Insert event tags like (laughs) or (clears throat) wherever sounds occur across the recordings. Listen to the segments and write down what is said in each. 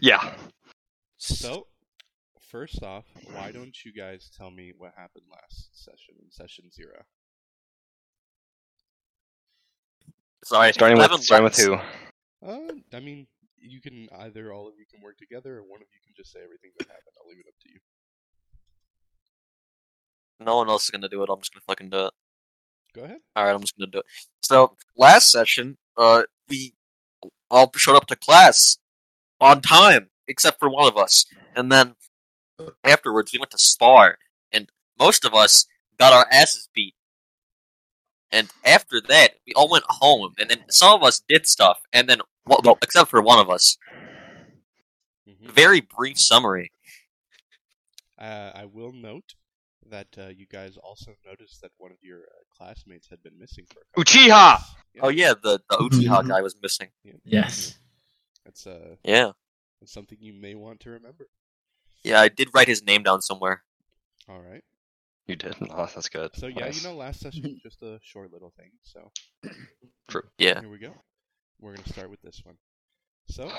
Yeah. So, first off, why don't you guys tell me what happened last session in session zero? Sorry, Starting I with haven't starting with looked. who? Uh, I mean, you can either all of you can work together, or one of you can just say everything that happened. I'll leave it up to you. No one else is gonna do it. I'm just gonna fucking do it. Go ahead. All right, I'm just gonna do it. So last session, uh, we all showed up to class on time, except for one of us. And then afterwards, we went to spar, and most of us got our asses beat. And after that, we all went home, and then some of us did stuff, and then well, well, except for one of us. hmm Very brief summary. Uh, I will note that uh, you guys also noticed that one of your uh, classmates had been missing for a couple Uchiha! of days. Oh yeah, the the Uchiha Mhm. guy was missing. Yes. That's uh, Yeah, that's something you may want to remember. yeah, I did write his name down somewhere. All right. You did. Oh, that's good. So yeah, Nice. you know, last session (laughs) was just a short little thing. So Yeah. here we go. We're gonna start with this one. So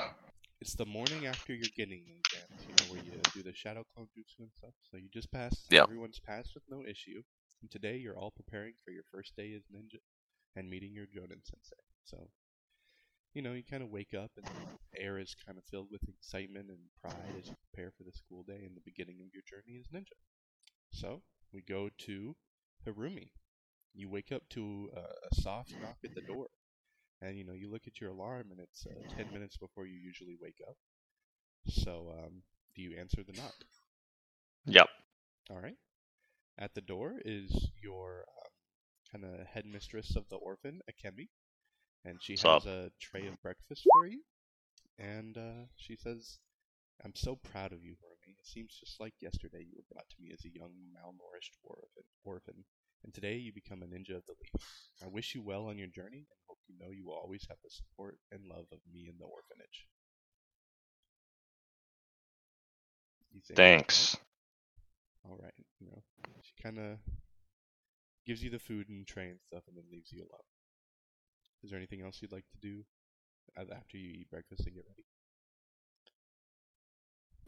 it's the morning after your getting exams, you know, where you do the shadow clone jutsu and stuff. So you just passed. Yeah. Everyone's passed with no issue. And today you're all preparing for your first day as ninja and meeting your Jonin sensei. So, you know, you kind of wake up and the air is kind of filled with excitement and pride as you prepare for the school day and the beginning of your journey as ninja. So we go to Harumi. You wake up to a, a soft knock at the door and you know you look at your alarm and it's uh, 10 minutes before you usually wake up so um, do you answer the knock Yep. all right at the door is your um, kind of headmistress of the orphan akemi and she Sup? has a tray of breakfast for you and uh, she says i'm so proud of you Harumi. it seems just like yesterday you were brought to me as a young malnourished orphan, orphan and today you become a ninja of the leaf I wish you well on your journey and hope you know you will always have the support and love of me and the orphanage. You think- Thanks. All right. You know, she kind of gives you the food and tray and stuff, and then leaves you alone. Is there anything else you'd like to do a- after you eat breakfast and get ready?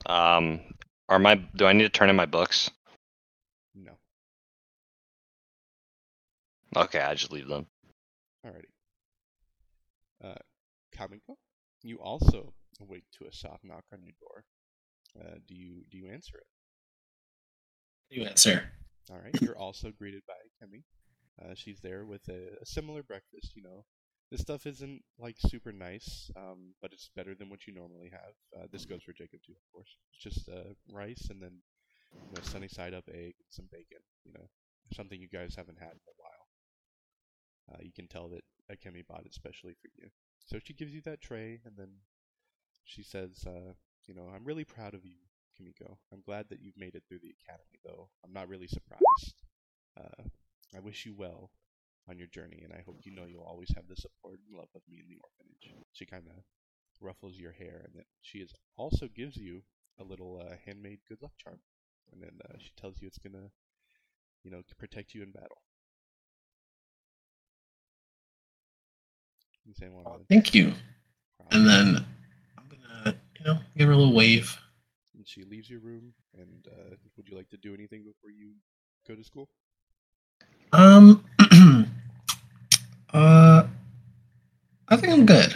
Um, are my do I need to turn in my books? No. Okay, I just leave them. Alrighty. Uh, Kamiko, you also awake to a soft knock on your door. Uh, do you do you answer it? You answer. All right. You're also greeted by Kemi. Uh, she's there with a, a similar breakfast. You know, this stuff isn't like super nice, um, but it's better than what you normally have. Uh, this goes for Jacob too, of course. It's just uh, rice and then you know, sunny side up egg and some bacon. You know, something you guys haven't had in a while. Uh, you can tell that Akemi bought it specially for you. So she gives you that tray, and then she says, uh, "You know, I'm really proud of you, Kimiko. I'm glad that you've made it through the academy, though. I'm not really surprised. Uh, I wish you well on your journey, and I hope you know you'll always have the support and love of me in the orphanage." She kind of ruffles your hair, and then she is also gives you a little uh, handmade good luck charm, and then uh, she tells you it's gonna, you know, protect you in battle. You say, "Well, Oh, Thank you. proud." And then I'm gonna, you know, give her a little wave. and she leaves your room. And uh, would you like to do anything before you go to school? Um. (clears throat) uh. I think I'm good.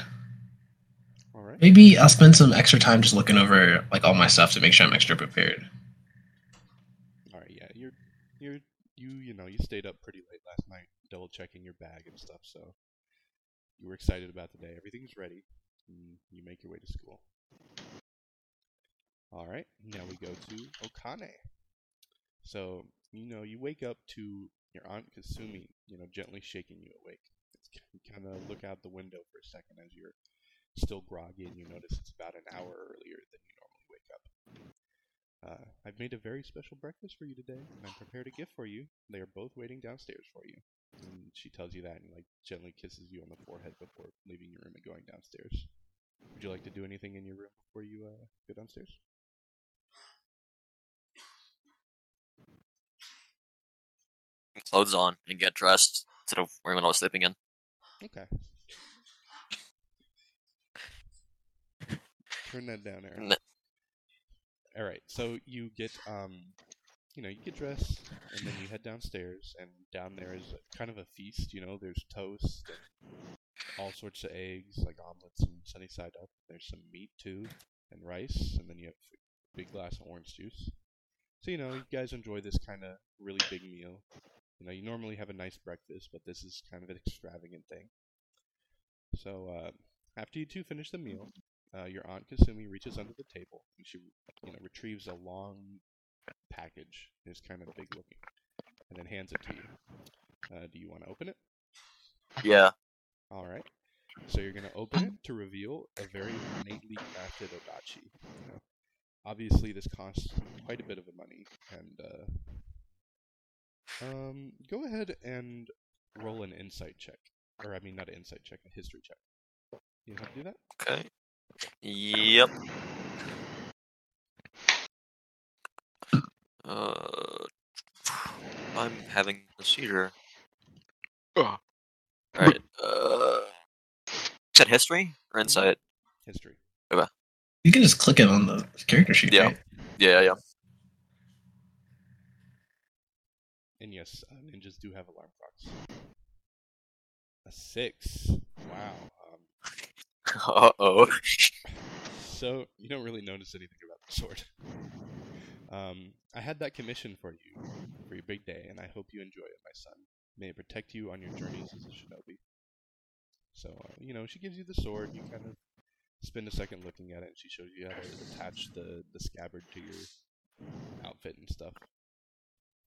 All right. Maybe I'll spend some extra time just looking over like all my stuff to make sure I'm extra prepared. All right. Yeah, you're you're you you know you stayed up pretty late last night, double checking your bag and stuff. So you were excited about the day. Everything's ready. And you make your way to school. All right. Now we go to Okane. So you know you wake up to your aunt Kasumi, you know, gently shaking you awake. It's, you kind of look out the window for a second as you're still groggy, and you notice it's about an hour earlier than you normally wake up. Uh, I've made a very special breakfast for you today, and I prepared a gift for you. They are both waiting downstairs for you. And she tells you that and like gently kisses you on the forehead before leaving your room and going downstairs. Would you like to do anything in your room before you uh, go downstairs? clothes on and get dressed instead of wearing what I was sleeping in. Okay. Turn that down, Aaron. No. All right. So you get um, you know, you get dressed, and then you head downstairs, and down there is kind of a feast. You know, there's toast and all sorts of eggs, like omelets and sunny side up. There's some meat too, and rice, and then you have a big glass of orange juice. So you know, you guys enjoy this kind of really big meal. You know, you normally have a nice breakfast, but this is kind of an extravagant thing. So uh, after you two finish the meal, uh, your aunt Kasumi reaches under the table and she, you know, retrieves a long package. It's kind of big looking, and then hands it to you. Uh, do you want to open it? Yeah. All right. So you're going to open it to reveal a very neatly crafted odachi. You know, obviously, this costs quite a bit of money, and uh, um, go ahead and roll an insight check, or I mean, not an insight check, a history check. You know how to do that? Okay. Yep. Uh, I'm having a seizure. Ugh. Alright, uh. Said history? Or insight? History. You can just click it on the character sheet. Yeah. right? Yeah, (laughs) yeah. And yes, uh, ninjas do have alarm clocks. A six. Wow. Um, Uh oh. so you don't really notice anything about the sword. Um, I had that commission for you for your big day, and I hope you enjoy it, my son. May it protect you on your journeys as a shinobi. So uh, you know, she gives you the sword. You kind of spend a second looking at it, and she shows you how to attach the the scabbard to your outfit and stuff.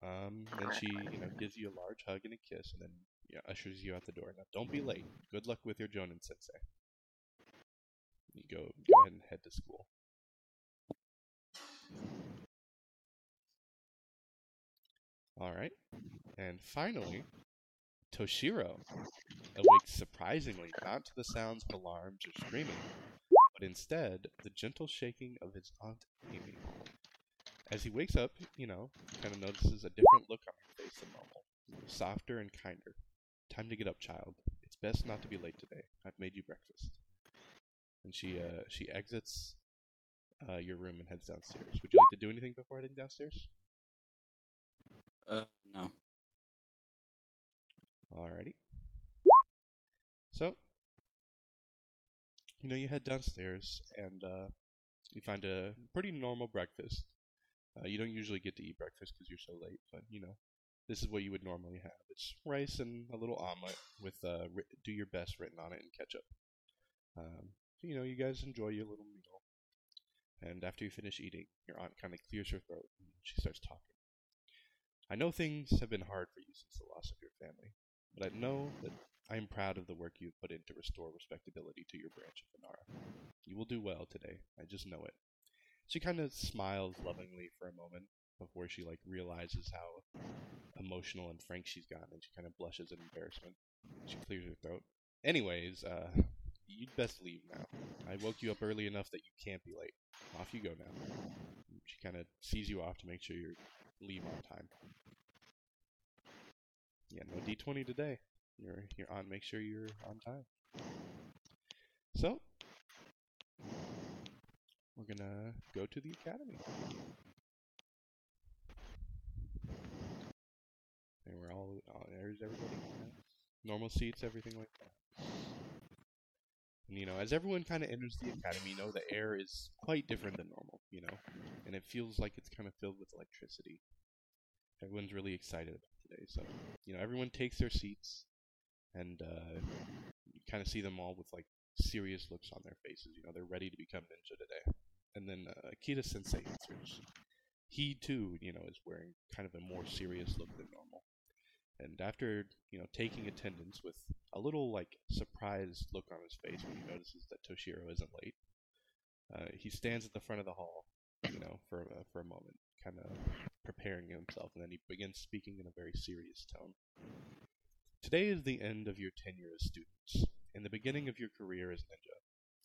Um, then she you know gives you a large hug and a kiss, and then you know, ushers you out the door. Now, don't be late. Good luck with your jonin sensei. You go go ahead and head to school. All right, and finally, Toshiro awakes surprisingly not to the sounds of alarms or screaming, but instead the gentle shaking of his aunt Amy. As he wakes up, you know, kind of notices a different look on her face than normal, softer and kinder. Time to get up, child. It's best not to be late today. I've made you breakfast and she uh, she exits uh, your room and heads downstairs. Would you like to do anything before heading downstairs? Uh, no. Alrighty. So, you know, you head downstairs and uh, you find a pretty normal breakfast. Uh, you don't usually get to eat breakfast because you're so late, but you know, this is what you would normally have. It's rice and a little omelet with uh, writ- "Do your best" written on it and ketchup. Um, so, you know, you guys enjoy your little meal, and after you finish eating, your aunt kind of clears her throat and she starts talking. I know things have been hard for you since the loss of your family but I know that I am proud of the work you've put in to restore respectability to your branch of Venara. You will do well today. I just know it. She kind of smiles lovingly for a moment before she like realizes how emotional and frank she's gotten, and she kind of blushes in embarrassment. She clears her throat. Anyways, uh, you'd best leave now. I woke you up early enough that you can't be late. Off you go now. She kind of sees you off to make sure you leave on time. Yeah, no D20 today. You're you're on. Make sure you're on time. So we're gonna go to the academy, and we're all, all there's everybody. you know, Normal seats, everything like that. And you know, as everyone kind of enters the academy, you know the air is quite different than normal. You know, and it feels like it's kind of filled with electricity. Everyone's really excited about today, so you know everyone takes their seats and uh, you kind of see them all with like serious looks on their faces you know they're ready to become ninja today and then uh, akita sensei enters he too you know is wearing kind of a more serious look than normal and after you know taking attendance with a little like surprised look on his face when he notices that toshiro isn't late uh, he stands at the front of the hall you know for, uh, for a moment kind of preparing himself and then he begins speaking in a very serious tone Today is the end of your tenure as students and the beginning of your career as ninja.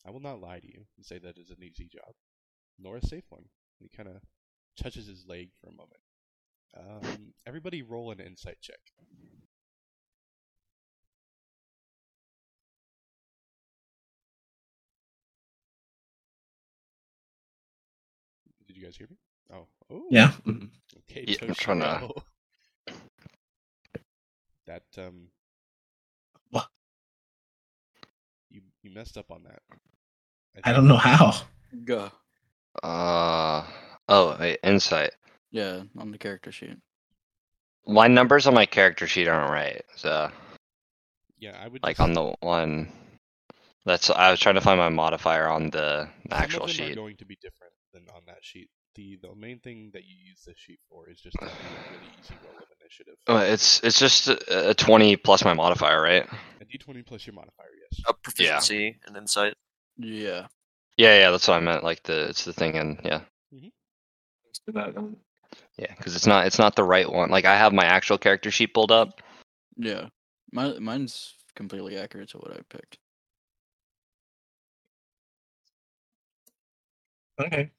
I will not lie to you and say that is an easy job, nor a safe one. He kind of touches his leg for a moment. Um, everybody, roll an insight check. you guys hear me? Oh, oh. Yeah. mhm. Okay, Yeah, I'm Toshiro. tryna- (laughs) That um. Wha- You you messed up on that. I don't know how. Go. Uh oh, wait, insight. Yeah, on the character sheet. My numbers on my character sheet aren't right. So Yeah, I would. like just- on the one that's I was trying to find my modifier on the some actual of them are sheet. going to be different than on that sheet. The the main thing that you use this sheet for is just to be a really easy roll of initiative. Uh, it's it's just a, a twenty plus my modifier, right? a D twenty plus your modifier, yes. A proficiency and insight. Yeah. Yeah, yeah, that's what I meant. Like the it's the thing, and yeah, yeah, because it's not it's not the right one. Like I have my actual character sheet pulled up. Yeah. My, mine's completely accurate to what I picked. Okay.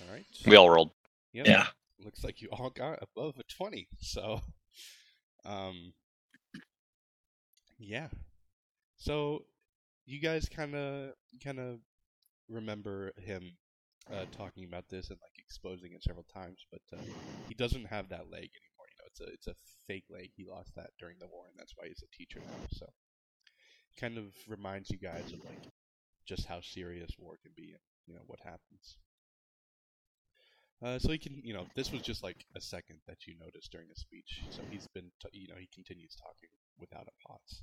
All right. Oh. We all rolled. Yep. Yeah. Looks like you all got above a twenty. So, um, yeah. So you guys kind of kind of remember him uh, talking about this and like exposing it several times, but uh, he doesn't have that leg anymore. You know, it's a it's a fake leg. He lost that during the war, and that's why he's a teacher now. So, kind of reminds you guys of like just how serious war can be, and you know what happens. Uh, so he can, you know, this was just like a second that you noticed during the speech. So he's been, t- you know, he continues talking without a pause.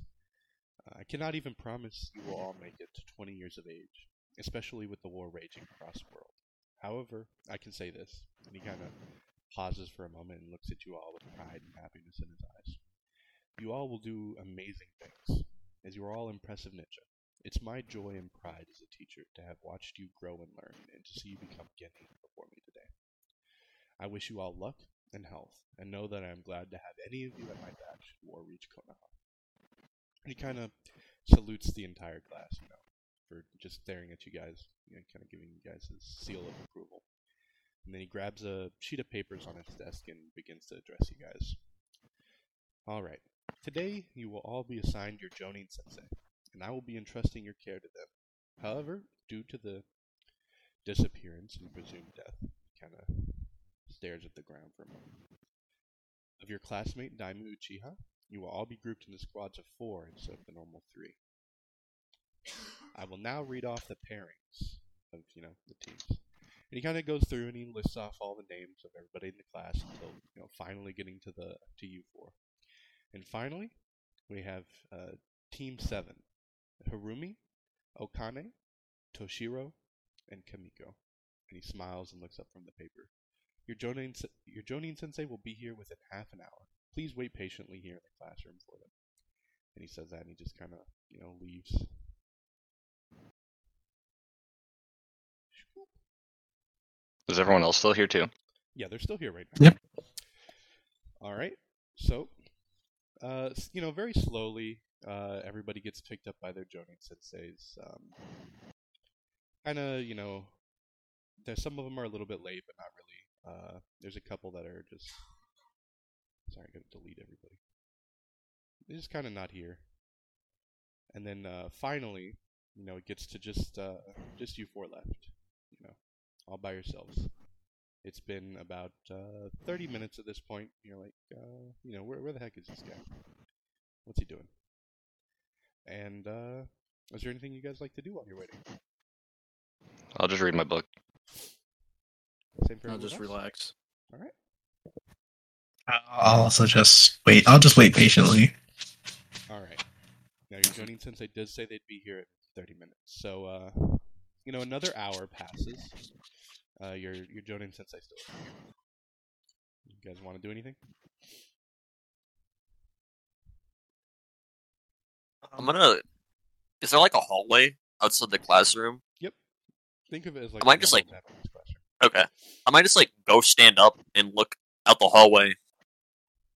Uh, I cannot even promise you will all make it to 20 years of age, especially with the war raging across the world. However, I can say this, and he kind of pauses for a moment and looks at you all with pride and happiness in his eyes. You all will do amazing things, as you are all impressive ninja. It's my joy and pride as a teacher to have watched you grow and learn, and to see you become Genny before me today. I wish you all luck and health, and know that I am glad to have any of you at my batch should war reach Konoha. He kind of salutes the entire class, you know, for just staring at you guys and kind of giving you guys his seal of approval. And then he grabs a sheet of papers on his desk and begins to address you guys. All right. Today, you will all be assigned your Jonin sensei, and I will be entrusting your care to them. However, due to the disappearance and presumed death, kind of stares at the ground for a moment. Of your classmate Daimu Uchiha, you will all be grouped into squads of four instead of the normal three. I will now read off the pairings of you know the teams, and he kind of goes through and he lists off all the names of everybody in the class until you know finally getting to the to you four, and finally we have uh, Team Seven: Harumi, Okane, Toshiro, and Kamiko. And he smiles and looks up from the paper. Your Jonin, sen- your Jonin sensei will be here within half an hour. Please wait patiently here in the classroom for them. And he says that, and he just kind of, you know, leaves. Is everyone else still here too? Yeah, they're still here right now. Yep. All right. So, uh, s- you know, very slowly, uh, everybody gets picked up by their Jonin senseis. Um, kind of, you know, there's some of them are a little bit late, but not really. Uh, there's a couple that are just. Sorry, I gotta delete everybody. They're just kind of not here. And then uh, finally, you know, it gets to just uh, just you four left. You know, all by yourselves it's been about uh, 30 minutes at this point. You're like, uh, you know, where, where the heck is this guy? What's he doing? And uh, is there anything you guys like to do while you're waiting? I'll just read my book. Same for I'll everyone just else? relax. I'll also just wait. I'll just wait patiently. All right. Now your Jonin Sensei does say they'd be here in 30 minutes, so uh, you know another hour passes. Uh, your your Jonin Sensei still. isn't here. You guys want to do anything? I'm gonna. Is there like a hallway outside the classroom? Think of it as like. Am I just, normal like- Japanese classroom. Okay. I might just like go stand up and look out the hallway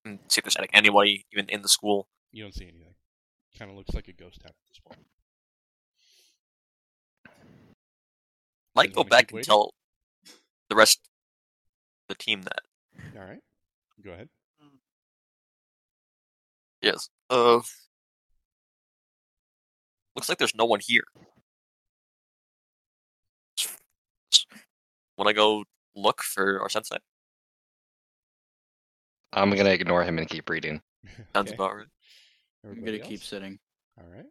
and see if there's like anybody even in the school. You don't see anything. Kind of looks like a ghost town at this point. might You go wanna back keep and waiting? tell the rest of the team that. All right. Go ahead. Yes. Uh. Looks like there's no one here. Want to go look for our sensei? I'm gonna ignore him and keep reading. Sounds Okay. about right. I'm Everybody gonna keep else? sitting. All right.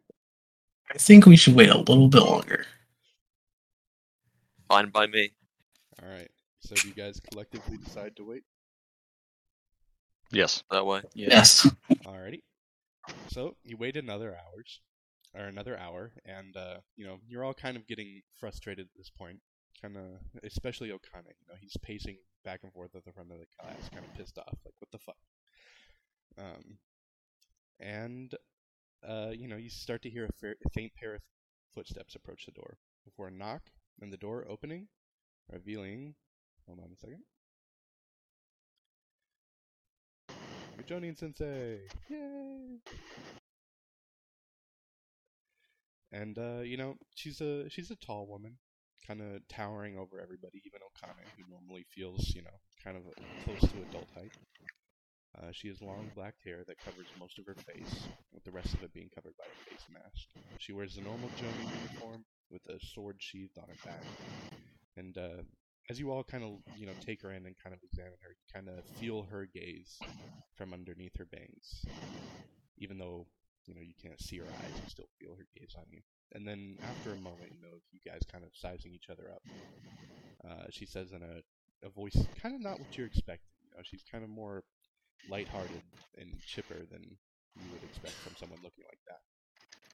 I think we should wait a little bit longer. Fine by me. All right. So do you guys collectively decide to wait? Yes. That way. Yeah. Yes. Alrighty. So you wait another hours, or another hour, and uh, you know you're all kind of getting frustrated at this point. Kind of, especially Okana. You know, he's pacing back and forth at the front of the class, kind of pissed off. Like, what the fuck? Um, and uh, you know, you start to hear a, fair, a faint pair of footsteps approach the door. Before a knock and the door opening, revealing. Hold on a second. Majonian Sensei! Yay! And uh, you know, she's a she's a tall woman, kind of towering over everybody, even Okane, who normally feels you know kind of close to adult height. Uh, she has long black hair that covers most of her face, with the rest of it being covered by a face mask. She wears the normal Jonin uniform with a sword sheathed on her back. And uh, as you all kind of you know take her in and kind of examine her, you kind of feel her gaze from underneath her bangs, even though you know you can't see her eyes, you still feel her gaze on you. And then after a moment, you know, of you guys kind of sizing each other up, uh, she says in a, a voice kind of not what you're expecting. You know, she's kind of more lighthearted and chipper than you would expect from someone looking like that.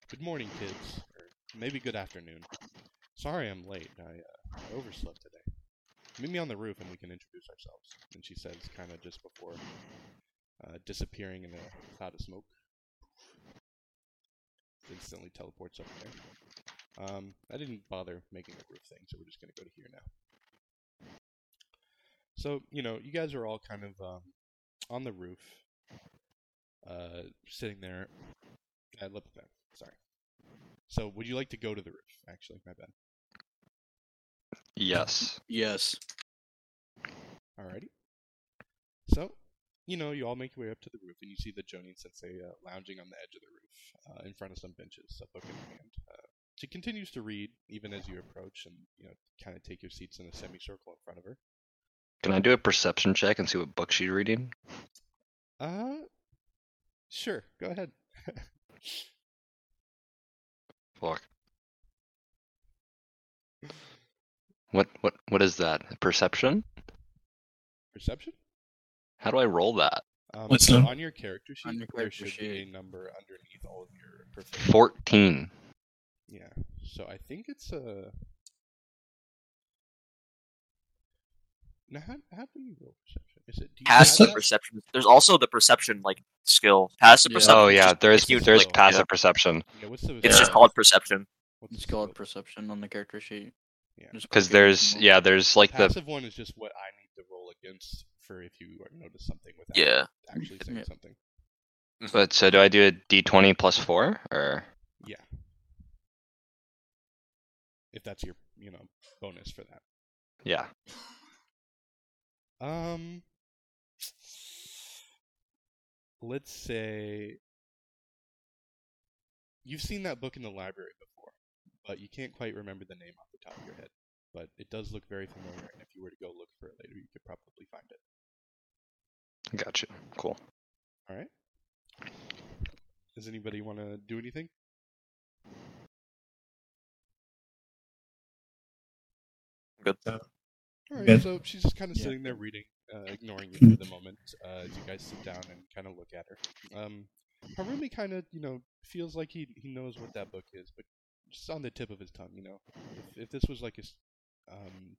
Good morning, kids, or maybe good afternoon. Sorry I'm late. I, uh, I overslept today. Meet me on the roof and we can introduce ourselves. And she says, kind of just before uh, disappearing in a cloud of smoke. Instantly teleports over there. Um, I didn't bother making a roof thing, so we're just going to go to here now. So, you know, you guys are all kind of um, on the roof, uh, sitting there Uh, at lip event. Sorry. So, would you like to go to the roof? Actually, my bad. Yes. Yes. Alrighty. So, you know, you all make your way up to the roof, and you see the Jonin Sensei uh, lounging on the edge of the roof, uh, in front of some benches, a book in her hand. Uh, she continues to read even as you approach, and you know, kind of take your seats in a semicircle in front of her. Can I do a perception check and see what book she's reading? Uh, sure, go ahead. Fuck. What what what is that? Perception? Perception. How do I roll that? Um, What's so that? on your character sheet? On your there character should be a sheet. number underneath all of your. Perfect. Fourteen. Yeah. So I think it's a. Now, how, how do you roll perception? Is it do you Passive add that? perception. There's also the perception like skill. Passive Yeah. perception. Oh yeah, just- there is if you there is click- passive perception Yeah, what's the? It's just Yeah. called perception. what's It's the called skill? perception on the character sheet. Yeah. Just because click it and there's roll. yeah there's like the passive one is just what I need to roll against for if you notice something without Yeah. actually saying Yeah. something. but so do I do a D twenty plus four or Yeah. If that's your you know bonus for that. yeah Um, let's say you've seen that book in the library before, but you can't quite remember the name off the top of your head. But it does look very familiar, and if you were to go look for it later, you could probably find it. gotcha cool All right. Does anybody want to do anything? Good. All right, Good. so she's just kind of Yeah. sitting there reading, uh, ignoring you for the moment. Uh, as you guys sit down and kind of look at her, um, Harumi kind of, you know, feels like he he knows what that book is, but just on the tip of his tongue, you know. If, if this was like his, um,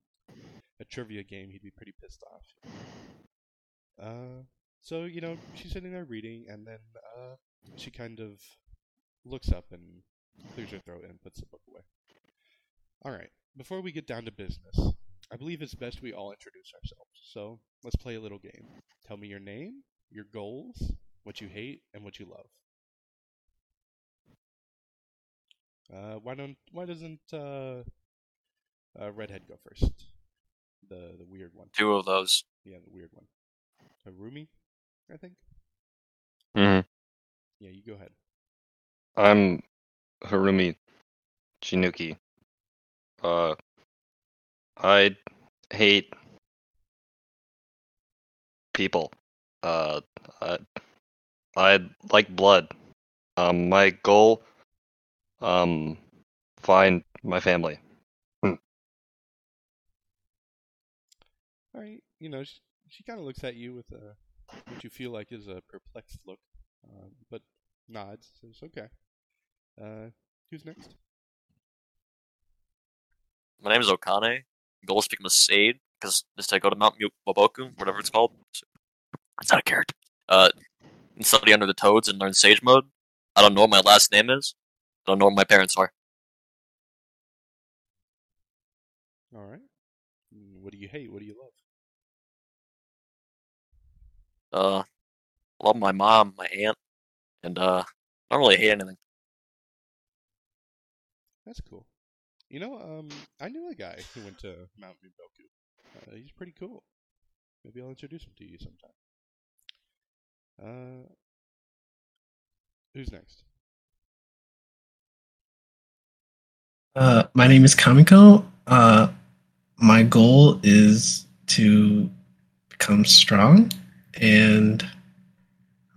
a trivia game, he'd be pretty pissed off. Uh, so you know, she's sitting there reading, and then uh, she kind of looks up and clears her throat and puts the book away. All right, before we get down to business, I believe it's best we all introduce ourselves. So let's play a little game. Tell me your name, your goals, what you hate, and what you love. Uh, why don't why doesn't uh, uh, redhead go first? The the weird one. Two of those. Yeah, the weird one. Harumi, I think. mm-hmm. Yeah, you go ahead. I'm Harumi Chinuki. Uh, I hate people. Uh, I, I like blood. Um, my goal, um, find my family. All right, you know, she, she kind of looks at you with a what you feel like is a perplexed look, um, but nods. Says, "Okay." Uh, who's next? My name is Okane. Goal is to become a Sage because is to go to Mount Mu- Moboku, whatever it's called. It's not a character. Uh, and study under the toads and learn Sage mode. I don't know what my last name is. I don't know what my parents are. All right. Mm, What do you hate? What do you love? Uh, love my mom, my aunt, and uh, I don't really hate anything. That's cool. You know, um, I knew a guy who went to Mount Mimboku. Uh, he's pretty cool. Maybe I'll introduce him to you sometime. Uh, who's next? Uh, my name is Kamiko. Uh, my goal is to become strong, and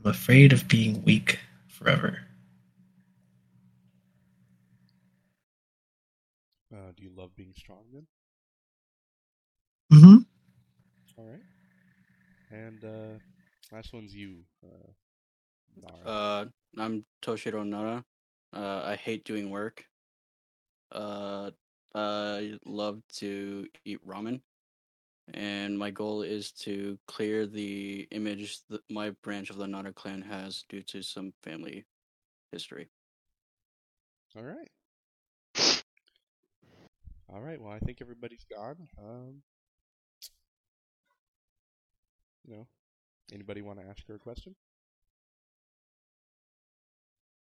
I'm afraid of being weak forever. Uh, do you love being strong then? Mm-hmm. All right. And uh, last one's you. Uh, Nara. Uh, I'm Toshiro Nara. Uh, I hate doing work. Uh, I love to eat ramen, and my goal is to clear the image that my branch of the Nara clan has due to some family history. All right. All right. Well, I think everybody's gone. Um, you know, anybody want to ask her a question?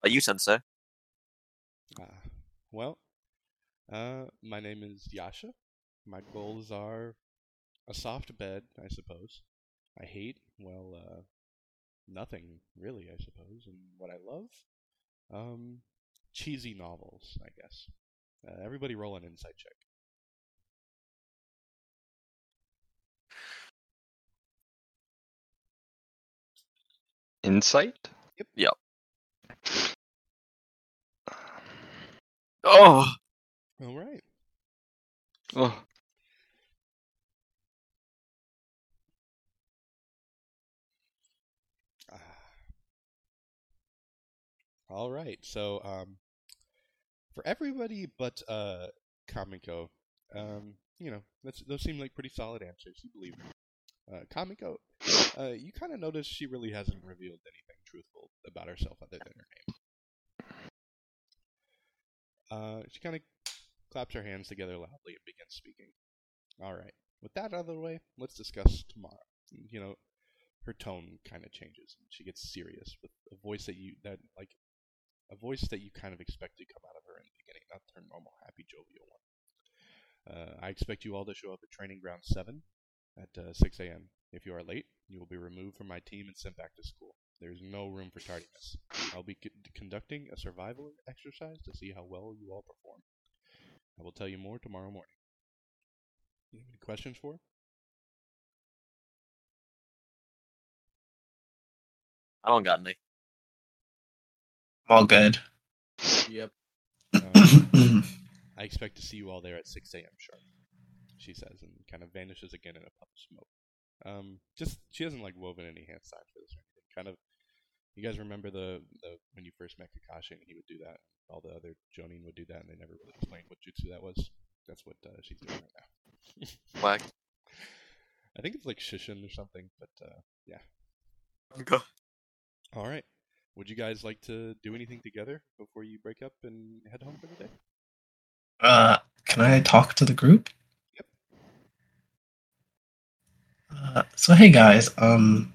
Uh, you sensei. Ah, well, uh, my name is Yasha. My goals are a soft bed, I suppose. I hate, well, uh, nothing really, I suppose. And what I love, um, cheesy novels, I guess. Uh, everybody roll an insight check. Insight? Yep. Yep. Oh, All right. Oh, Ah. All right. So, um, for everybody but uh, Kamiko, um, you know, that's, those seem like pretty solid answers. You believe her. Uh, Kamiko, uh, you kind of notice she really hasn't revealed anything truthful about herself other than her name. Uh, she kind of claps her hands together loudly and begins speaking. All right. With that out of the way, let's discuss tomorrow. You know, her tone kind of changes and she gets serious with a voice that you that like a voice that you kind of expect to come out of her in the beginning not her normal happy jovial one uh, i expect you all to show up at training ground 7 at uh, 6 a.m if you are late you will be removed from my team and sent back to school there is no room for tardiness i'll be c- conducting a survival exercise to see how well you all perform i will tell you more tomorrow morning you have any questions for her? I don't got any. I'm all good. Yep. Um, I expect to see you all there at 6 a.m. sharp, she says, and kind of vanishes again in a puff of smoke. Um, just she hasn't like woven any hand signs for this or anything. Kind of, you guys remember the, the when you first met Kakashi and he would do that. All the other Jonin would do that, and they never really explained what jutsu that was. That's what uh, she's doing right now. (laughs) Whack. I think it's like Shishin or something, but uh, yeah. Okay. All right. Would you guys like to do anything together before you break up and head home for the day? (clears throat) Uh, can I talk to the group? Yep. Uh, so hey guys, um,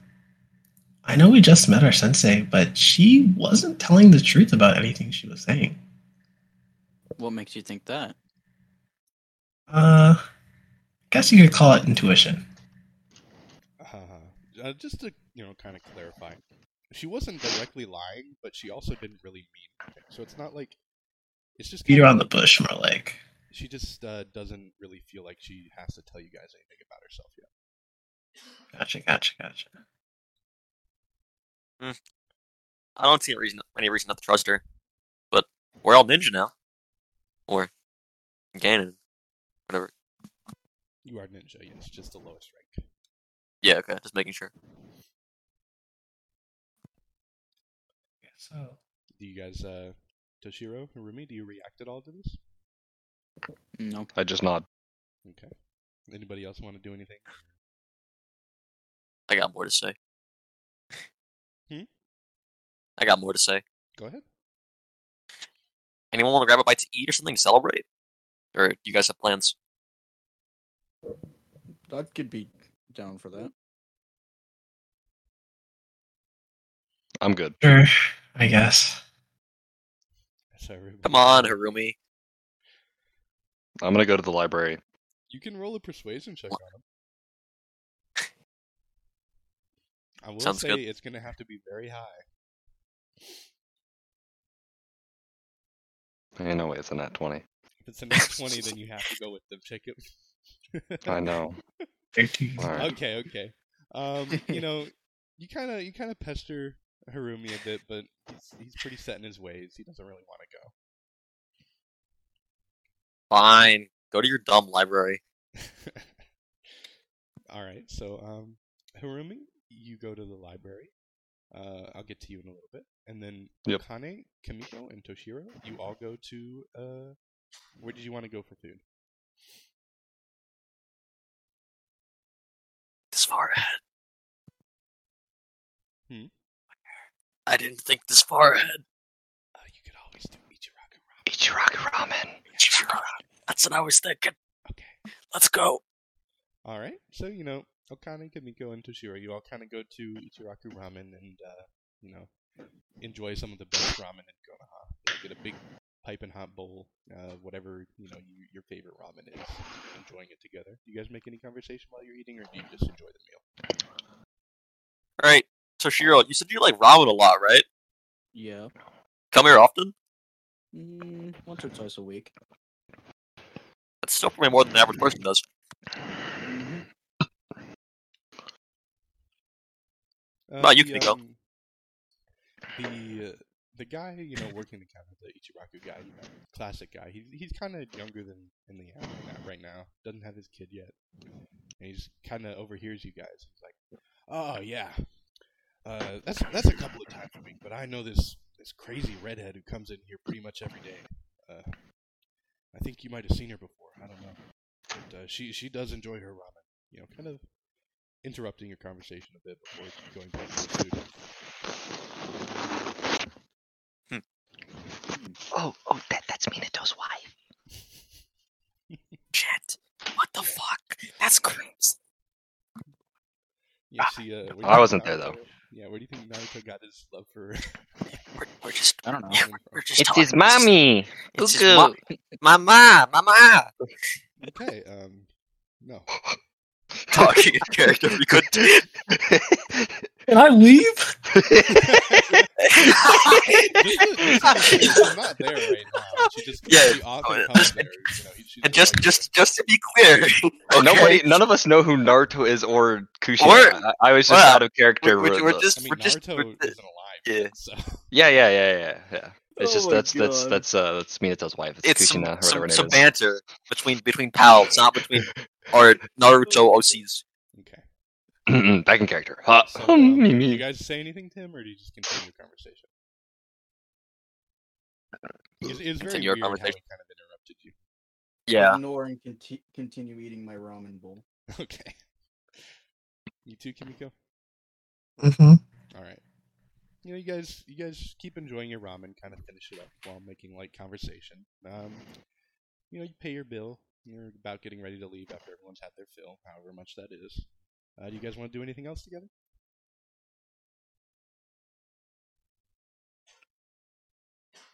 I know we just met our sensei, but she wasn't telling the truth about anything she was saying. What makes you think that? Uh, guess you could call it intuition. Uh, uh, just to you know, kind of clarify, she wasn't directly lying, but she also didn't really mean anything. So it's not like it's just Beat kinda around the like bush, more like. she just uh, doesn't really feel like she has to tell you guys anything about herself yet. Gotcha, gotcha, gotcha. I don't see a reason, any reason not to trust her. But we're all ninja now. Or Ganon. Whatever. You are ninja, yes, just the lowest rank. Yeah, okay. Just making sure. Yeah, So Do you guys, uh, Toshiro, Harumi, do you react at all to this? Mm, No. I just nod. Okay. Anybody else want to do anything? I got more to say. Hmm? I got more to say. Go ahead. Anyone want to grab a bite to eat or something to celebrate? Or do you guys have plans? I could be down for that. I'm good. sure, I guess. Sorry, Harumi. Come on, Harumi. I'm gonna go to the library. You can roll a persuasion check on (laughs) him. I will Sounds say good. it's going to have to be very high. Eh, no way, it's a nat twenty. If it's a nat 20, then you have to go with them, Jacob. I (laughs) know. Thirteen. All right. Okay, okay. Um, you know, (laughs) you kind of you kind of pester Harumi a bit, but he's, he's pretty set in his ways. He doesn't really want to go. Fine. Go to your dumb library. (laughs) All right, so um, Harumi, you go to the library. Uh, I'll get to you in a little bit, and then Yep. Kane, Kamiko, and Toshiro, you all go to. Uh, where did you want to go for food? This far ahead. Hmm? I didn't think this far ahead. Uh, you could always do Ichiraku ramen. Ichiraku ramen. That's what I was thinking. Okay. Let's go. All right. So you know, Okane, Kamiko, and Toshiro, you all kind of go to Ichiraku Ramen and uh, you know enjoy some of the best ramen in Konoha. You get a big piping hot bowl, uh, whatever you know you, your favorite ramen is. Enjoying it together. Do you guys make any conversation while you're eating, or do you just enjoy the meal? All right. So, Shiro, you said you like ramen a lot, right? Yeah. Come here often? Mm, once or twice a week. That's still probably more than the average person does. (laughs) Uh, No, you the, can go. um, The uh, the guy you know working the counter, the Ichiraku guy, you know, classic guy. He's he's kind of younger than in the anime now- right now. Doesn't have his kid yet, and he's kind of overhears you guys. He's like, "Oh yeah, uh, that's that's a couple of times a week, but I know this this crazy redhead who comes in here pretty much every day. Uh, I think you might have seen her before. I don't know, but uh, she she does enjoy her ramen. You know, kind of." Interrupting your conversation a bit before going back to the food. Oh, oh, that that's Minato's wife. Shit. What the fuck? That's crazy. Yeah, see, uh, where do you Ah, I think wasn't there, Naruto- though. Yeah, where do you think Naruto got his love for? (laughs) We're, we're just. I don't (laughs) know. ramen from? just It's his talking. It's just- mommy. it's his Cuckoo. mo- Mama! Mama! okay, um, (laughs) no. Talking in character. We could. Can I leave? This is- this is- She's not there right now. She just Yeah. She Oh, often yeah. comes there. You know, she's and just, like- just, just to be clear. okay, (laughs) Nobody, none of us know who Naruto is or Kushi. Or- I, I was just well, out of character. (laughs) We're, we're, we're with- just. I mean, we're just Naruto we're, isn't alive. yeah. So (laughs) yeah, yeah, yeah, yeah, yeah. It's Oh just my that's that's God. that's uh that's Minato's wife. It's, it's some, Kushina, or whatever her some, name some is. banter between between pals, (clears throat) not between (laughs) our Naruto OCs. okay. Mm-mm, Back in character. Huh. So, um, (laughs) Hmm, me, do me. you guys say anything to him, or do you just continue the conversation? Uh, It's, it's very Continue our weird how he kind conversation. of interrupted you. Yeah. Ignore and conti- continue eating my ramen bowl. (laughs) Okay. You too, Kimiko. Mm-hmm. All right. You know, you guys, you guys keep enjoying your ramen. Kind of finish it up while making light conversation. Um, you know, you pay your bill. You're about getting ready to leave after everyone's had their fill, however much that is. Uh, do you guys want to do anything else together?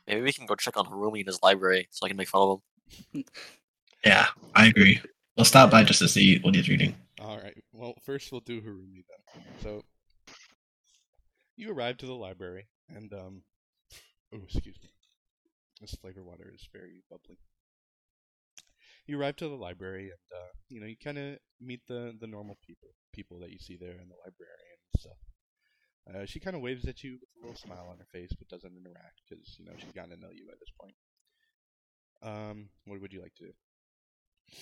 Maybe we can go check on Harumi in his library so I can make fun of him. Yeah, I agree. We'll stop by just to see what he's reading. All right. Well, first we'll do Harumi then. So you arrive to the library, and um, oh, excuse me, this flavor water is very bubbly. you arrive to the library and uh, you know you kind of meet the the normal people people that you see there in the library and stuff. Uh, she kind of waves at you with a little smile on her face, but doesn't interact because you know she's gotten to know you at this point. Um, what would you like to do?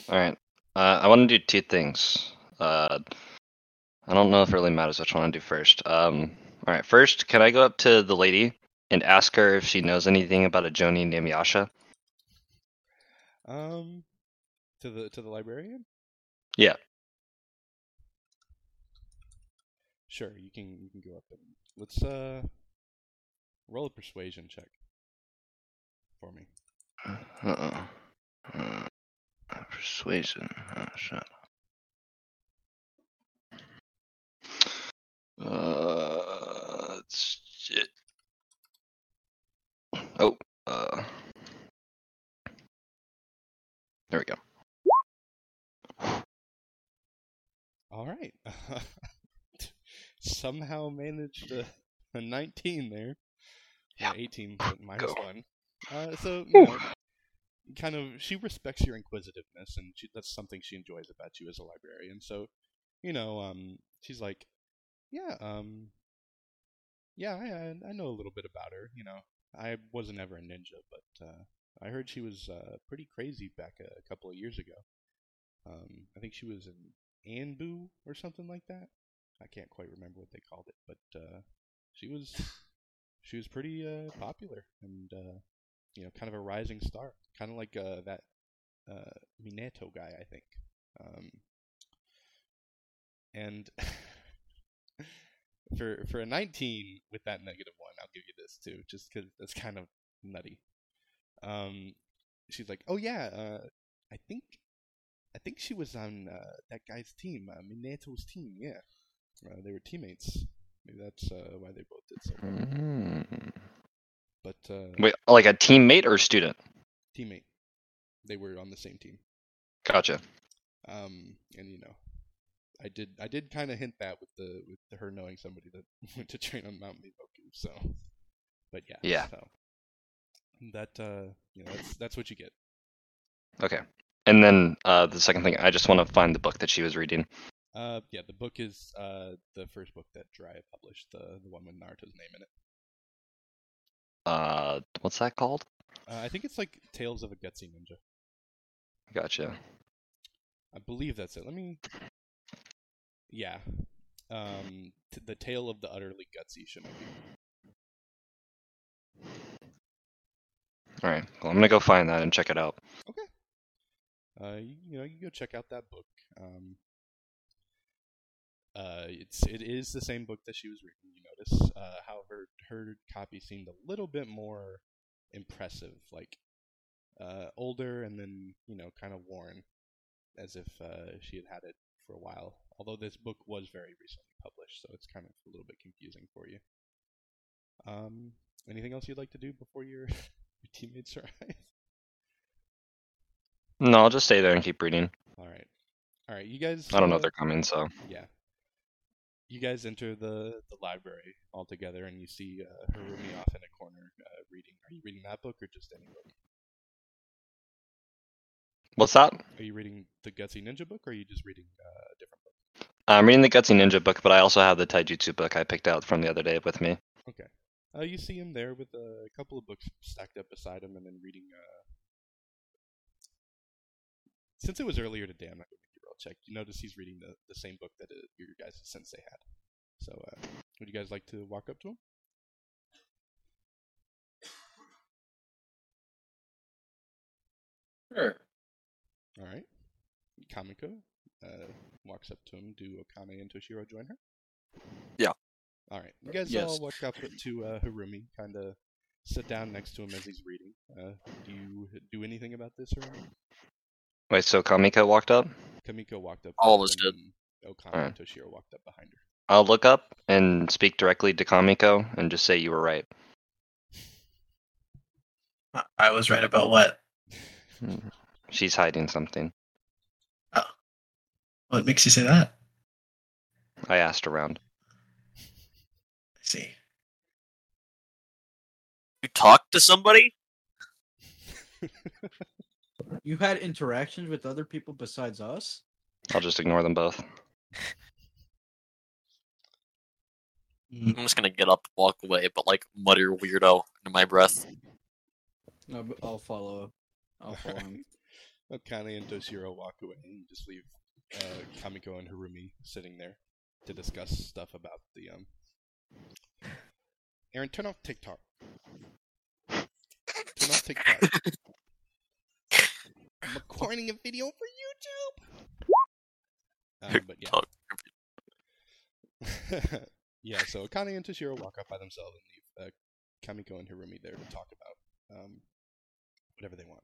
All right. Uh, I want to do two things. Uh, I don't know if it really matters which one I do first. Um, all right. First, can I go up to the lady and ask her if she knows anything about a Joni named Yasha? Um, to the to the librarian. Yeah. Sure, you can you can go up and let's uh roll a persuasion check for me. Uh-uh. Uh, persuasion. Oh, shit. Uh, it's shit. Oh, uh. There we go. All right. (laughs) Somehow managed a, a 19 there. Yeah. Or 18 but minus Go. one. Uh, so, you Whew. know, kind of, she respects your inquisitiveness, and she, that's something she enjoys about you as a librarian. So, you know, um, she's like, yeah, um, yeah, I, I- I know a little bit about her. You know, I wasn't ever a ninja, but uh, I heard she was uh, pretty crazy back a, a couple of years ago. Um, I think she was in Anbu or something like that. I can't quite remember what they called it, but uh, she was she was pretty uh, popular and uh, you know kind of a rising star, kind of like uh, that uh, Minato guy, I think. Um, and (laughs) for for a 19 with that negative one, I'll give you this too, just because that's kind of nutty. Um, she's like, oh yeah, uh, I think I think she was on uh, that guy's team, uh, Minato's team. Yeah, uh, they were teammates. Maybe that's uh, why they both did so. well. Mm. But uh, Wait, like a teammate or student? teammate, they were on the same team. Gotcha. Um, and you know, I did I did kind of hint that with the with her knowing somebody that (laughs) went to train on Mount Miboku. So, but yeah, Yeah. So that uh, you know, that's that's what you get. Okay. And then uh, the second thing, I just want to find the book that she was reading. Uh, yeah, the book is uh the first book that Jiraiya published, the the one with Naruto's name in it. Uh, what's that called? Uh, I think it's like Tales of a Gutsy Ninja. Gotcha. I believe that's it. Let me. Yeah. Um, t- the tale of the utterly gutsy shinobi. All right. Well, I'm gonna go find that and check it out. Uh, you, you know, you go check out that book. Um, uh, it's it is the same book that she was reading. You notice, uh, however, her copy seemed a little bit more impressive, like uh, older and then you know kind of worn, as if uh, she had had it for a while. Although this book was very recently published, so it's kind of a little bit confusing for you. Um, anything else you'd like to do before your (laughs) your teammates arrive? No, I'll just stay there and keep reading. All right, all right, you guys. I don't know uh, if they're coming, so Yeah. You guys enter the, the library all together, and you see uh, Harumi off in a corner uh, reading. Are you reading that book or just any book? what's that? Are you reading the Gutsy Ninja book, or are you just reading uh, a different book? I'm reading the Gutsy Ninja book, but I also have the Taijutsu book I picked out from the other day with me. Uh, you see him there with a couple of books stacked up beside him, and then reading. Uh... Since it was earlier today, I'm not going to make you roll check. You notice he's reading the, the same book that uh, your guys' sensei had. So, uh, would you guys like to walk up to him? Sure. All right. Kamiko uh, walks up to him. Do Okane and Toshiro join her? Yeah. All right. You guys Yes. all walk up to uh, Harumi, kind of sit down next to him as he's reading. Uh, do you do anything about this, Harumi? Wait, so Kamiko walked up. Kamiko walked up. All of first us did. and Okane Alright. and Toshiro walked up behind her. I'll look up and speak directly to Kamiko and just say you were right. I- I was right about what? She's hiding something. What makes you say that? I asked around. I see. You talk to somebody? You had interactions with other people besides us? I'll just ignore them both. Mm, I'm just gonna get up, walk away, but like mutter weirdo under my breath. No, but I'll follow. I'll follow him. Okane and Doshiro walk away and just leave uh, Kamiko and Harumi sitting there to discuss stuff about the um. Aaron, turn off TikTok. Turn off TikTok. I'm recording a video for YouTube. Um, but yeah. Talk. (laughs) yeah, so Akane and Toshiro walk up by themselves and leave uh, Kamiko and Hirumi there to talk about um, whatever they want.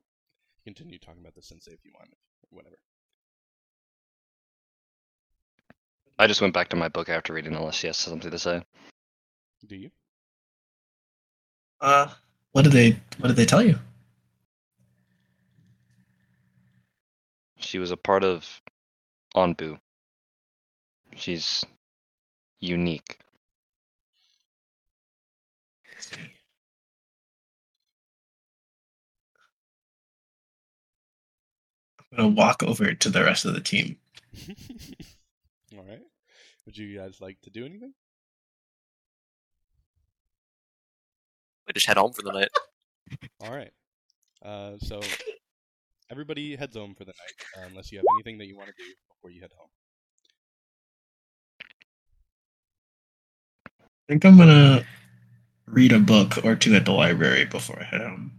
Continue talking about the sensei if you want, whatever. I just went back to my book after reading unless she has something to say. Do you? Uh, what did they What did they tell you? She was a part of Onbu. She's unique. I'm gonna walk over to the rest of the team. (laughs) All right. Would you guys like to do anything? I just head home for the night. All right. Uh, so everybody heads home for the night, uh, unless you have anything that you want to do before you head home. I think I'm gonna read a book or two at the library before I head home.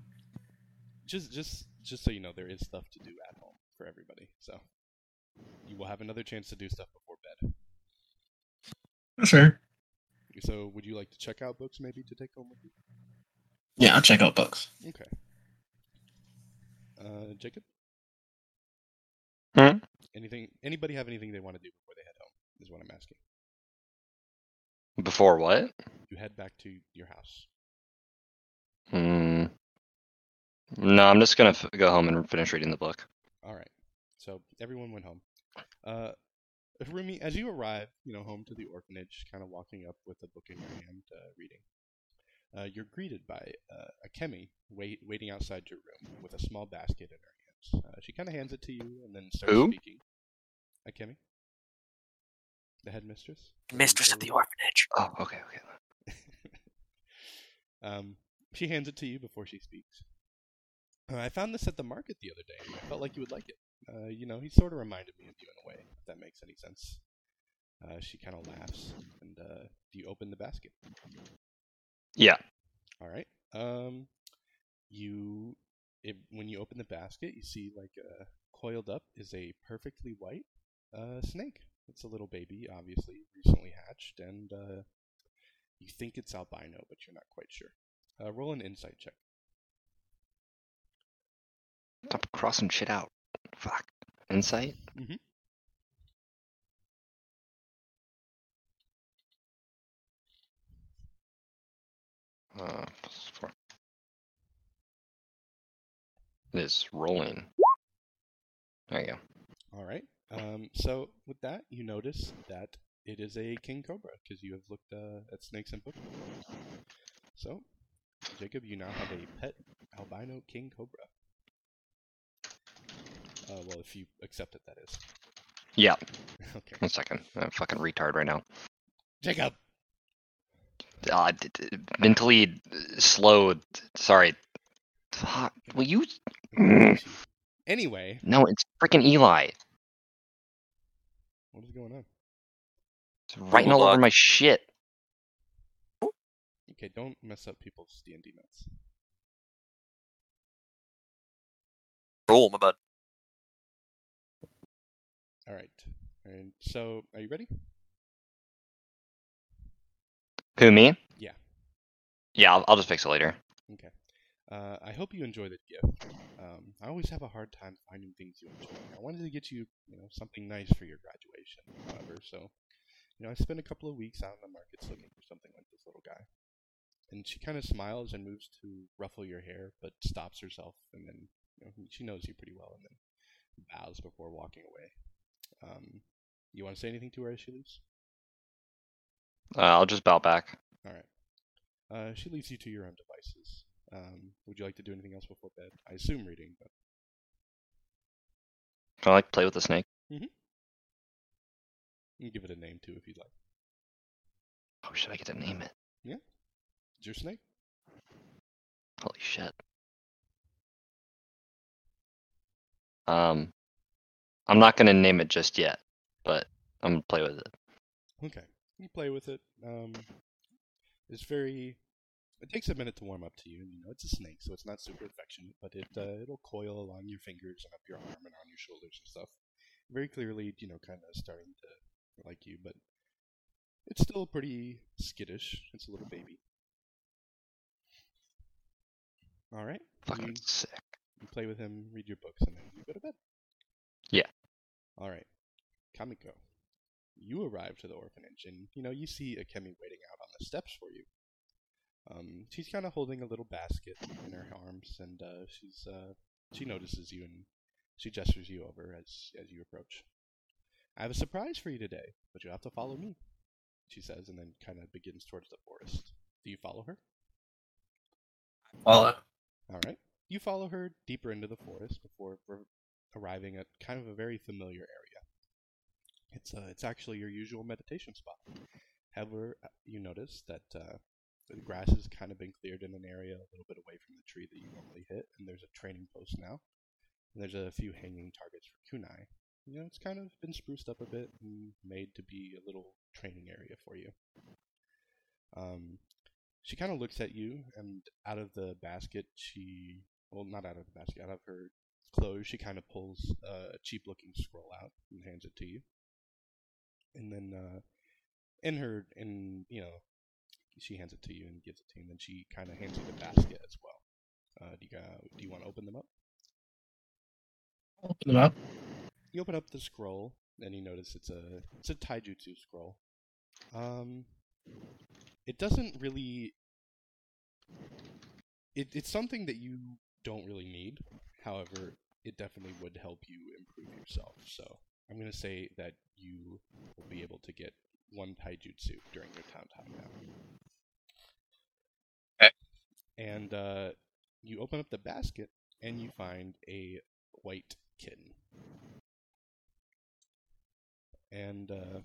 Just, just, just so you know, there is stuff to do at home for everybody. So you will have another chance to do stuff before bed. Sure. So, would you like to check out books maybe to take home with you? Yeah, I'll check out books. Okay. Uh, Jacob. Hmm? Anything? Anybody have anything they want to do before they head home? Is what I'm asking. Before what? You head back to your house. Hmm. No, I'm just gonna f- go home and finish reading the book. All right. So everyone went home. Uh, Rumi, as you arrive, you know, home to the orphanage, kind of walking up with a book in your hand, uh, reading. Uh, you're greeted by uh, Akemi wait, waiting outside your room with a small basket in her hands. Uh, she kind of hands it to you and then starts Who? speaking. Akemi, the headmistress, (laughs) Mistress of the orphanage. Oh, okay, okay. Um, she hands it to you before she speaks. Uh, I found this at the market the other day. and I felt like you would like it. Uh, you know, he sort of reminded me of you in a way, if that makes any sense. Uh, she kind of laughs, and uh, you open the basket. Yeah. All right. Um, you, if, when you open the basket, you see like uh, coiled up is a perfectly white uh, snake. It's a little baby, obviously recently hatched, and uh, you think it's albino, but you're not quite sure. Uh, roll an insight check. Stop crossing shit out. Fuck. Insight? Mhm. Uh, plus four. It's rolling. There you go. All right. Um, so with that, you notice that it is a king cobra because you have looked uh, at snakes and books. So, Jacob, you now have a pet albino king cobra. Uh, well, if you accept it, that is. Yeah, (laughs) okay. one second. I'm a fucking retard right now. Jacob. Uh, d- d- mentally uh, slowed. Sorry. Fuck. Will you? Mm. Anyway, No, it's freaking Eli. what is going on? It's writing all over Bulldog. my shit. Okay, don't mess up people's D and D notes. Roll, my bad. All right. And so, are you ready? Who me? Yeah. Yeah, I'll, I'll just fix it later. Okay. Uh, I hope you enjoy the gift. Um, I always have a hard time finding things you enjoy. I wanted to get you, you know, something nice for your graduation, however. So, you know, I spent a couple of weeks out in the markets looking for something like this little guy. And she kind of smiles and moves to ruffle your hair, but stops herself, and then you know, she knows you pretty well, and then bows before walking away. Um, you want to say anything to her as she leaves? Uh, I'll just bow back. All right. Uh, she leaves you to your own devices. Um, would you like to do anything else before bed? I assume reading, but Can I like play with the snake? You can give it a name too if you'd like. Oh should I get to name it? Is your snake? Holy shit. Um, I'm not gonna name it just yet, but I'm gonna play with it. Okay. You play with it. Um, it's very. It takes a minute to warm up to you, and you know it's a snake, so it's not super affectionate, but it uh, it'll coil along your fingers and up your arm and on your shoulders and stuff. Very clearly, you know, kind of starting to like you, but it's still pretty skittish. It's a little baby. All right. Fucking Mm. You, sick. you play with him, read your books, and then you go to bed. Yeah. All right. Kamiko, you arrive to the orphanage, and you know you see Akemi waiting out on the steps for you. Um, she's kind of holding a little basket in her arms, and uh, she's uh, she notices you and she gestures you over as as you approach. I have a surprise for you today, but you have to follow me, she says, and then kind of begins towards the forest. Do you follow her? Follow. All right. You follow her deeper into the forest before r- arriving at kind of a very familiar area. It's uh, it's actually your usual meditation spot. However, uh, you notice that uh, the grass has kind of been cleared in an area a little bit away from the tree that you normally hit, and there's a training post now. And there's a few hanging targets for kunai. You know, it's kind of been spruced up a bit and made to be a little training area for you. Um, she kind of looks at you, and out of the basket, she well, not out of the basket, out of her clothes, she kind of pulls uh, a cheap-looking scroll out and hands it to you. And then, uh, in her, in you know, she hands it to you and gives it to you, and then she kind of hands you the basket as well. Uh, do you uh, do you want to open them up? Open them up. You open up the scroll, and you notice it's a it's a taijutsu scroll. Um, it doesn't really. It, it's something that you don't really need. However, it definitely would help you improve yourself. So I'm gonna say that you will be able to get one taijutsu during your town time now. Okay. And uh, you open up the basket, and you find a white kitten and uh,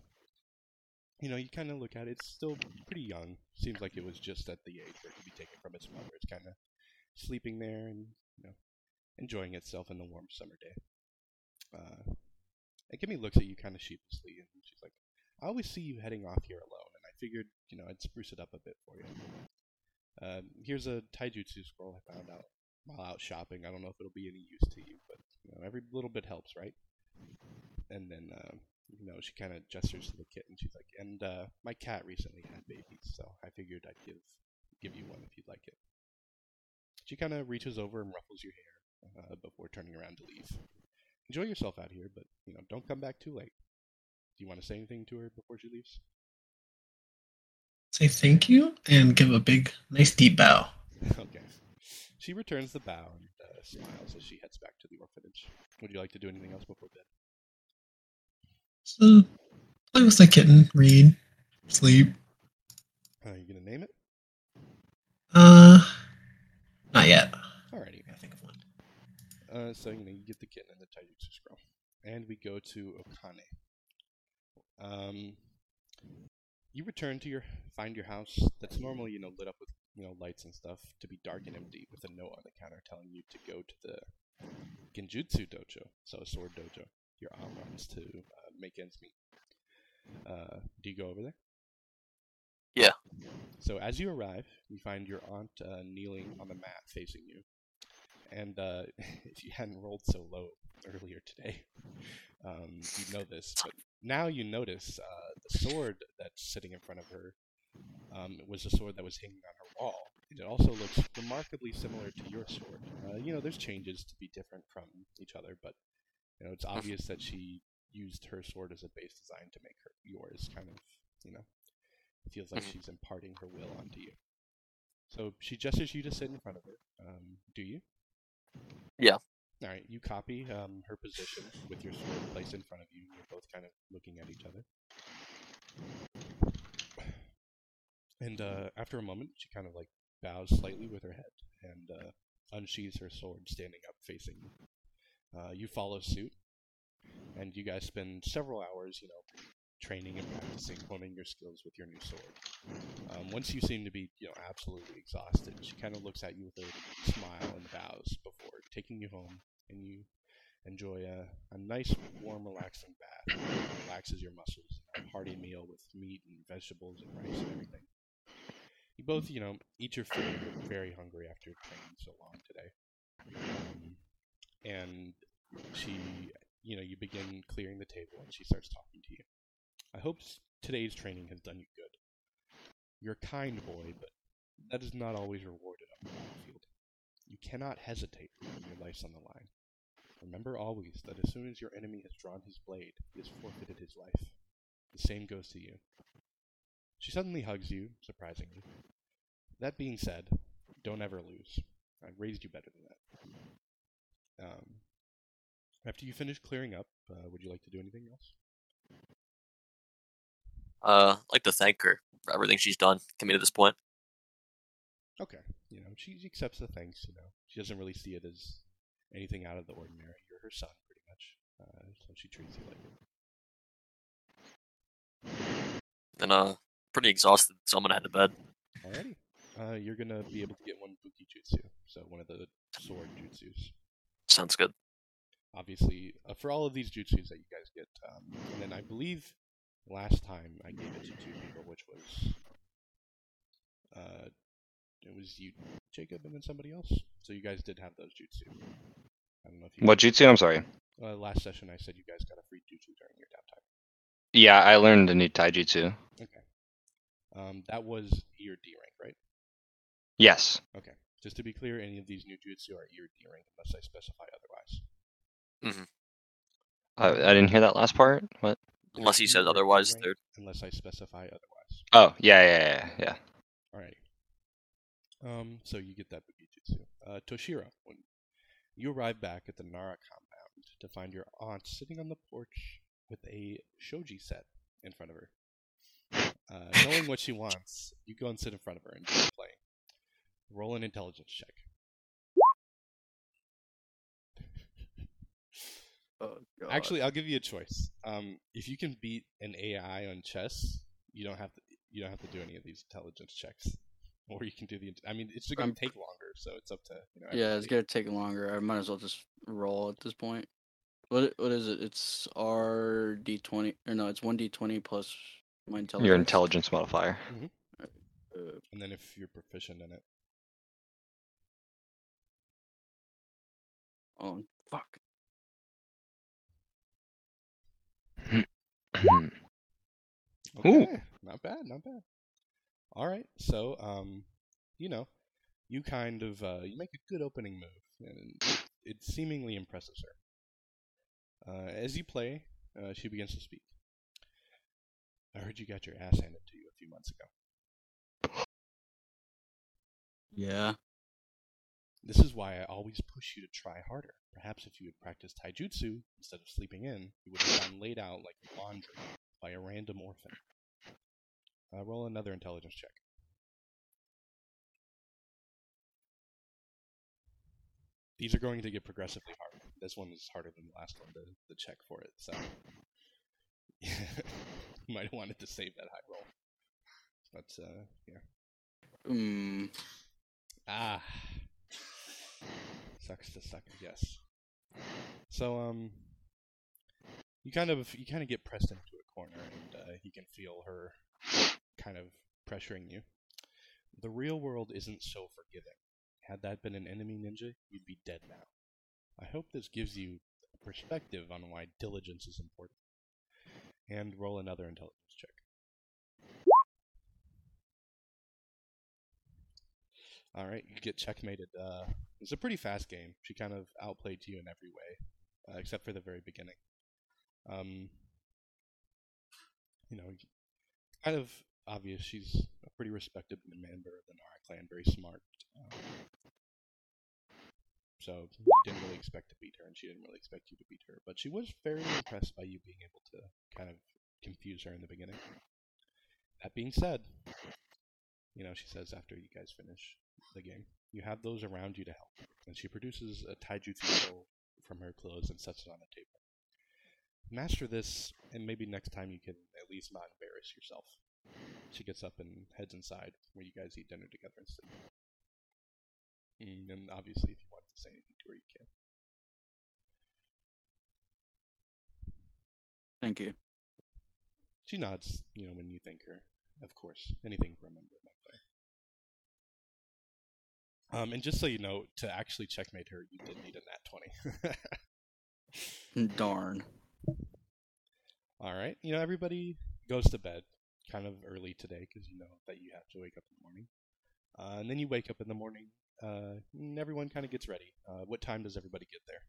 you know you kind of look at it. It's still pretty young. Seems like it was just at the age where it could be taken from its mother. It's kind of sleeping there and you know enjoying itself in the warm summer day. Uh, and Kimmy looks at you kind of sheepishly, and she's like, "I always see you heading off here alone, and I figured you know I'd spruce it up a bit for you." Um, here's a taijutsu scroll I found out while out shopping. I don't know if it'll be any use to you, but you know, every little bit helps, right? And then um, you know, she kind of gestures to the kitten. She's like, "And uh, my cat recently had babies, so I figured I'd give give you one if you'd like it." She kind of reaches over and ruffles your hair uh, before turning around to leave. Enjoy yourself out here, but you know, don't come back too late. Do you want to say anything to her before she leaves? (laughs) Say thank you and give a big, nice deep bow. okay. She returns the bow and uh, smiles as she heads back to the orphanage. Would you like to do anything else before bed? So, play with the kitten, read, sleep. Uh, you gonna name it? Uh, not yet. Alrighty. I think of one. Uh, so you know, you get the kitten and the taijutsu scroll, and we go to Okane. Um, you return to your find your house that's normally you know lit up with you know lights and stuff to be dark and empty with a note on the counter telling you to go to the Genjutsu Dojo, so a sword dojo. Your aunt wants to uh, make ends meet. Uh, do you go over there? Yeah. So as you arrive, you find your aunt uh, kneeling on the mat facing you and uh, (laughs) if you hadn't rolled so low earlier today, (laughs) um, you'd know this. But now you notice uh, the sword that's sitting in front of her um, was the sword that was hanging on her wall. And it also looks remarkably similar to your sword. Uh, you know, there's changes to be different from each other, but you know, it's obvious that she used her sword as a base design to make her yours. Kind of, you know, it feels like Mhm. she's imparting her will onto you. So she gestures you to sit in front of her. Um, do you? All right, you copy um, her position with your sword placed in front of you. You're both kind of looking at each other. And uh, after a moment, she kind of like bows slightly with her head and uh, unsheathes her sword, standing up facing you. Uh, you follow suit, and you guys spend several hours, you know, training and practicing, honing your skills with your new sword. Um, once you seem to be, you know, absolutely exhausted, she kind of looks at you with a smile and bows before taking you home, and you enjoy a, a nice, warm, relaxing bath. It relaxes your muscles. A hearty meal with meat and vegetables and rice and everything. You both, you know, eat your food. You're very hungry after training so long today. Um, and she, you know, you begin clearing the table and she starts talking to you. I hope s- today's training has done you good. You're a kind boy, but that is not always rewarded on the battlefield. You cannot hesitate when your life's on the line. Remember always that as soon as your enemy has drawn his blade, he has forfeited his life. The same goes to you. She suddenly hugs you, surprisingly. That being said, don't ever lose. I raised you better than that. Um, after you finish clearing up, uh, would you like to do anything else? Uh, I'd like to thank her for everything she's done coming to this point. Okay. You know, she accepts the thanks, you know. She doesn't really see it as anything out of the ordinary. You're her son, pretty much. Uh, so she treats you like it. And uh, pretty exhausted, so I'm gonna head to bed. Alrighty. Uh, you're gonna be able to get one Buki Jutsu, so one of the sword jutsus. Sounds good. Obviously, uh, for all of these jutsus that you guys get, um, and then I believe last time I gave it to two people, which was uh, it was you, Jacob, and then somebody else. So you guys did have those jutsu. I don't know if you. What jutsu? I'm sorry. Uh, last session I said you guys got a free jutsu during your downtime. Yeah, I learned a new taijutsu. Um, that was E or D rank, right? Yes. Okay. Just to be clear, any of these new jutsu are E or D rank unless I specify otherwise. I, I didn't hear that last part. What? Unless he E says or D otherwise, rank they're Unless I specify otherwise. Oh, yeah, yeah, yeah, yeah. Alrighty. Um, so you get that Bugijutsu. Uh, Toshiro, when you arrive back at the Nara compound to find your aunt sitting on the porch with a shoji set in front of her. Uh, knowing what she wants, you go and sit in front of her and start playing. Roll an intelligence check. (laughs) Oh, God. Actually, I'll give you a choice. Um, if you can beat an AI on chess, you don't have to. You don't have to do any of these intelligence checks, or you can do the. I mean, it's going I'm- to take longer, so it's up to. You know, yeah, it's everybody. gonna take longer. I might as well just roll at this point. What what is it? It's R D twenty or no? It's one D twenty plus my intelligence. Your intelligence modifier. (clears throat) Uh, And then if you're proficient in it, oh fuck! Ooh. Okay, not bad, not bad. All right, so um, you know, you kind of uh, you make a good opening move, and it seemingly impresses her. Uh, as you play, uh, she begins to speak. I heard you got your ass handed to you a few months ago. Yeah. This is why I always push you to try harder. Perhaps if you had practiced taijutsu instead of sleeping in, you would have gotten laid out like laundry by a random orphan. Uh, roll another intelligence check. These are going to get progressively harder. This one is harder than the last one to, to check for it, so. (laughs) you might have wanted to save that high roll. But, uh, yeah. Mm, Ah. Sucks to suck, yes. So um you kind of you kind of get pressed into a corner and uh, you can feel her kind of pressuring you. The real world isn't so forgiving. Had that been an enemy ninja, you'd be dead now. I hope this gives you a perspective on why diligence is important. And roll another intelligence check. All right, you get checkmated. Uh, it's a pretty fast game. She kind of outplayed you in every way, uh, except for the very beginning. Um, you know, kind of obvious. She's a pretty respected member of the Nara clan, very smart. Um, so you didn't really expect to beat her, and she didn't really expect you to beat her. But she was very impressed by you being able to kind of confuse her in the beginning. That being said, you know, she says after you guys finish the game. You have those around you to help. And she produces a taijutsu roll from her clothes and sets it on the table. master this, and maybe next time you can at least not embarrass yourself. She gets up and heads inside where you guys eat dinner together and sleep. Mm, And obviously, if you want to say anything to her, you can. Thank you. She nods, you know, when you thank her. Of course, anything for a member of my player. Um, and just so you know, to actually checkmate her, you did need a nat (laughs) 20. Darn. All right. You know, everybody goes to bed kind of early today because you know that you have to wake up in the morning. Uh, and then you wake up in the morning. Uh, and everyone kind of gets ready. Uh, what time does everybody get there?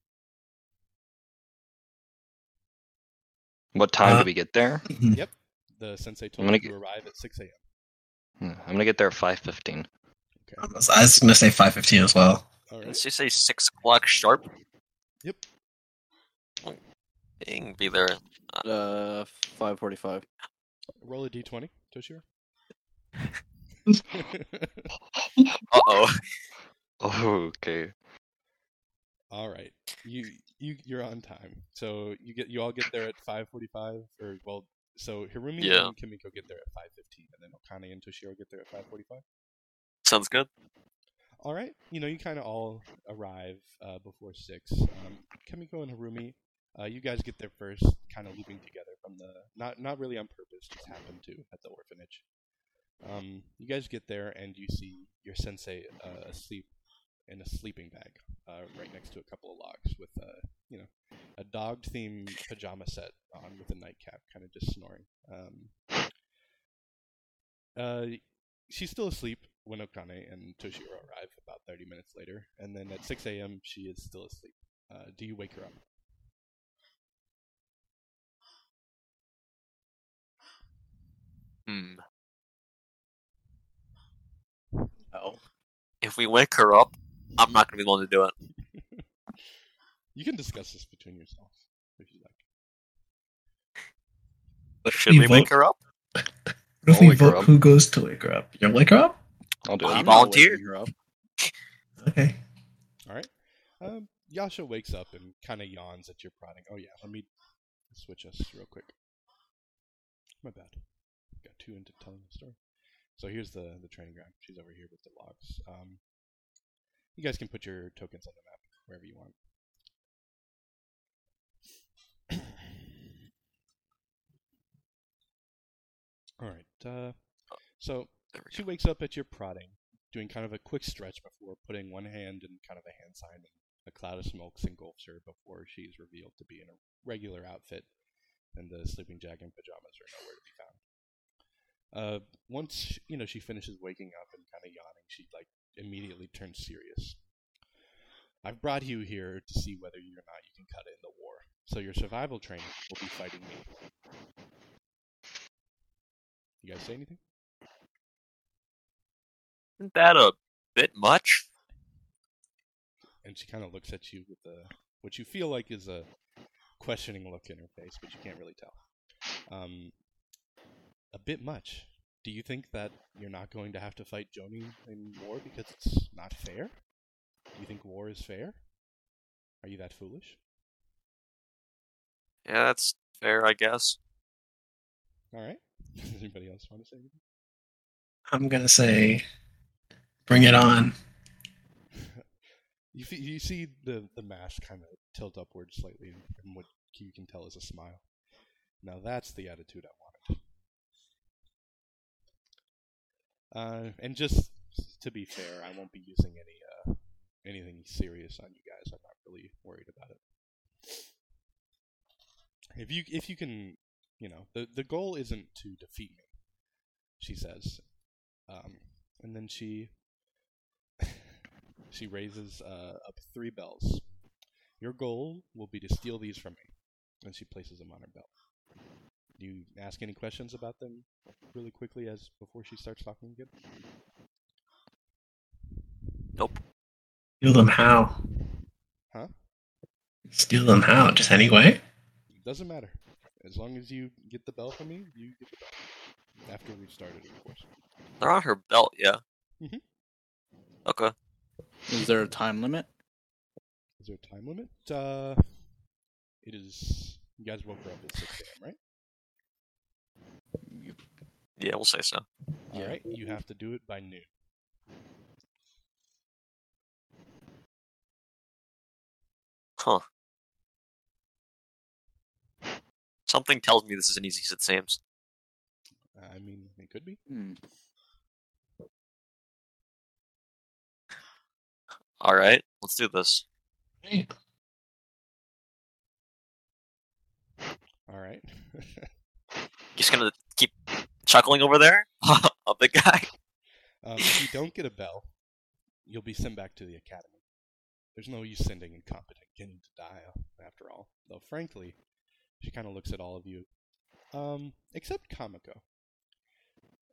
What time Uh, do we get there? Yep. The sensei told I'm me gonna to arrive at 6 a.m. Uh-huh. Hmm, I'm gonna get there at five fifteen. (laughs) Okay. (laughs) I was gonna say five fifteen as well. All Didn't right. she say six o'clock sharp? Yep. Dang, be there. Uh, five forty-five. Roll a d20, (laughs) Toshiro. Uh oh. Oh, okay. all right. You you you're on time. So you get you all get there at 5:45 or well, so Hirumi Yeah. and Kimiko get there at 5:15 and then Okane and Toshiro get there at 5:45. (laughs) Sounds good. all right you know you kind of all arrive uh, before six um, kimiko and harumi uh, you guys get there first kind of looping together from the not not really on purpose just happened to at the orphanage um, you guys get there and you see your sensei uh, asleep in a sleeping bag uh, right next to a couple of logs with uh, you know a dog themed pajama set on with a nightcap kind of just snoring um, uh, she's still asleep when Okane and Toshiro arrive about 30 minutes later, and then at 6 a.m. she is still asleep. Uh, do you wake her up? (laughs) Hmm. Oh. If we wake her up, I'm not gonna be willing to do it. You can discuss this between yourselves if you like. But should we vote- wake her up? What if I'll we wake her vote up. who goes to wake her up? You'll wake her up? I'll do Well, it. you volunteer? Okay. All right. Um, Yasha wakes up and kind of yawns at your prodding. Oh yeah, let me switch us real quick. My bad. Got too into telling the story. So here's the the training ground. She's over here with the logs. Um, you guys can put your tokens on the map wherever you want. (coughs) All right. Uh, so There we she wakes up at your prodding, doing kind of a quick stretch before putting one hand in kind of a hand sign, and a cloud of smoke engulfs her before she's revealed to be in a regular outfit, and the sleeping jag and pajamas are nowhere to be found. Uh, once you know she finishes waking up and kind of yawning, she like immediately turns serious. I've brought you here to see whether you or not you can cut it in the war. So your survival training will be fighting me. You guys say anything? Isn't that a bit much? and she kind of looks at you with a what you feel like is a questioning look in her face, but you can't really tell. Um, a bit much. Do you think that you're not going to have to fight Joni in war because it's not fair? Do you think war is fair? Are you that foolish? Yeah, that's fair, I guess. All right. (laughs) Does anybody else want to say anything? I'm gonna say bring it on. You, fe you see the, the mask kind of tilt upward slightly, and what you can tell is a smile. Now that's the attitude I wanted. Uh, and just to be fair, I won't be using any uh, anything serious on you guys. I'm not really worried about it. If you if you can, you know, the the goal isn't to defeat me, she says, um, and then she (laughs) she raises uh, up three bells. Your goal will be to steal these from me. And she places them on her belt. Do you ask any questions about them really quickly as before she starts talking again? Nope. Steal them how? Huh? Steal them how? Just anyway? It doesn't matter. As long as you get the bell from me, you get the bell. After we've started, of course. They're on her belt, yeah. Mhm. Okay. Is there a time limit? Is there a time limit? Uh, it is You guys woke her up at 6 a.m., right? Yeah, we'll say so. Yeah. All right, you have to do it by noon. Huh. Something tells me this isn't easy as it seems. I mean, it could be. Hmm. All right, let's do this. All right. (laughs) Just gonna keep chuckling over there. (laughs) Up the guy. um, if you don't get a bell, you'll be sent back to the academy. There's no use sending incompetent kids to die, uh, after all. Though, frankly, she kind of looks at all of you, um, except Kamiko,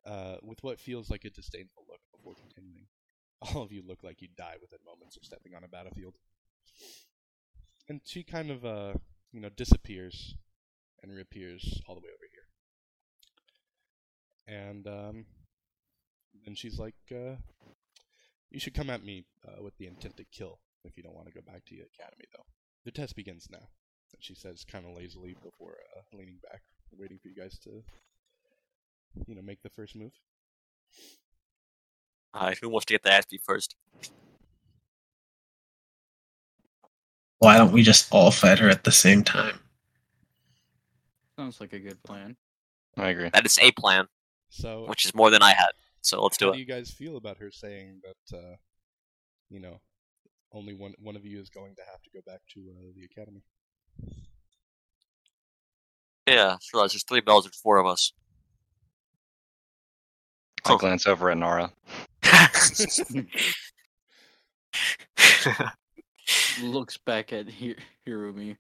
uh, with what feels like a disdainful look before continuing. All of you look like you'd die within moments of stepping on a battlefield. And she kind of, uh, you know, disappears and reappears all the way over here. And um, and she's like, uh, "You should come at me uh, with the intent to kill if you don't want to go back to the academy, though. The test begins now." And she says, kind of lazily, before uh, leaning back, waiting for you guys to, you know, make the first move. All right, who wants to get the ass beat first? Why don't we just all fight her at the same time? Sounds like a good plan. I agree. That is a plan, So, which is more than I had. So let's how do do it. you guys feel about her saying that, uh, you know, only one one of you is going to have to go back to uh, the academy? Yeah, so there's three bells and four of (laughs) us. I glance over at Nara. Looks back at Hi- Hirumi.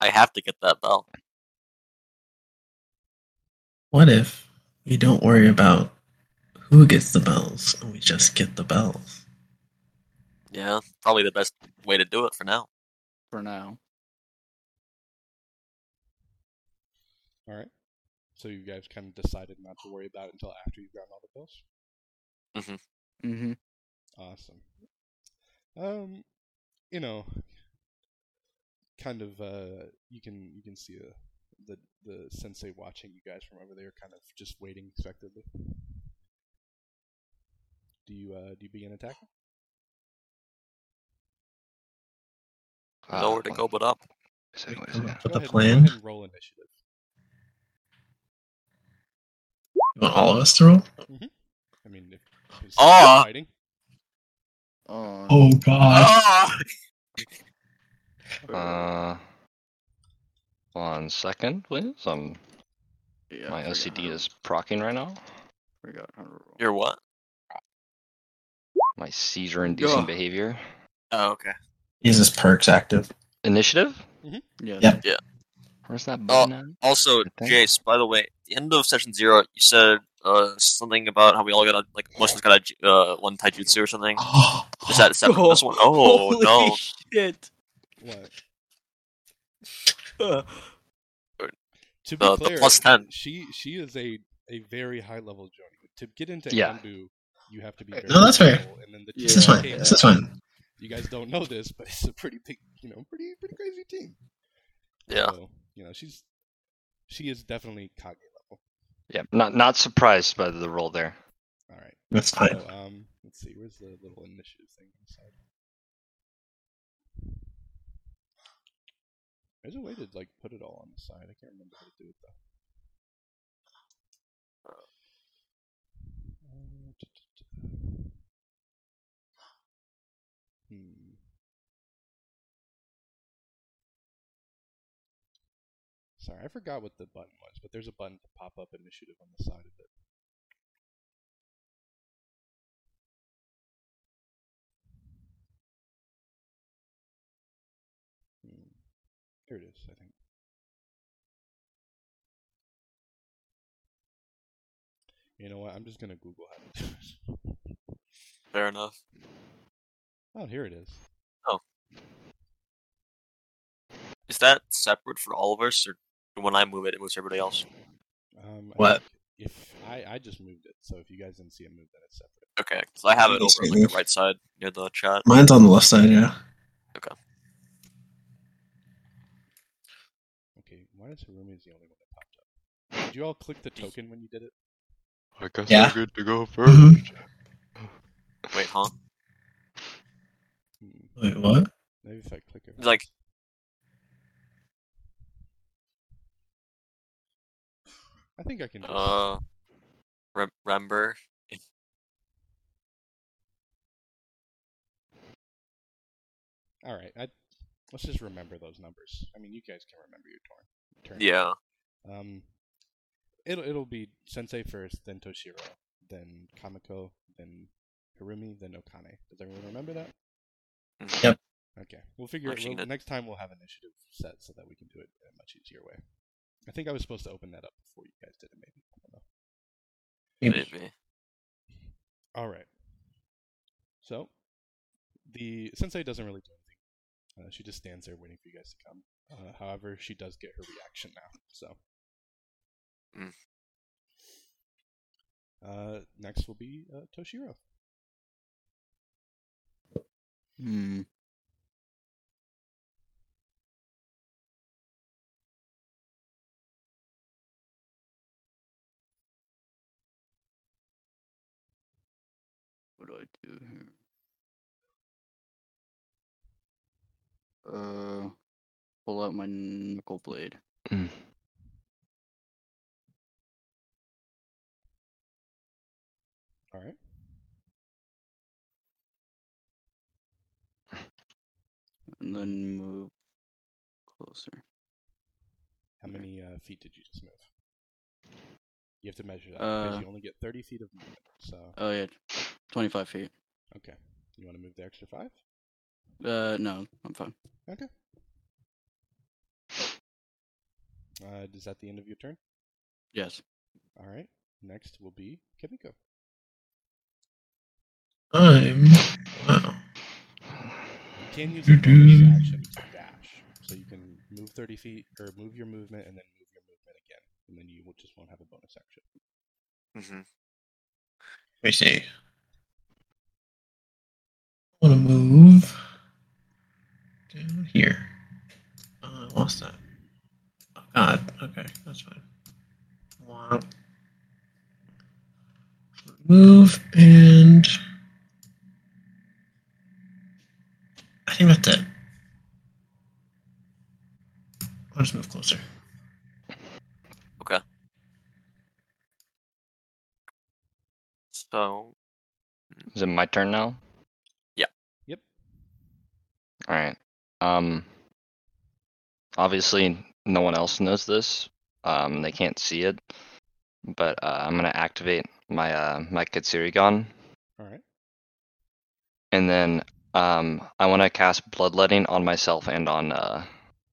I have to get that bell. What if we don't worry about who gets the bells and we just get the bells? Yeah, probably the best way to do it for now. For now, All right. So you guys kind of decided not to worry about it until after you've gotten all the bills. mm-hmm. Awesome. Um, you know, kind of uh, you can you can see uh the the sensei watching you guys from over there, kind of just waiting expectantly. Do you uh, do you begin attacking? Uh, Nowhere to what go but up. is We it, what is come it? up with go a ahead, Go plan? ahead and roll initiative. You want all of us to roll? I mean, if if it's Aw. fighting. Oh, god. Ah! Uh, one second, please. Um, yeah, my I forgot how OCD to- is procking right now. Forgot how to roll. (laughs) You're what? My seizure-inducing Ugh. behavior. Oh, okay. Is his perks active? Initiative? Yes. Yep. Where's that button? at? Also, I think- Jace, by the way, the end of session zero, you said uh, something about how we all got a, like most of us got a ju- uh, one taijutsu or (gasps) something. Oh, Is that (laughs) separate from this (laughs) one? Oh Holy no! Shit. What? To be The- the clear, plus 10. She she is a a very high level Joni. To get into Yeah. Anbu, you have to be. No, Very Uh, that's fair. careful, And then the This this team is Yeah, fine. came This up- is fine. you guys don't know this, but it's a pretty big, you know, pretty pretty crazy team. Yeah. So, you know, she's she is definitely Kage level. Yeah, not not surprised by the roll there. All right. That's fine. So, um, let's see. Where's the little initiative thing inside? There's a way to like put it all on the side. I can't remember how to do it Uh, though. Hmm. Sorry, I forgot what the button was, but there's a button to pop up initiative on the side of it. Hmm. Here it is, I think. You know what? I'm just gonna Google how to do it. (laughs) Fair enough. Oh, here it is. Is that separate for all of us, or when I move it, it moves everybody else? Um, I What? think If I, I just moved it, so if you guys didn't see it moved, then it's separate. Okay, so I have it Thanks, over like, Nathan. the right side near the chat. Mine's on the left side, yeah. Okay, why is Harumi's the only one that popped up? Did you all click the token when you did it? I guess Yeah. I'm good to go 1st Mhm. Wait, huh? Hmm, Wait, what? maybe if I click it. Like- I think I can. do it. Uh, rem- remember? all right, I, let's just remember those numbers. I mean, you guys can remember your turn. turn. Yeah. Um, it'll it'll be Sensei first, then Toshiro, then Kamiko, then Harumi, then Okane. Does everyone remember that? Mhm. Yep. Okay, we'll figure it. Actually, We'll, that- next time we'll have initiative set so that we can do it in a much easier way. I think I was supposed to open that up before you guys did it, maybe. I don't know. Maybe. Maybe. All right. So, the sensei doesn't really do anything. Uh, she just stands there waiting for you guys to come. Uh, however, she does get her reaction now. So, Mm. uh, next will be uh, Toshiro. Hmm. What do I do here? Uh, pull out my knuckle blade. Mm. All right. and then move closer. How many uh, feet did you just move? You have to measure that Uh, because you only get 30 feet of movement. So, Oh yeah, twenty-five feet. okay. You want to move the extra five? Uh, no, I'm fine. Okay. Uh, is that the end of your turn? Yes. All right. Next will be Kimiko. I'm. Wow. You can use your bonus Doo-doo. action to dash, so you can move 30 feet or move your movement and then move your movement again, and then you will just won't have a bonus action. hmm Let me see. I want to move down here. Oh, I lost that. Oh, God. Okay, that's fine. Womp. Move and. I think that's it. I'll just move closer. So, Is it my turn now? Yeah. Yep. All right. Um. Obviously, no one else knows this. Um, they can't see it, but uh, I'm gonna activate my uh my Katsurigon, All right. and then um I want to cast Bloodletting on myself and on uh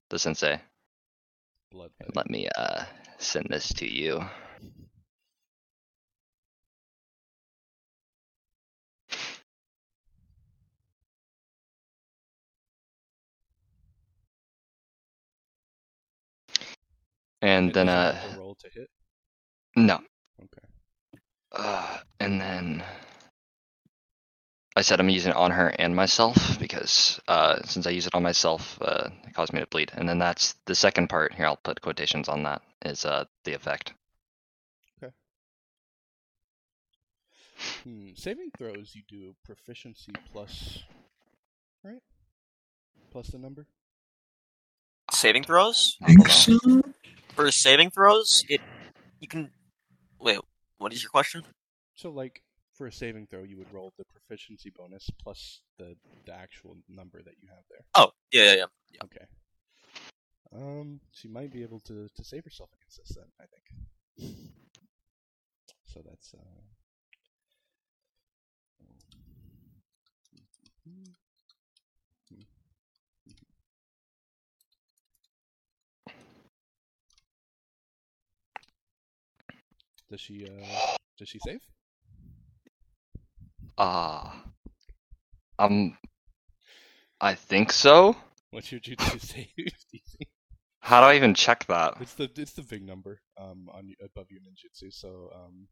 the sensei. Blood. Let me uh send this to you. And then does it uh have to roll to hit. no. Okay. Uh, and then I said I'm using it on her and myself because uh, since I use it on myself, uh, it caused me to bleed. And then that's the second part here. I'll put quotations on that. Is uh, the effect? Hmm. Saving throws, you do proficiency plus, right? Plus the number. saving throws? I don't know. For saving throws, it you can. Wait, what is your question? So, like for a saving throw, you would roll the proficiency bonus plus the the actual number that you have there. Oh, yeah, yeah, yeah. Okay. Um, she might be able to, to save herself against this then, I think. (laughs) So that's uh Does she uh does she save? Ah, um, I think so. What's your jujitsu (laughs) save? do you think? How do I even check that? It's the it's the big number um on y- above your ninjutsu. So um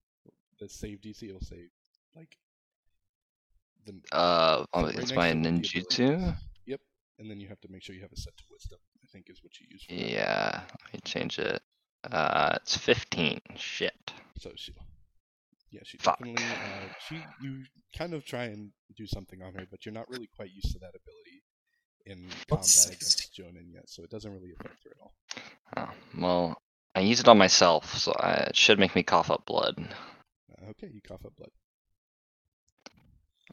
the save DC will save like the Uh, oh, right it's next my to the ninjutsu. abilities. Yep, and then you have to make sure you have a set to wisdom. I think is what you use. For that. Yeah, let me change it. Uh, it's fifteen. Shit. So she, yeah, she Fuck. definitely. Uh, she, you kind of try and do something on her, but you're not really quite used to that ability in What's combat against Jonin yet, so it doesn't really affect her at all. Oh, well, I use it on myself, so I, it should make me cough up blood. Uh, okay, you cough up blood.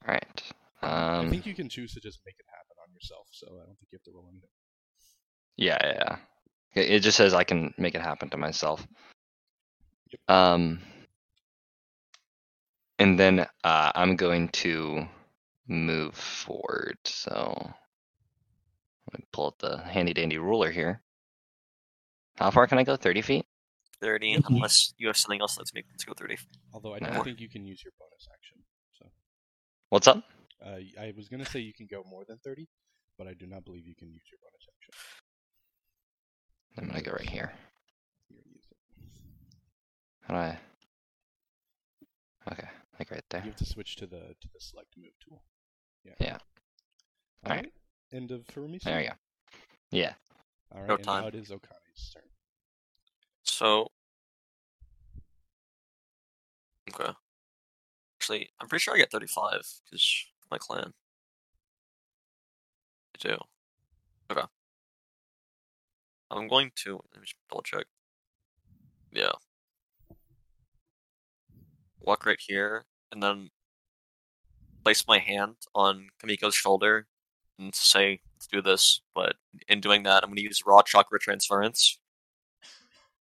All right. I Um. think you can choose to just make it happen on yourself, so I don't think you have to roll anything. Yeah, yeah, yeah. It it just says I can make it happen to myself. Yep. Um, and then uh, I'm going to move forward. So let me pull up the handy dandy ruler here. How far can I go? Thirty feet? 30, Mhm. unless you have something else that's making us go 30. Although (laughs) I don't Nah. think you can use your bonus action. So What's up? uh, y- I was gonna say you can go more than thirty, but I do not believe you can use your bonus action. I'm gonna go right here. You're gonna use it. How do I? Okay, like right there. You have to switch to the to the select move tool. Yeah. Yeah. All Alright. right. End of Furumi's. There we go. Yeah. All right. No and now time. it is Okani's turn. So. Okay. Actually, I'm pretty sure I get 35, because my clan. I do. Okay. I'm going to. Let me just double check. Yeah. Walk right here, and then place my hand on Kamiko's shoulder and say, let's do this. But in doing that, I'm going to use Raw Chakra Transference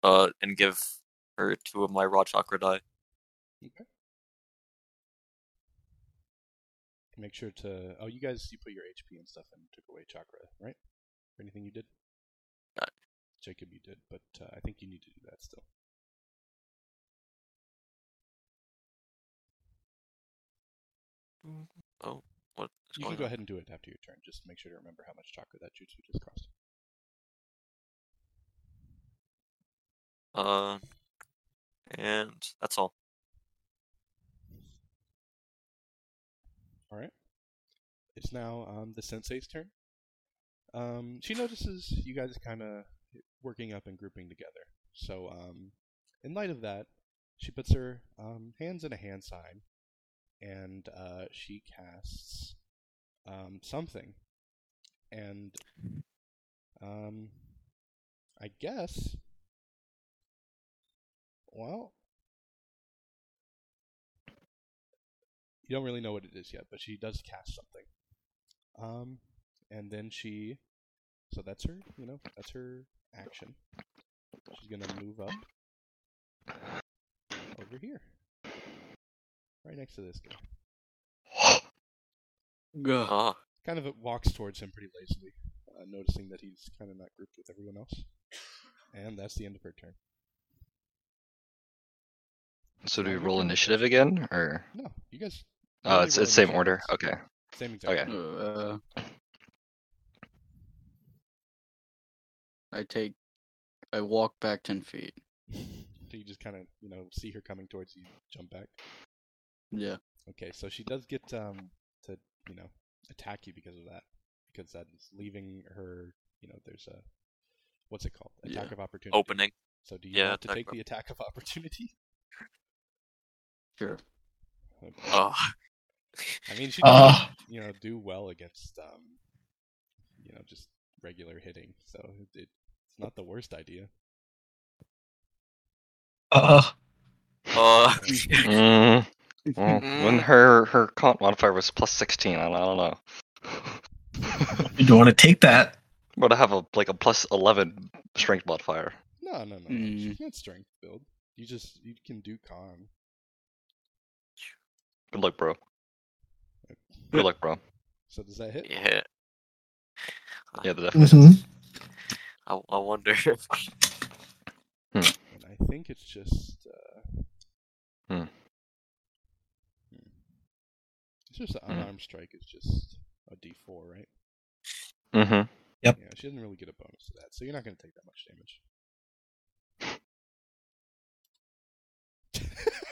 uh, and give her two of my raw chakra die. Make sure to. Oh, you guys, you put your HP and stuff and took away chakra, right? Or anything you did? Uh. Jacob, you did, but uh, I think you need to do that still. Oh, what is Mm-hmm. You going can go on? ahead and do it after your turn. Just make sure to remember how much chakra that jutsu just cost. Uh, and that's all. All right. It's now um, the sensei's turn. Um, she notices you guys kind of working up and grouping together. So, um, in light of that, she puts her um, hands in a hand sign, and uh, she casts um, something. And um, I guess. Well, you don't really know what it is yet, but she does cast something. Um, and then she, so that's her, you know, that's her action. She's gonna move up over here, right next to this guy. Ugh. Ah, Kind of walks towards him pretty lazily, uh, noticing that he's kind of not grouped with everyone else. And that's the end of her turn. So do Yeah, we you roll can- initiative again, or? No, you guys. Oh, it's normally roll it's same initiative. order. Okay. Same exact. Okay. order. Uh, I take. I walk back ten feet. so you just kind of, you know, see her coming towards you, jump back. Yeah. Okay, so she does get um to you know attack you because of that because that is leaving her you know there's a what's it called attack Yeah. of opportunity opening. So do you Yeah, want to attack take of- the attack of opportunity? (laughs) Sure. Okay. Ah, I mean she does, Ah. you know do well against um you know just regular hitting so it, it's not the worst idea. Uh, (laughs) uh, Mm, well, Mm. when her her con modifier was plus sixteen, I don't, I don't know. (laughs) you don't want to take that. but I have a like a plus eleven strength modifier. No no no she can't strength build you just you can do con Good luck, bro. Good luck, bro. so does that hit yeah. Yeah, the definitely. Mm-hmm. I, I wonder. (laughs) (laughs) and I think it's just uh Hmm. Hmm. It's just an unarmed strike is just a D four, right? Mm-hmm. Yep. Yeah, she doesn't really get a bonus to that, so you're not going to take that much damage. (laughs)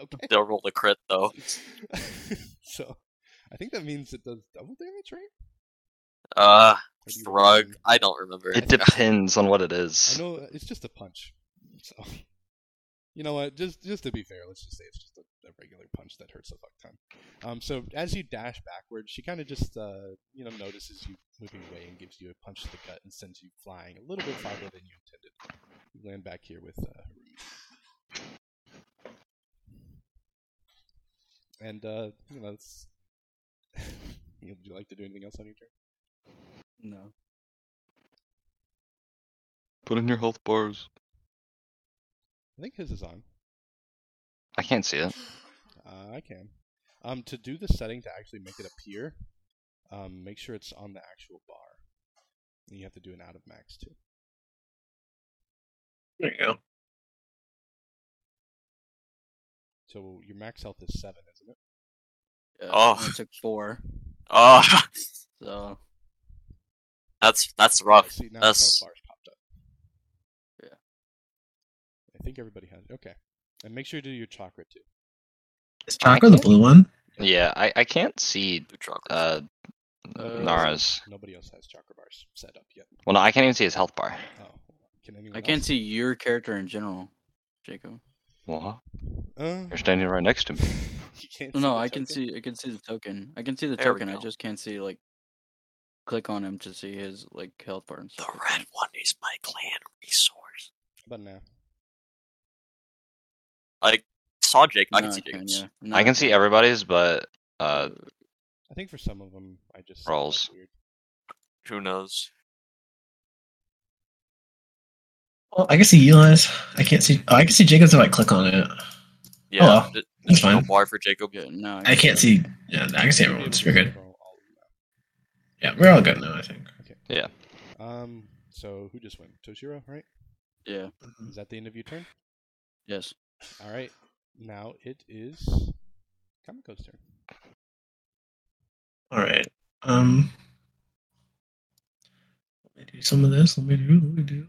Okay. They'll roll the crit though. (laughs) so, I think that means it does double damage, right? Uh, Or do you drug. remember? I don't remember. It depends on what it is. I know uh, it's just a punch. So, (laughs) you know what? Just just to be fair, let's just say it's just a, a regular punch that hurts a fuck ton. Um, so as you dash backwards, she kind of just uh, you know notices you moving away and gives you a punch to the gut and sends you flying a little bit farther than you intended. You land back here with uh, Harumi. And uh, you know, it's... (laughs) would you like to do anything else on your turn? No. Put in your health bars. I think his is on. I can't see it. Uh, I can. Um, to do the setting to actually make it appear, um, make sure it's on the actual bar. And you have to do an out of max too. There you go. So your max health is seven, isn't it? Uh, Oh. I took four. Oh, So that's that's I rough. see now That's- the health bar's popped up. Yeah. I think everybody has. Okay. And make sure you do your chakra too. Is Chakra the blue one? Yeah, I, I can't see Two chakras. uh, Nara's. Nobody else has chakra bars set up yet. Well, no, I can't even see his health bar. Oh, can anyone? I can't else? (laughs) see your character in general, Jacob. What? Uh, You're standing right next to me. you can't see No, the I can token? see. I can see the token. I can see the There we token. I go. just can't see like click on him to see his like health bar and the stuff. like that. red one is my clan resource. But now, I saw Jake. I No, can see Jake's. uh, yeah. No, I can see can't. everybody's, but uh, I think for some of them, I just Rolls. Weird. Who knows? Well, I can see Eli's. I can't see. Oh, I can see Jacob's if I click on it. Yeah, well, th- there's fine. no bar for Jacob. Yeah, no, I can't see. Yeah, I can see You'll be able everyone's. to We're good. control all of them. Yeah, we're all good now. I think. Um. So who just went? Toshiro, right? Yeah. Is that the end of your turn? Yes. All right. Now it is Kamiko's turn. All right. Um. Let me do some of this. Let me do. Let me do.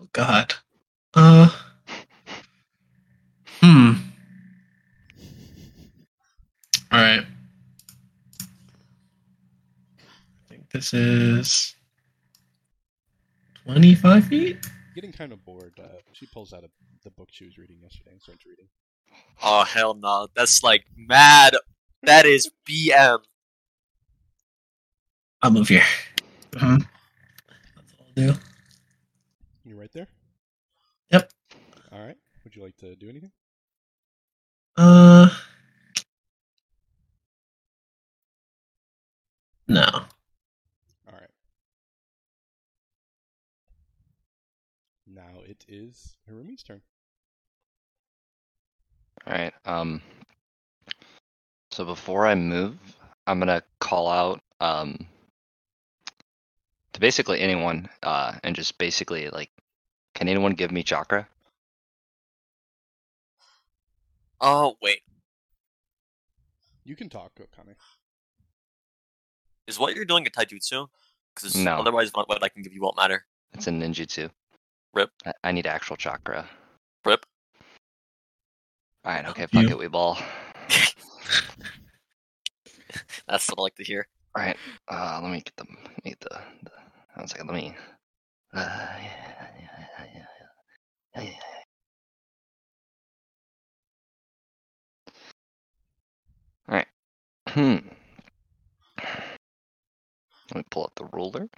Oh God. Uh. Hmm. All right. I think this is twenty-five feet. Getting kind of bored. Uh, she pulls out a, the book she was reading yesterday and starts reading. Oh hell no. That's like mad. That is BM. I'll move here. hmm That's all I'll do. You right there? Yep. All right. Would you like to do anything? Uh. No. All right. Now it is Hirumi's turn. all right. Um, so before I move, I'm gonna call out um to basically anyone, uh, and just basically like, can anyone give me chakra? Oh wait, You can talk, Okane. is what you're doing a taijutsu? Because No. otherwise, what, what I can give you won't matter. It's in ninjutsu. Rip. I, I need actual chakra. Rip. All right. Okay. You. Fuck it. We ball. That's what I like to hear. All right. Uh, let me get the let me get the, the one second. Let me. Uh, yeah, yeah, yeah, yeah, yeah, yeah, yeah. All right. Hmm. Let me pull up the ruler.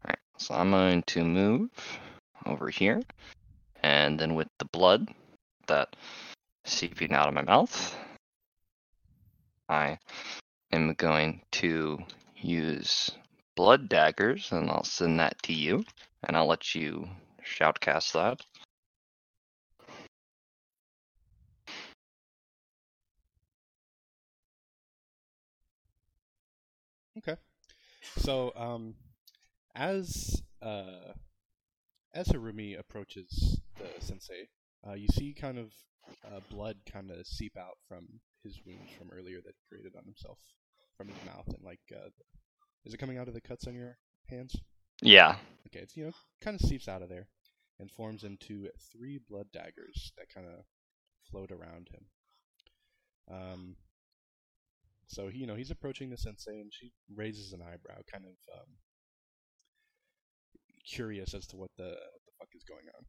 All right. So I'm going to move over here, and then with the blood that seeping out of my mouth. I am going to use blood daggers and I'll send that to you and I'll let you shoutcast that. Okay. So, um, as uh, as Harumi approaches the sensei, uh, you see kind of uh, blood kind of seep out from his wounds from earlier that he created on himself. from his mouth and like uh, is it coming out of the cuts on your hands? Yeah. Okay, it's you know kind of seeps out of there and forms into three blood daggers that kind of float around him. Um, so he, you know he's approaching the sensei, and she raises an eyebrow, kind of um, curious as to what the what the fuck is going on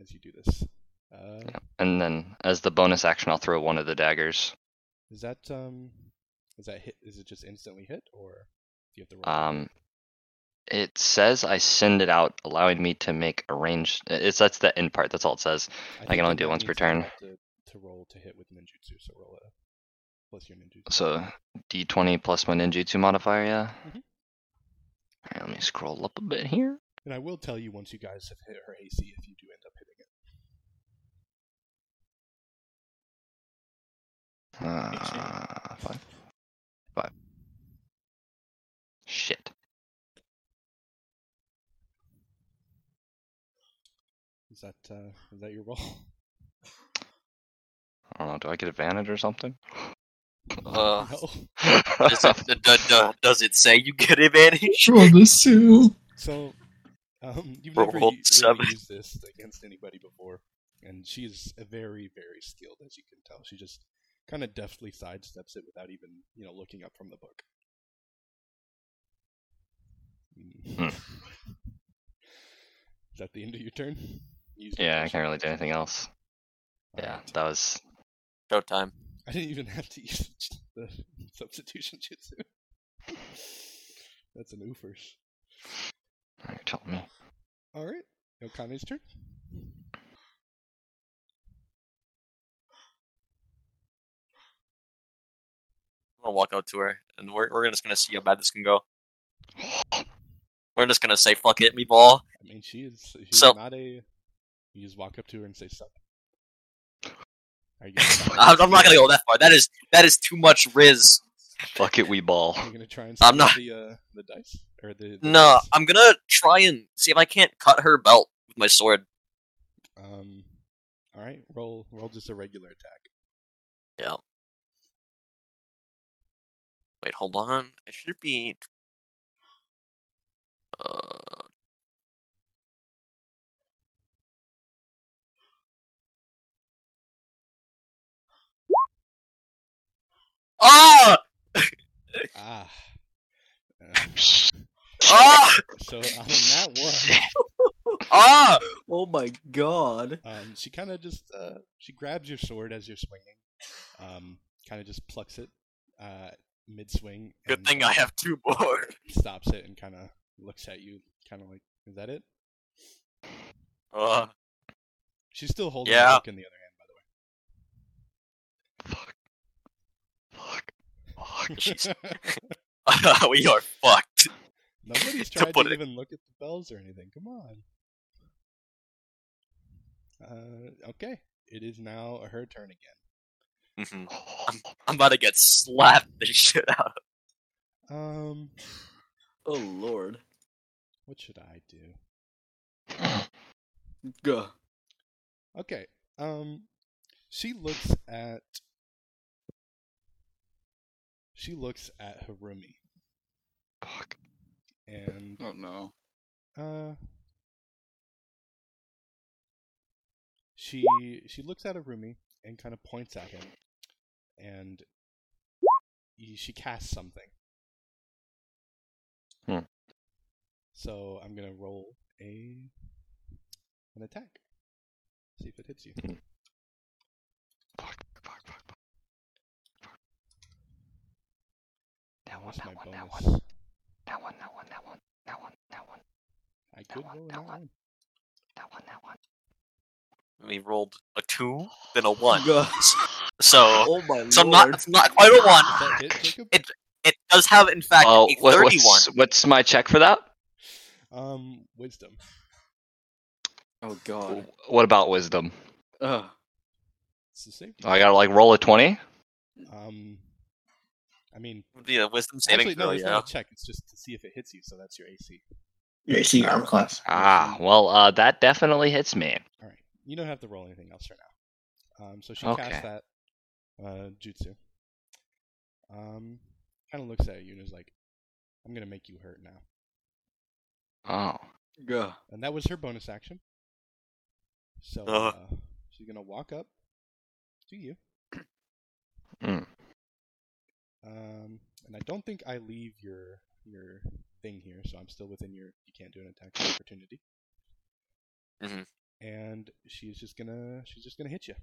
as you do this. Uh, And then as the bonus action, I'll throw one of the daggers. Is that um, is that hit? Is it just instantly hit, or do you have to roll? Um, it says I send it out, allowing me to make a range. It's that's the end part. That's all it says. I, can think only that do it once means per that you turn. have To, to roll to hit with ninjutsu, so roll a plus your ninjutsu. So D20 plus my ninjutsu modifier. Yeah. Mhm. Alright, let me scroll up a bit here. And I will tell you once you guys have hit her AC if you do end up hitting it. Uh, five. Five. Shit. Is that uh, is that your roll? (laughs) (laughs) I don't know. Do I get advantage or something? Uh, no. does, (laughs) it, d- d- d- does it say you get (laughs) advantage? Roll this too. So, um, you've Roll never u- rolled really seven. used this against anybody before, and she's a very, very skilled, as you can tell. She just kind of deftly sidesteps it without even, you know, looking up from the book. Hmm. Mm. (laughs) Is that the end of your turn? You used your Yeah, I action. can't really do anything else. All Yeah, right. that was No time. I didn't even have to use the (laughs) substitution jutsu. That's an oofers. You're telling me. All right, Okane's turn. I'm gonna walk out to her, and we're, we're just gonna see how bad this can go. We're just gonna say, fuck it, me ball. I mean, she is. She's So- not a. You just walk up to her and say sup. Are (laughs) you I'm, I'm not gonna go that far. That is that is too much riz. Fuck it, we ball. You're gonna try and. I'm steal not- the uh, the dice or the. the No, dice? I'm gonna try and see if I can't cut her belt with my sword. Um. All right, roll roll just a regular attack. Yeah. Wait, hold on. I should be. Uh. Ah! Ah. (laughs) Uh, Ah! so on that one, Ah! Oh my god. um, she kind of just uh, she grabs your sword as you're swinging, um, kind of just plucks it uh, mid swing. Good thing I have two more. (laughs) Stops it and kind of looks at you, kind of like, is that it? Uh, (laughs) She's still holding the Yeah. book in (laughs) the other hand, by the way. Fuck. Fuck. we are fucked. (laughs) (laughs) Nobody's To tried to, put it- even look at the bells or anything. Come on. Uh, okay. It is now her turn again. Mhm. I'm about to get slapped the shit out of. Um, Oh lord. what should I do? Gah. Okay. Um, she looks at. She looks at Harumi, Fuck. and Oh no. uh, she she looks at Harumi and kind of points at him, and he- she casts something. Hmm. So I'm gonna roll a an attack. See if it hits you. Hmm. Fuck. Fuck. Fuck. Fuck. That one. That's my That one. That bonus. one. That one. That one. That one. That one. That one. I That could one, roll that that one. one. That one. That one. We rolled a two, then (laughs) a one. Gah. So, Oh my so lord. not it's not quite a one. Does that hit, Jacob? It- It does have, in fact, Oh, a Uh, what, thirty-one. what's what's my check for that? Um, wisdom. Oh god. What about wisdom? Ugh. It's a safety. Oh, I gotta like roll a twenty. Um, I mean, Would be a uh, wisdom saving actually, no, throw, it's yeah. not a check. It's just to see if it hits you. So that's your AC. You're seeing armor class. Ah, well, uh, that definitely hits me. All right. You don't have to roll anything else right now. Um, so she Okay. casts that uh, jutsu. Um, kind of looks at you and is like, "I'm gonna make you hurt now." Oh. Yeah. And that was her bonus action. So uh, Uh-huh. she's gonna walk up to you. Mm. Um, and I don't think I leave your your thing here, so I'm still within your. You can't do an attack of opportunity. Mhm. And she's just gonna she's just gonna hit you.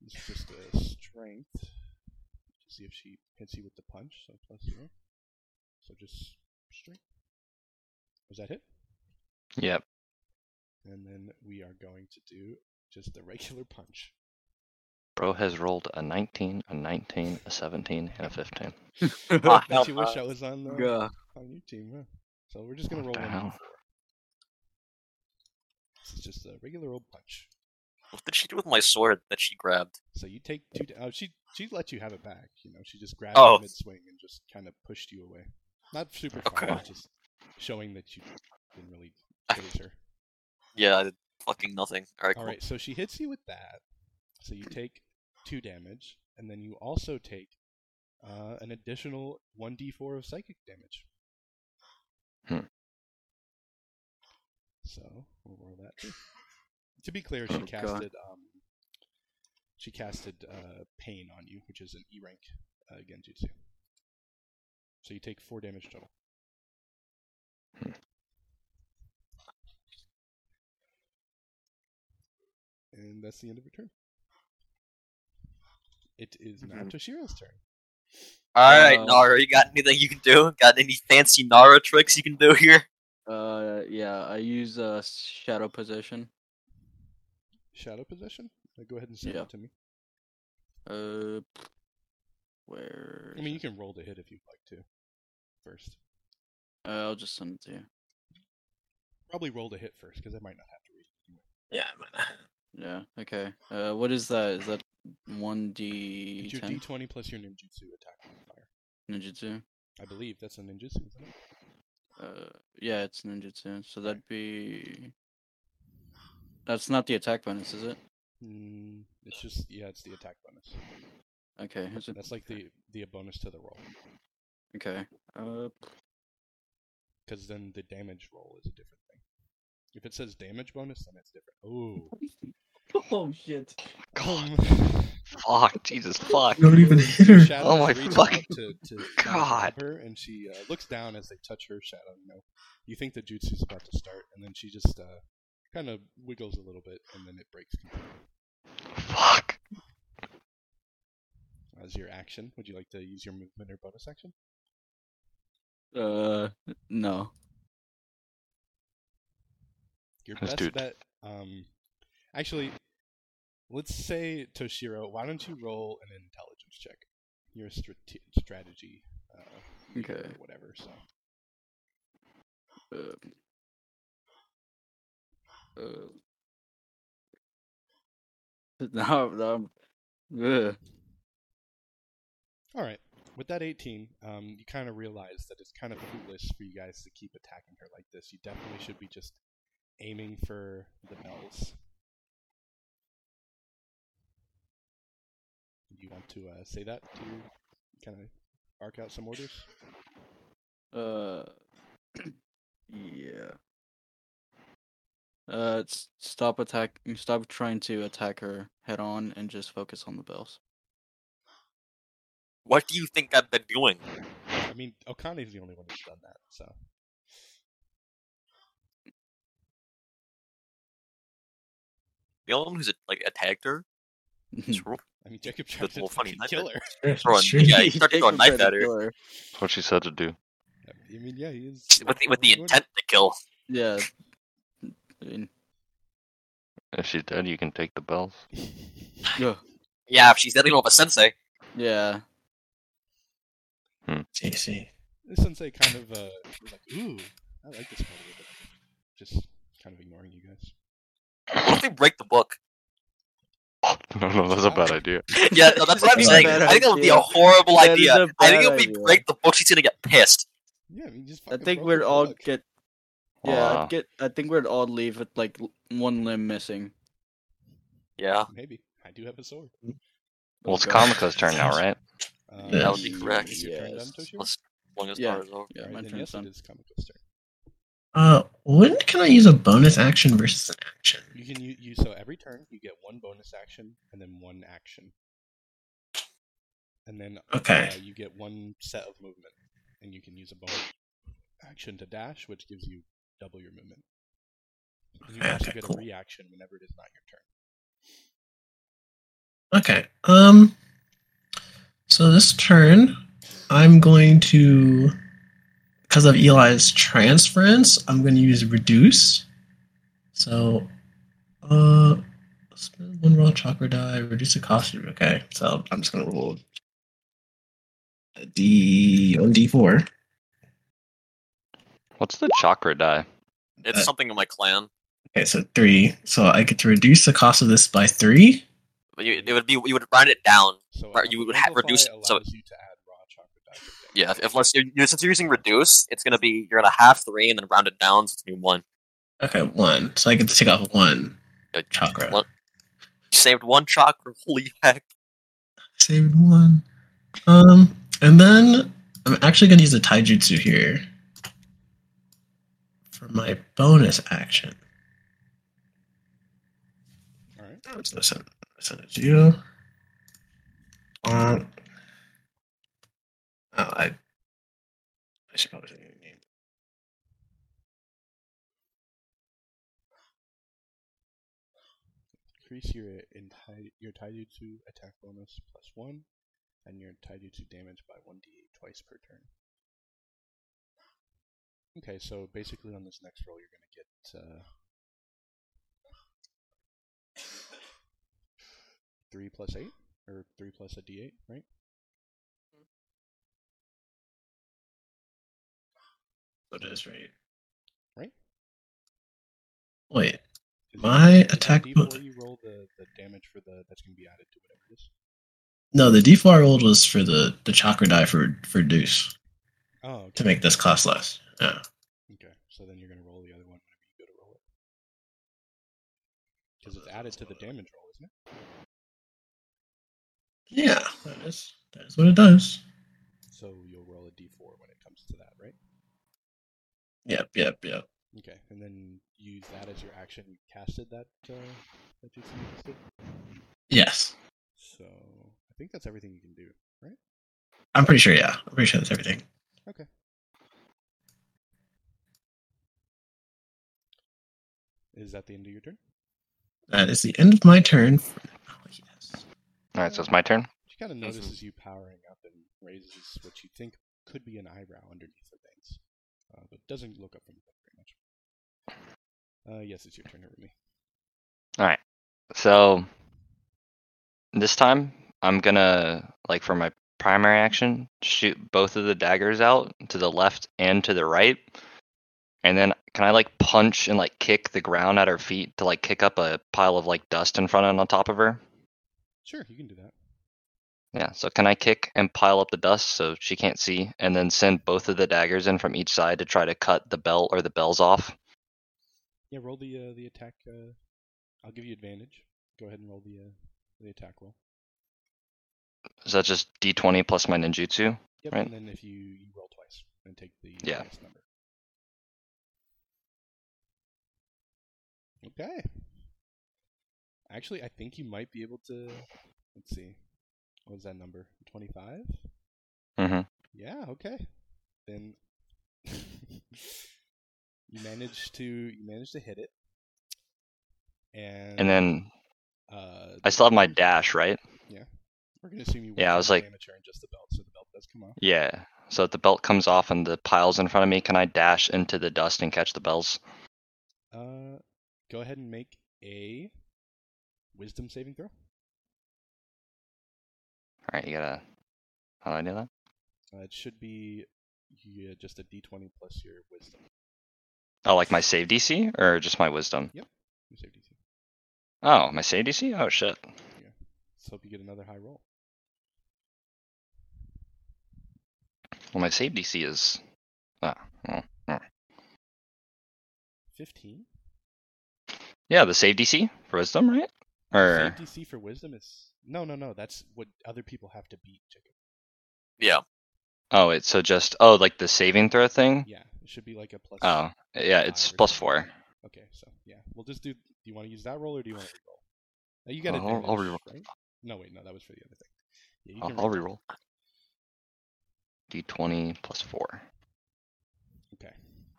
This is just a strength to see if she hits you with the punch. So plus zero. So just strength. Was that hit? Yep. And then we are going to do just the regular punch. (laughs) Bro has rolled a 19, a 19, a 17, and a 15. (laughs) Ah, Bet you hell, wish I was on the Yeah. on your team, huh? So we're just gonna What roll the one hell? d4. This is just a regular old punch. What did she do with my sword that she grabbed? So you take two. da- Oh, she she let you have it back. You know, she just grabbed Oh. you mid swing and just kind of pushed you away. Not super Okay. far, just showing that you didn't really (sighs) phase her. Yeah, I did fucking nothing. Alright, All cool. right, so she hits you with that. So you take two damage, and then you also take uh, an additional one d4 of psychic damage. Hmm. So we'll roll that too. To be clear, she Oh, God. casted um, she casted uh, pain on you, which is an E rank uh, genjutsu. So you take four damage total. Hmm. And that's the end of your turn. It is now Mm-hmm. Mhm. Toshiro's turn. Alright, um, Uh, Nara, you got anything you can do? Got any fancy Nara tricks you can do here? Uh, yeah. I use uh shadow position. Shadow possession? Uh, Go ahead and send Yeah. it to me. Uh, where? I mean, you can roll to hit if you'd like to. First, Uh, I'll just send it to you. probably roll to hit first because I might not have to read. it anyway. Yeah, I might not. Yeah. Okay. Uh, what is that? Is that one d It's your E ten D20 plus your ninjutsu attack modifier. ninjutsu? I believe that's a ninjutsu. Isn't it? Uh, yeah, it's ninjutsu. So that'd be. That's not the attack bonus, is it? Mm, it's just yeah, it's the attack bonus. Okay. Is it? That's like the the uh, bonus to the roll Okay. Uh, because then the damage roll is a different thing. If it says damage bonus, then it's different. Ooh. (laughs) oh shit. God. (laughs) Um, Fuck. Jesus. Fuck. You don't even (laughs) hit her. Shadow Oh my reaches fucking up to, to (laughs) God. grab her, and she uh, looks down as they touch her shadow. You know, you think the jutsu's about to start, and then she just uh, kind of wiggles a little bit, and then it breaks. completely. Fuck. As your action, would you like to use your movement or bonus action? Uh, no. Your Let's best do it. bet. Um, actually, let's say Toshiro. Why don't you roll an intelligence check? Your strate- strategy. Uh, leader Okay. Or whatever. So Uh, uh, (laughs) now, now I'm. Ugh. All right. With that 18, um, you kind of realize that it's kind of fruitless for you guys to keep attacking her like this. You definitely should be just aiming for the bells. Do you want to uh, say that to kind of bark out some orders? Uh, (clears throat) yeah. Uh, s- stop attack. Stop trying to attack her head on, and just focus on the bells. What do you think I've been doing? I mean, Okane's the only one who's done that, so. The only one who's like attacked her? (laughs) is Ro- I mean, Jacob tried That's a to little funny, fucking isn't kill her. Ron, yeah, he started throwing a knife at (laughs) her That's what she said to do. I mean, yeah, he is. with the, with the intent to kill. Yeah. I (sighs) mean, If she's dead, you can take the bells. (laughs) (laughs) ugh. Yeah, if she's dealing with a sensei. yeah. TC. This sensei kind of uh, was like, ooh, I like this part of it. Just kind of ignoring you guys. What if we break the book? no, no, that's a bad idea. (laughs) Yeah, no, that's what I'm That's a saying. bad I think that would be a idea. horrible That is idea. a I think bad if we idea. break the book, she's gonna get pissed. Yeah, I mean, just. I fucking think broke we'd her all book. get. Yeah, Wow. I'd get. I think we'd all leave with like l- one limb missing. Yeah. Maybe. I do have a sword. Well, it's Okay. Kamika's turn now, right? Uh, That would be is correct. it your turn Yes. done, Toshiro? Unless long as Yeah. bar is over. Yeah, Alright, my then turn's yes, done. it is Kamika's turn. Uh, when can I use a bonus action versus an action? You can u- use so every turn you get one bonus action and then one action, and then Okay. uh, you get one set of movement, and you can use a bonus action to dash, which gives you double your movement. And you Okay, can also okay, get cool. a reaction whenever it is not your turn. Okay. Um. So this turn, I'm going to, because of Eli's transference, I'm going to use reduce. So, uh, spend one raw chakra die, reduce the cost. of- Okay. So I'm just going to roll a D on D4. What's the chakra die? It's Uh, something in my clan. Okay, so three. So I get to reduce the cost of this by three. But you, it would be you would round it down. So Right, uh, you would ha- Amplify reduce- allows so- you to add raw chakra die to things. Yeah, if, if unless you you- since you're using reduce, it's gonna be you're gonna half three and then round it down, so it's gonna be one. Okay, one. So I get to take off one Uh, chakra. One, you saved one chakra. (laughs) Holy heck! Saved one. Um, and then I'm actually going to use a taijutsu here for my bonus action. All right. I'm just gonna send, send it to you. Uh, oh, I, I should probably say your name. Increase your entire your taijutsu attack bonus plus one, and your taijutsu damage by one d8 twice per turn. Okay, so basically on this next roll, you're gonna get uh, three plus eight or three plus a d8, right? So it is right. Right? Wait, Is it- My is it attack D4 bo- you roll the, the damage for the that's gonna be added to whatever it is. no, the D4 I rolled was for the, the chakra die for, for Deuce Oh, to okay. make this cost less. Yeah. Okay, so then you're gonna roll the other one whenever you go to roll it, because it's added to the damage roll, isn't it? Yeah, that is, that is what it does. So you'll roll a d4 when it comes to that, right? Yep, yep, yep. Okay, and then use that as your action. You casted that uh, that you casted. Yes. So I think that's everything you can do. I'm pretty sure, yeah. I'm pretty sure that's everything. Okay. Is that the end of your turn? That is the end of my turn. For now. Yes. All right, so it's my turn. She kind of Yes, notices you powering up and raises what you think could be an eyebrow underneath her bangs, uh, but doesn't look up from the book very much. Uh, yes, it's your turn, Rumi. So this time I'm gonna like for my primary action shoot both of the daggers out to the left and to the right, and then can I like punch and like kick the ground at her feet to like kick up a pile of like dust in front and on top of her? Sure, you can do that. Yeah, so can I kick and pile up the dust so she can't see, and then send both of the daggers in from each side to try to cut the bell or the bells off? Yeah, roll the uh, the attack. Uh, I'll give you advantage. Go ahead and roll the uh, the attack roll. Is that just D20 plus my ninjutsu? Yep, Right. and then if you, you roll twice and take the Yeah. highest number. Okay. Actually, I think you might be able to. Let's see. What was that number? 25? Mm-hmm. Yeah, okay. Then (laughs) you manage to you manage to hit it. And And then uh, I still have my dash, right? we're gonna assume you Yeah, I went was for the like- damage here and just the belt, so the belt does come off. Yeah. So if the belt comes off and the pile's in front of me, can I dash into the dust and catch the bells? Uh, go ahead and make a wisdom saving throw. All right, you gotta. How do I do that? Uh, it should be yeah, just a d20 plus your wisdom. Oh, like my save DC or just my wisdom? Your save DC. Oh, my save DC? Oh, shit. Let's hope you get another high roll. Well, my save DC is. Ah, well, 15. Yeah, the save DC for wisdom, right? Or Save DC for wisdom is no, no, no. That's what other people have to beat, Jacob. Yeah. oh, it's so just oh like the saving throw thing. Yeah, it should be like a plus. Oh yeah, it's five or plus something. four. Okay, so yeah, we'll just do. Do you want to use that roll or do you want to re-roll? Uh, you got Well, I'll- I'll advantage, right? No, wait, no, that was for the other thing. Yeah, you I'll, can I'll re- reroll. D twenty plus four. Okay.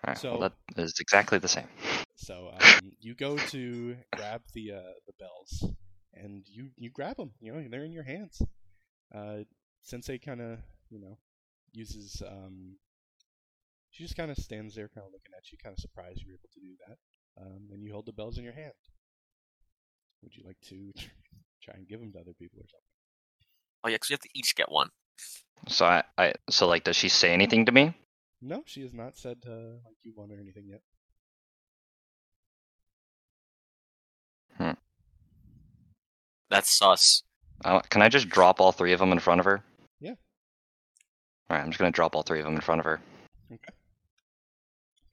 All right, well, So- that is exactly the same. So um, you go to grab the uh, the bells, and you you grab them. You know they're in your hands. Uh, Sensei kind of you know uses. Um, she just kind of stands there, kind of looking at you, kind of surprised you were able to do that. Um, and you hold the bells in your hand. Would you like to (laughs) try and give them to other people or something? Oh yeah, because we have to each get one. So I, I so like does she say anything to me? No, she has not said uh, like you want or anything yet. That's sus. Uh, can I just drop all three of them in front of her? Yeah. All right, I'm just gonna drop all three of them in front of her.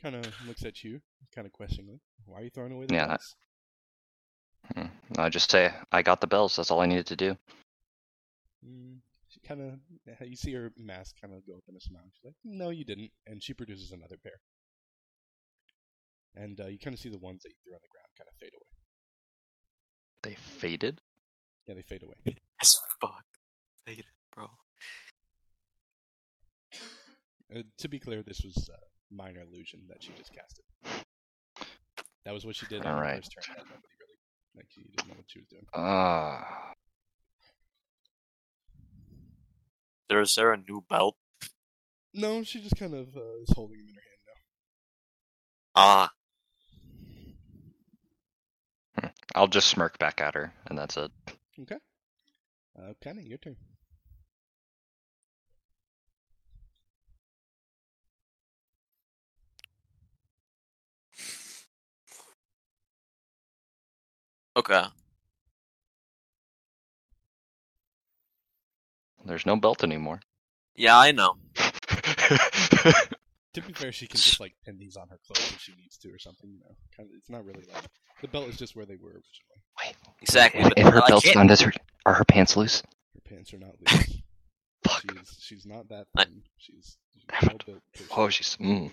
Kind of looks at you, kind of questioningly. Why are you throwing away the Yeah, that- bells? Hmm. I just say I got the bells. That's all I needed to do. Mm, she kind of, you see her mask kind of go up in a smile. She's like, "No, you didn't," and she produces another pair. And uh, you kind of see the ones that you threw on the ground kind of fade away. They faded. Yeah, they fade away. As fuck. Faded, bro. Uh, to be clear, this was uh, minor illusion that she just casted. That was what she did on her Alright. first turn. and Nobody really, like, she didn't know what she was doing. Ah. There is there a new belt? No, she just kind of uh, is holding them in her hand now. Ah, I'll just smirk back at her, and that's it. Okay. Uh, Penny, your turn. okay. There's no belt (laughs) anymore. Yeah, I know. To be fair, she can just like pin these on her clothes if she needs to or something. You know, kind of. It's not really like the belt is just where they were originally. Exactly. But if her I belt's can't- gone, does her are her pants loose? Her pants are not loose. Fuck. She is, she's not that I- thin. She's, she's Damn well it. built. person. Oh, she's. Mm. All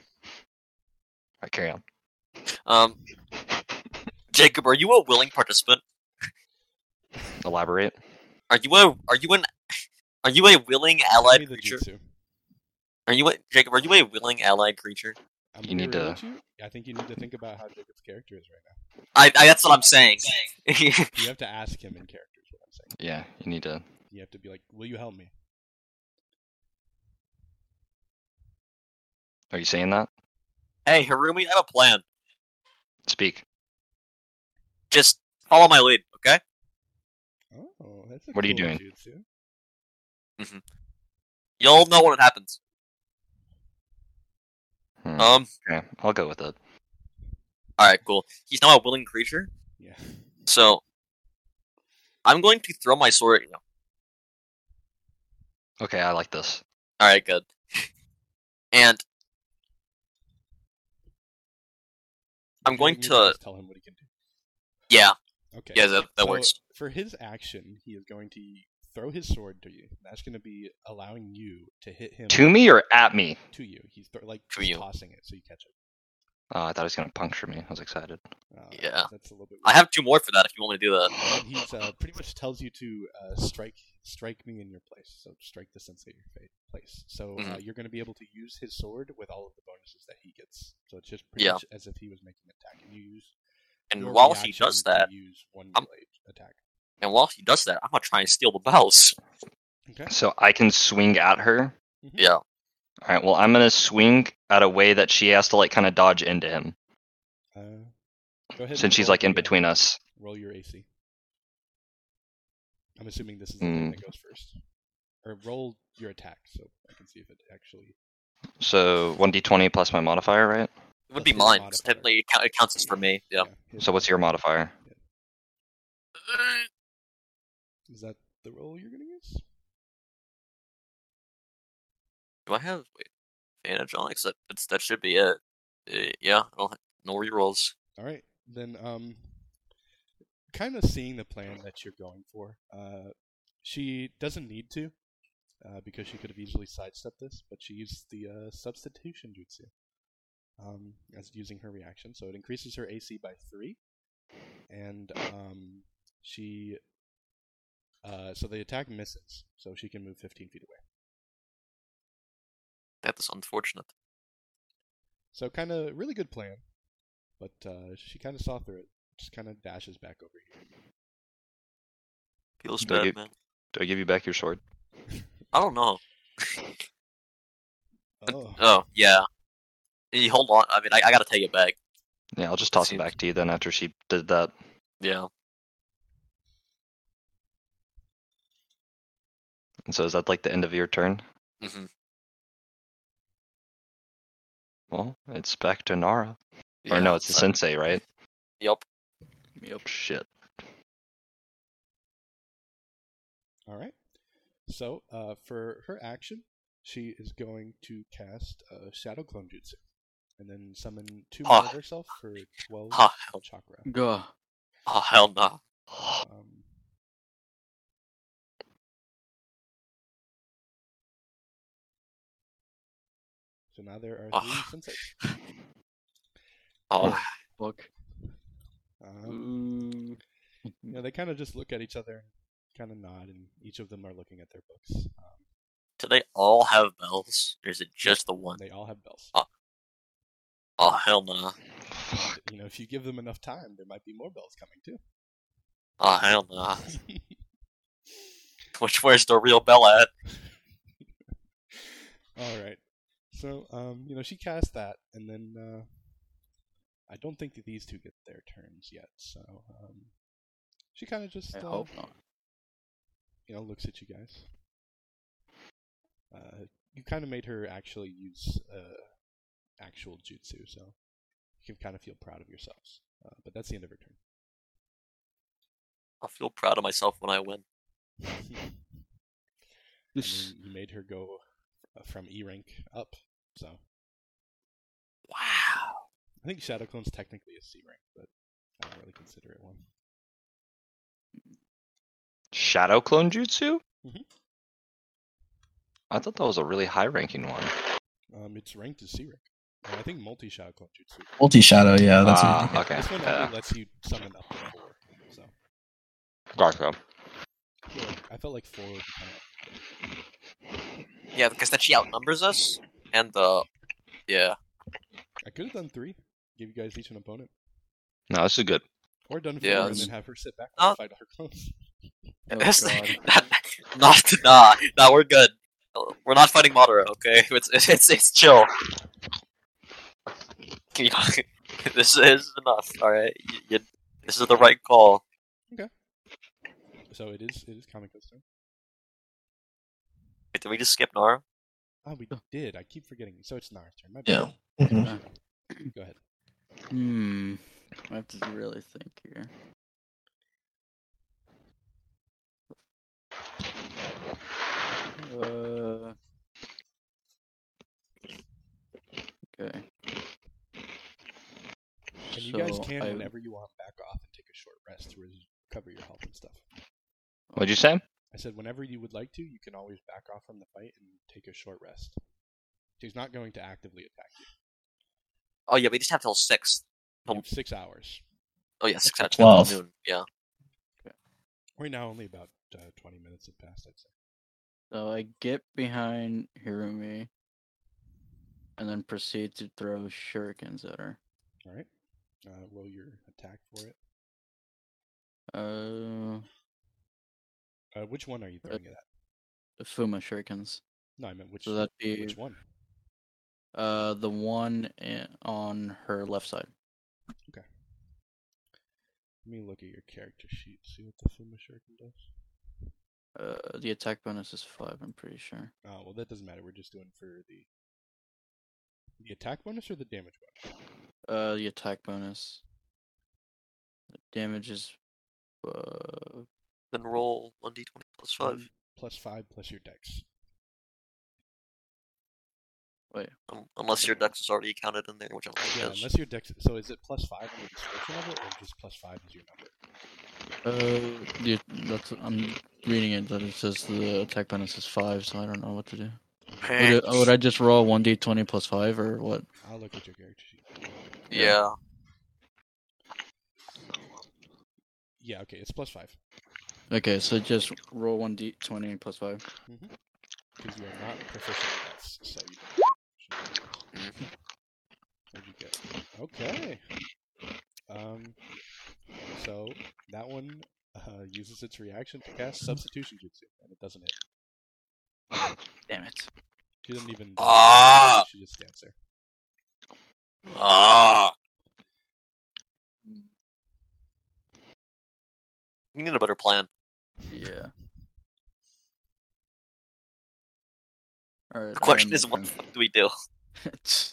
right, carry on. (laughs) Um, Jacob, are you a willing participant? Elaborate. Are you a are you an are you a willing allied Give me the creature? jutsu. Are you a, Jacob? Are you a willing allied creature? I'm You need gonna to- read you. I think you need to think about how Jacob's character is right now. I, I that's what I'm saying. (laughs) I You have to ask him in characters what I'm saying. Yeah, you need to. You have to be like, "Will you help me?" Are you saying that? hey, Harumi, I have a plan. Speak. Just follow my lead, okay? Oh, that's a What are you cool doing? jutsu. You'll know when it happens. Hmm. Um. Okay, I'll go with it. All right, cool. He's now a willing creature, Yeah. so I'm going to throw my sword. At you. Okay, I like this. All right, good. (laughs) And I'm going Maybe to. just tell him what he can do. Yeah, Okay. yeah, that, that So, works. For his action, he is going to throw his sword to you. That's going to be allowing you to hit him To me or at me? to you. He's thro- like To just you. tossing it so you catch it. Oh, I thought he was gonna puncture me. I was excited. Uh, Yeah. That's a little bit. I have two more for that if you want me to do that. And he's uh, pretty much tells you to uh, strike strike me in your place. So strike the sensei in your fa- place. So uh, Mhm. you're going to be able to use his sword with all of the bonuses that he gets. So it's just pretty Yeah. much as if he was making an attack. And you use your And while he reaction does to that, use one I'm- blade attack. and while he does that, I'm gonna try and steal the bells. Okay. So I can swing at her. Hmm. Yeah. All right. Well, I'm gonna swing at a way that she has to like kind of dodge into him, Uh, go ahead. and since she's roll like in your- between us. Roll your AC. I'm assuming this is the thing Hmm. that goes first. Or roll your attack, so I can see if it actually. So 1d20 plus my modifier, right? It Plus would be his mine. 'cause modifier. Technically, it count- it counts as for me. Yeah. hit. So what's your modifier? Is that the roll you're gonna use? Do I have wait, advantage on it? 'Cause That, that's, that should be Eh, it. Uh, yeah. I don't have, no rerolls. All right, then. Um, kind of seeing the plan that you're going for. Uh, she doesn't need to, uh, because she could have easily sidestepped this, but she used the uh, substitution jutsu um, as using her reaction, so it increases her AC by three, and um, she. Uh, so the attack misses, so she can move 15 feet away. That is unfortunate. So kind of really good plan, but uh, she kind of saw through it. Just kind of dashes back over here. Feels Don't bad, get- man. Do I give you back your sword? I don't know. Oh, Oh yeah. You hold on. I mean, I, I gotta take it back. Yeah, I'll just toss it Seems- back to you then after she did that. Yeah. And so is that like the end of your turn? hmm Well, it's back to Nara. yeah. or no, it's the so- sensei, right? Yup. Yep. Shit. (sighs) all right. So uh, for her action, she is going to cast uh, Shadow Clone Jutsu, and then summon two more of Ah. herself for 12 Ah, hell, chakra. Go. ah, hell no. Um, so now there are three Ah. senseis. Oh, Fuck. Um, Ooh. you know, they kind of just look at each other, kind of nod, and each of them are looking at their books. Um, do they all have bells, or is it just the one? they all have bells. Ah. Oh hell no. And, you know, if you give them enough time, there might be more bells coming too. Oh hell no. (laughs) (laughs) Which where's the real bell at? all right. So, um, you know, she cast that, and then uh, I don't think that these two get their turns yet. So, um, she kind of just I uh, hope not. you know, looks at you guys. Uh, you kind of made her actually use uh, actual jutsu, so you can kind of feel proud of yourselves. Uh, but that's the end of her (laughs) I feel proud of myself when I win. turn. and then you made her go uh, from E rank up, so Wow. I think Shadow Clone's technically a C rank, but I don't really consider it one. Shadow clone jutsu? Mhm. I thought that was a really high ranking one. Um, it's ranked as C rank. Uh, I think multi Shadow Clone jutsu. Multi shadow, yeah. That's what I'm Ah, thinking. okay. This one Yeah, only lets you summon up to four, so gotcha. I feel like, I felt like four would be kind of Yeah, because then she outnumbers us, and uh, yeah, I could have done three, give you guys each an opponent, No, this is good. or done four Yeah, and it's- then have her sit back Uh, and fight our clones. (laughs) Oh, That's- God. not, not, nah, nah, we're good. We're not fighting Madara, okay? (laughs) It's it's it's chill. (laughs) You know, (laughs) this is enough. All right, you, you, this is the right call. So it is it is Kamiko's turn. Wait, did we just skip Nara? Oh, we did. I keep forgetting. So it's Nara's turn. My Yeah. bad. Mhm. Go ahead. Hmm. I have to really think here. Uh. Okay. And you guys So can, I- whenever you want, back off and take a short rest to res- recover your health and stuff. What'd you say? I said whenever you would like to, you can always back off from the fight and take a short rest. She's not going to actively attack you. Oh yeah, we just have till six. You have six hours. Oh yeah, six out Twelve. noon. Yeah. Right now, only about uh, 20 minutes have passed, I'd say. So I get behind Hirumi and then proceed to throw shurikens at her. All right. Uh, roll your attack for it. Uh, Uh, which one are you throwing it at? Fuma shurikens. No, I meant which, So that'd be which one? uh the one i- on her left side. Let me look at your character sheet, see what the Fuma Shuriken does. Uh, the attack bonus is five. I'm pretty sure. Oh, well, that doesn't matter. We're just doing for the the attack bonus or the damage bonus. Uh, the attack bonus. The damage is. Uh, Then roll one d twenty plus five. One Plus five plus your dex. Wait. Um, unless your dex is already counted in there, which I don't Yeah, think it is. unless your dex. So is it plus five on the description of it, or just plus five is your number? Uh, yeah, that's I'm reading it that it says the attack bonus is five, so I don't know what to do. Would, it, would I just roll one d twenty plus five or what? I'll look at your character sheet. yeah. Yeah, okay, it's plus five Okay, so just roll one d twenty plus five. because you are not proficient in dex, so you. Don't What'd you get? Okay. Um. So that one uh, uses its reaction to cast substitution jutsu, and it doesn't hit. Damn it! She doesn't even. Ah! She just stands there. Ah. We need a better plan. Yeah. All right. The question is, um, what the fuck do we do?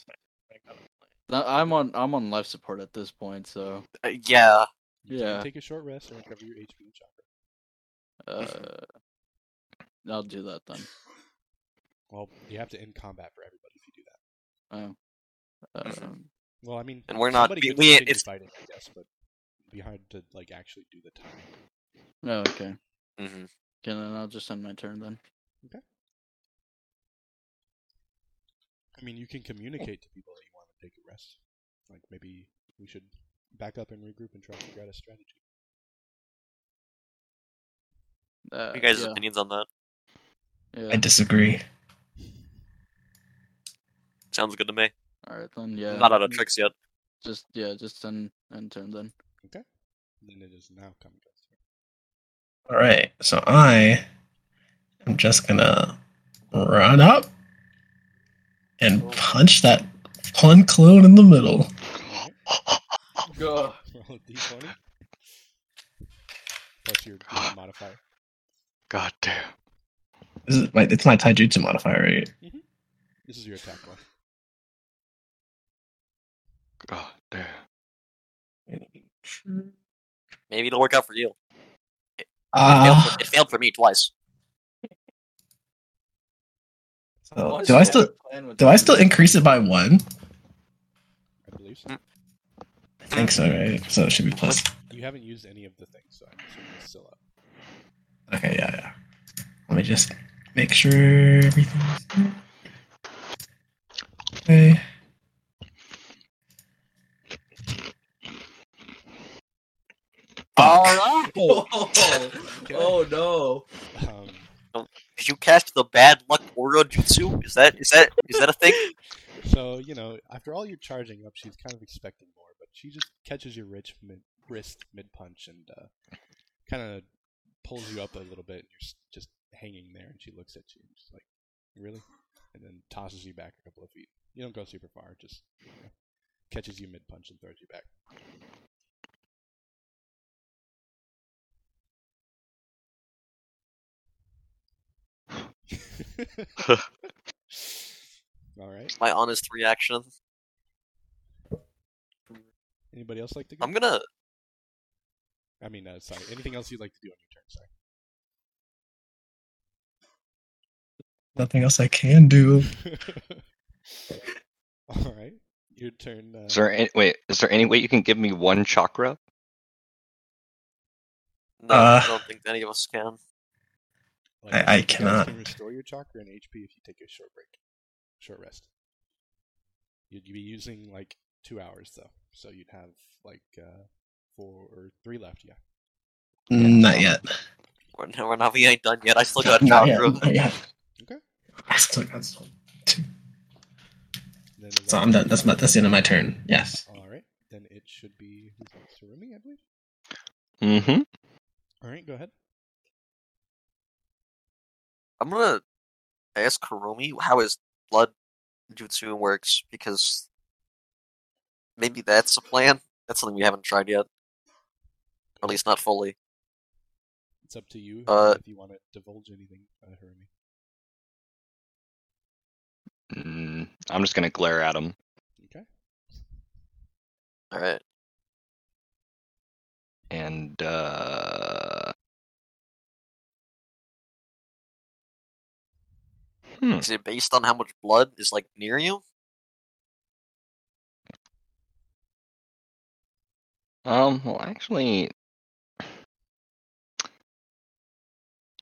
(laughs) I'm on I'm on life support at this point, so Uh, yeah. You can Yeah. Take a short rest and recover your HP and chakra. uh, I'll do that then. Well, you have to end combat for everybody if you do that. Um, Mm-hmm. um, Well, I mean, And we're not somebody be- could we- continue it's- fighting, I guess, but it'd be hard to like actually do the time. oh, okay. hmm Okay, then I'll just end my turn then. I mean, you can communicate to people that you want to take a rest. Like maybe we should back up and regroup and try to figure out a strategy. Uh, You guys' yeah, opinions on that? yeah. I disagree. Sounds good to me. All right then. Yeah. I'm not out of tricks yet. Just yeah, just end end turn then. Then it is now coming up. All right, so I am just gonna run up and punch that one clone in the middle. (laughs) Go. Roll a d20 plus your D modifier. (gasps) God damn. This is my, it's my taijutsu modifier, right? This is your attack roll. God damn. Maybe it'll work out for you. Uh, failed for- it failed for me twice. so Uh, do I still do I still increase it by one? I believe so. I think so, right? So it should be plus. You haven't used any of the things, so I'm assuming it's still up. Okay, yeah, yeah. Let me just make sure everything's good. okay. All right. oh no! Um, Did you cast the bad luck aura jutsu? Is that is that is that a thing? So you know, after all you're charging up, she's kind of expecting more, but she just catches your rich mid- wrist mid punch and uh, kind of pulls you up a little bit, and you're s- just hanging there. And she looks at you, and she's like, "Really?" And then tosses you back a couple of feet. You don't go super far; just you know, catches you mid punch and throws you back. (laughs) All right. My honest reaction. Anybody else like to go? I'm gonna. I mean, uh, sorry. Anything else you'd like to do on your turn? Sorry. (laughs) Nothing else I can do. (laughs) (laughs) All right, your turn. Uh, Is there any wait, is there any way you can give me one chakra? No, Uh. I don't think any of us can. like, I- I you guys cannot. Can restore your chakra and HP if you take a short break, short rest. You'd be using like two hours though, so you'd have like uh, four or three left. Yeah. Not yet. We're, no, we're not. We ain't done yet. I (laughs) still got Not yet. chakra. Not yet. Okay. I still got some. Then is So that- I'm done. That's my, that's the end of my turn. Yes. All right, then it should be who's next? Sarumi, I believe. Mm-hmm. All right, go ahead. I'm gonna ask Kurumi how his blood jutsu works because maybe that's a plan. That's something we haven't tried yet. At least not fully. It's up to you Uh, if you want to divulge anything, uh, Harumi. Mm, I'm just gonna glare at him. Okay. All right. and uh Hmm. Is it based on how much blood is like near you? Um, well, actually,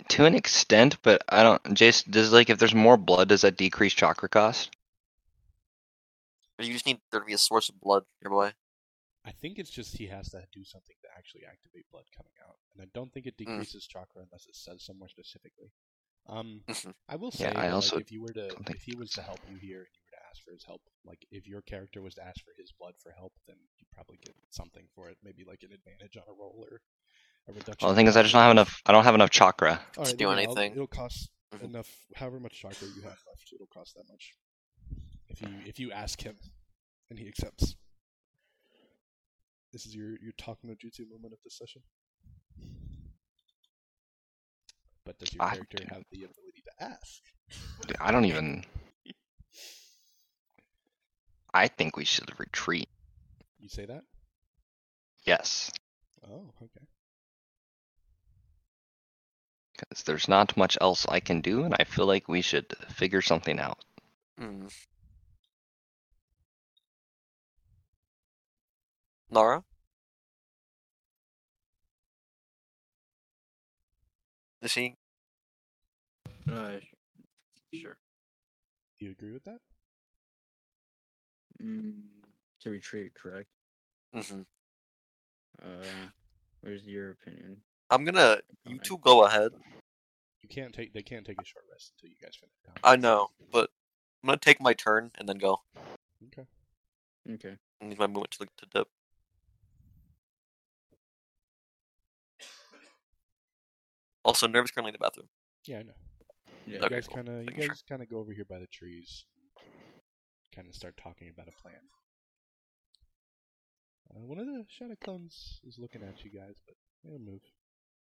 to an extent, but I don't. Jace, does like if there's more blood, does that decrease chakra cost? Or you just need there to be a source of blood nearby. I think it's just he has to do something to actually activate blood coming out, and I don't think it Mm. decreases chakra unless it says somewhere specifically. Um, Mhm. I will say, Mm-hmm. Yeah, I that, also like, if you were to, don't think if he was that's- to help you here and you were to ask for his help, like if your character was to ask for his blood for help, then you would probably get something for it, maybe like an advantage on a roll or a reduction. Well, the thing is, I just don't have enough. I don't have enough chakra. All to right, do yeah, I'll- anything. It'll cost Mhm. enough, however much chakra you have left, it'll cost that much. If you if you ask him, and he accepts. This is your your talk no jutsu moment of this session. But does your I character do. have the ability to ask? Dude, I don't even. I think we should retreat. You say that? Yes, Oh, okay. because there's not much else I can do, and I feel like we should figure something out. Hmm. Nara? Is he? Uh, sure. Do you agree with that? Mm, to retreat, correct? hmm Uh, where's your opinion? Oh, I'm gonna. You Alright. two go ahead. You can't take. They can't take a short rest until you guys finish. the I conversation. know, but I'm gonna take my turn and then go. Okay. Okay. I need my movement to, to dip. Also, nervous currently in the bathroom. Yeah, I know. Yeah. You Okay, guys cool. kind of. You Making sure. guys kind of go over here by the trees. Kind of start talking about a plan. Uh, one of the shadow clones is looking at you guys, but they'll move.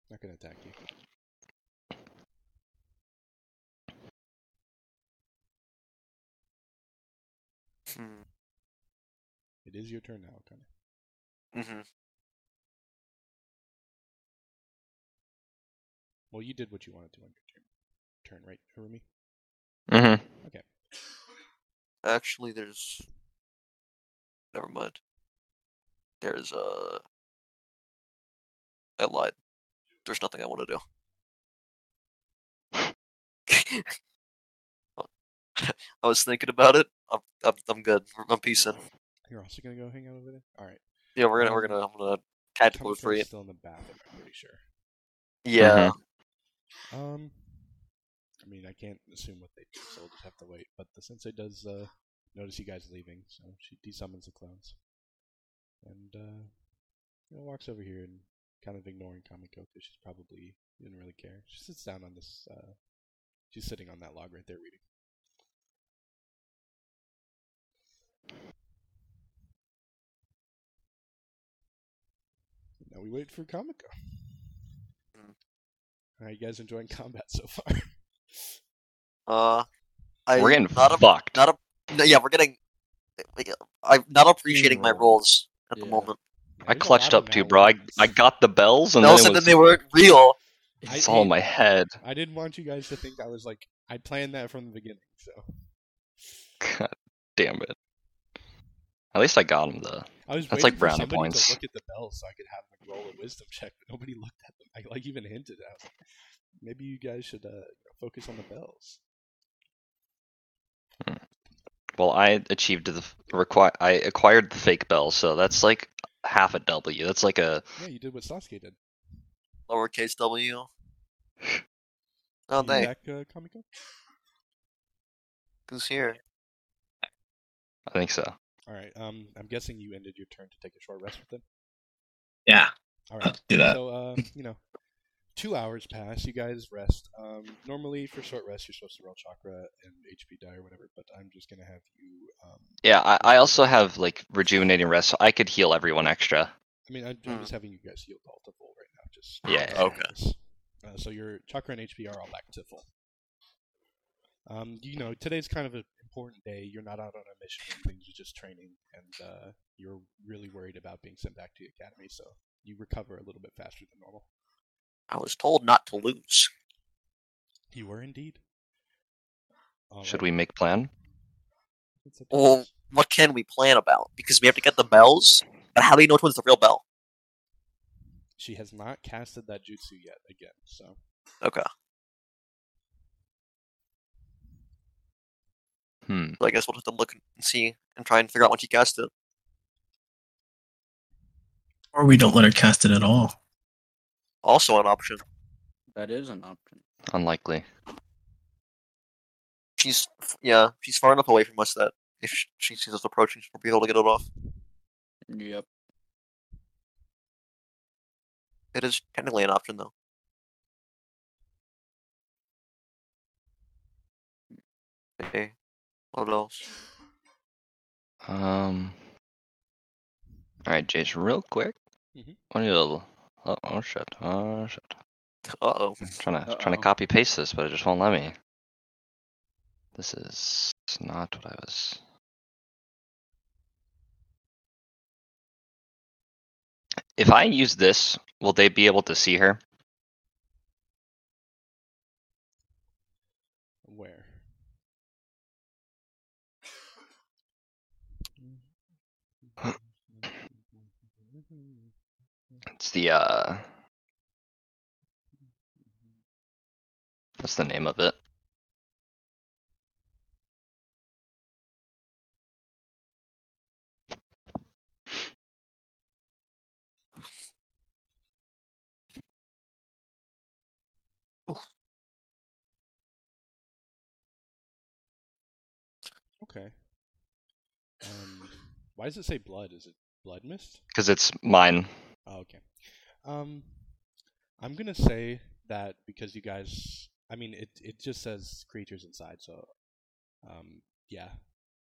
Not gonna attack you. Hmm, It is your turn now, kind of. Mm-hmm. Well, you did what you wanted to on your turn. Turn right, Harumi. Mm-hmm. Okay. Actually, there's. Never mind. There's Uh... I lied. There's nothing I want to do. (laughs) I was thinking about it. I'm, I'm, I'm good. I'm- I'm peacing. You're also gonna go hang out over there. All right. Yeah, we're gonna we're gonna I'm gonna tactical Thomas retreat. still in the bathroom. I'm pretty sure. Yeah. Um, I mean, I can't assume what they do, so we'll just have to wait. But the sensei does uh, notice you guys leaving, so she desummons the clones, and uh, you know, walks over here and kind of ignoring Kamiko because she's probably didn't really care. She sits down on this. Uh, she's sitting on that log right there reading. Now we wait for Kamiko. Mm. How you guys enjoying combat so far? Uh, I Mm-hmm. We're getting not a, fucked. not a, no, yeah we're getting. I'm not appreciating my Steamrolled. rolls at the Yeah. moment. (laughs) I clutched up too, bro. I, I got the bells, and Mel then said it that was they weren't real. I- it's all in my head. (laughs) I didn't want you guys to think I was like I planned that from the beginning. So God damn it. At least I got him though. I was That's waiting like for brownie somebody points. to look at the bells so I could have them roll a wisdom check, but nobody looked at them. I like even hinted at them. maybe you guys should uh, focus on the bells. Well, I achieved the require. I acquired the fake bell, so that's like half a W. That's like a Yeah, you did what Sasuke did. Lowercase w. Oh, You thanks. back, uh, Kamiko? Who's here? I think so. All right. Um, I'm guessing you ended your turn to take a short rest with them. Yeah, All right. I'll do that. So, (laughs) uh, you know, two hours pass. You guys rest. Um, normally, for short rest, you're supposed to roll chakra and HP die or whatever. But I'm just gonna have you. Um, Yeah, I, I also have like rejuvenating rest, so I could heal everyone extra. I mean, I'm, I'm Hmm. just having you guys heal all to full right now. Just Yeah. Okay. Uh, so your chakra and HP are all back to full. Um, you know, today's kind of an important day. You're not out on a mission or anything. You're just training, and uh, you're really worried about being sent back to the academy. So you recover a little bit faster than normal. I was told not to lose. You were indeed. Should we make plan? Well, what can we plan about? Because we have to get the bells. But how do you know which one's the real bell? She has not casted that jutsu yet again, so Okay. Hmm. So I guess we'll have to look and see and try and figure out when she cast it. Or we don't let her cast it at all. Also an option. That is an option. Unlikely. She's yeah, she's far enough away from us that if sh- she sees us approaching, she'll be able to get it off. Yep. It is technically an option though. Okay. What else? Um. All right, Jace, real quick. Mhm. What are you? Oh, oh shit! Oh shit! Uh oh. I'm trying to trying Uh-oh. to copy paste this, but it just won't let me. This is not what I was. If I use this, will they be able to see her? where? It's the uh. What's the name of it? Okay. Um, why does it say blood? Is it blood mist? Because it's mine. Oh, okay. Um, I'm gonna say that because you guys, I mean, it it just says creatures inside, so, um, yeah.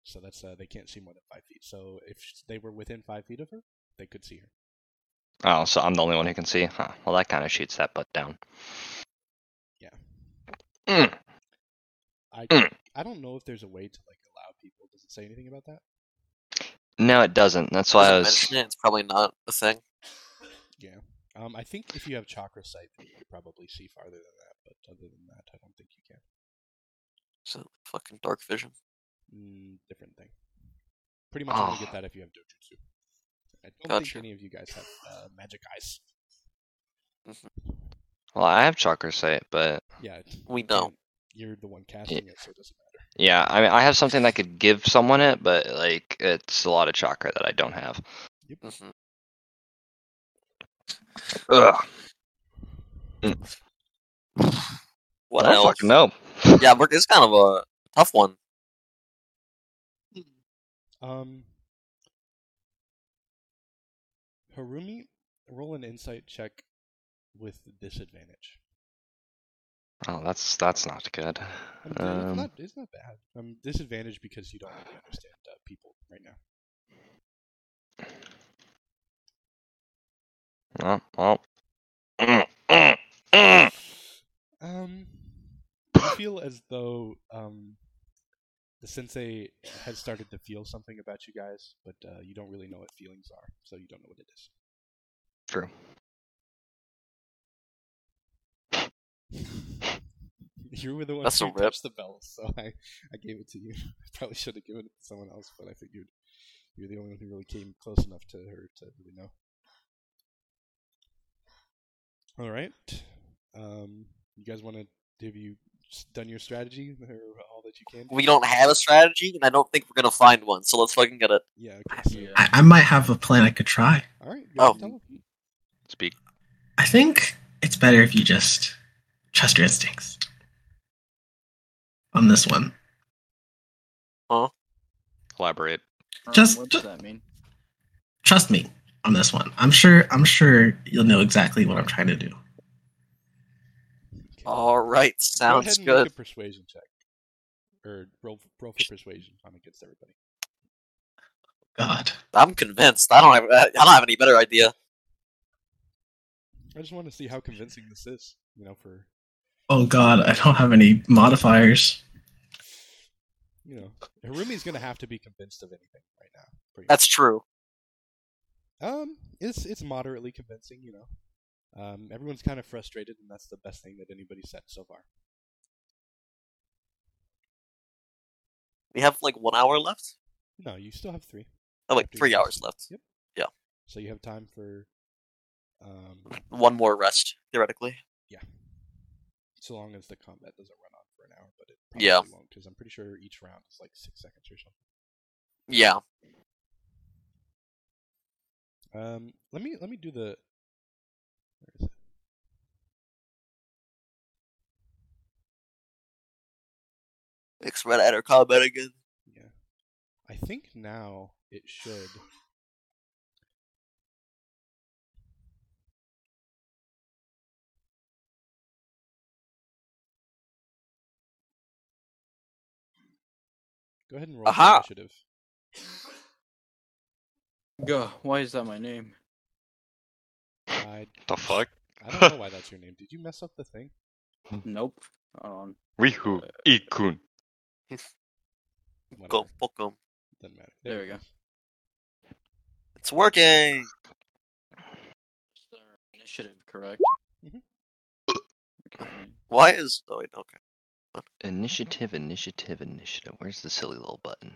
So that's uh, they can't see more than five feet. So if sh- they were within five feet of her, they could see her. Oh, so I'm the only one who can see. Huh. Well, that kind of shoots that butt down. Yeah. Mm. I Mm. I don't know if there's a way to like allow people. Does it say anything about that? No, it doesn't. That's why I Doesn't was. mention it, It's probably not a thing. Um, I think if you have chakra sight, then you could probably see farther than that. But other than that, I don't think you can. It's a fucking dark vision. Mm, different thing. Pretty much only Ah. get that if you have dojutsu. I don't think Gotcha. any of you guys have uh, magic eyes. Well, I have chakra sight, but Yeah, it- We you know. can't- You're the one casting it, so it doesn't matter. yeah, I mean, I have something that could give someone it, but like, it's a lot of chakra that I don't have. hmm Ugh, What I don't else? fucking know. Yeah, but it's kind of a tough one. Um, Harumi, roll an insight check with disadvantage. Oh, that's that's not good. I mean, it's, Um, not, it's not bad. Um, disadvantage because you don't really understand uh, people right now. well, well. Mm, mm, (coughs) mm. Um, you feel as though um, the sensei has started to feel something about you guys, but uh, you don't really know what feelings are, so you don't know what it is. True. (laughs) You were the one That's a who rip. touched the bell, so I, I gave it to you. (laughs) I probably should have given it to someone else, but I figured you're the only one who really came close enough to her to really know. All right, um, you guys want to have you s- done your strategy or all that you can? do? We don't have a strategy, and I don't think we're gonna find one. So let's fucking get it. Yeah. Okay, so, Yeah. I, I might have a plan I could try. All right. You Oh. can tell him. Speak. I think it's better if you just trust your instincts on this one. Elaborate. Um, Just- what does that mean? Trust me on this one. I'm sure. I'm sure you'll know exactly what I'm trying to do. Okay. All right, Go ahead sounds and good. Make a persuasion check, or roll, roll for persuasion. I'm against everybody. God. I'm convinced. I don't have. I don't have any better idea. I just want to see how convincing this is. You know, for Oh God. I don't have any modifiers. you know, Harumi's gonna have to be convinced of anything right now. pretty That's true. much. um, it's it's moderately convincing. You know, um, everyone's kind of frustrated, and that's the best thing that anybody said so far. We have like one hour left. No, you still have three. Oh, like After three your hours rest. left. Yep. Yeah. Mm-hmm. So you have time for, um, One more rest theoretically. yeah. So long as the combat doesn't run on for an hour, but it probably Yeah. won't, because I'm pretty sure each round is like six seconds or something. Yeah. Um, let me let me do the. Where is it? Next red at our combat again. Yeah, I think now it should. Go ahead and roll for Aha! initiative. Go. Why is that my name? I, The fuck? I don't know why that's your name. Did you mess up the thing? Nope. Um, Hold on. Rihu Ikun. Whatever. Go, Bokum. Doesn't matter. There it we go. is. It's working. It's their initiative, correct? Mhm. Okay. Why is? Oh wait, okay. Initiative, initiative, initiative. Where's the silly little button?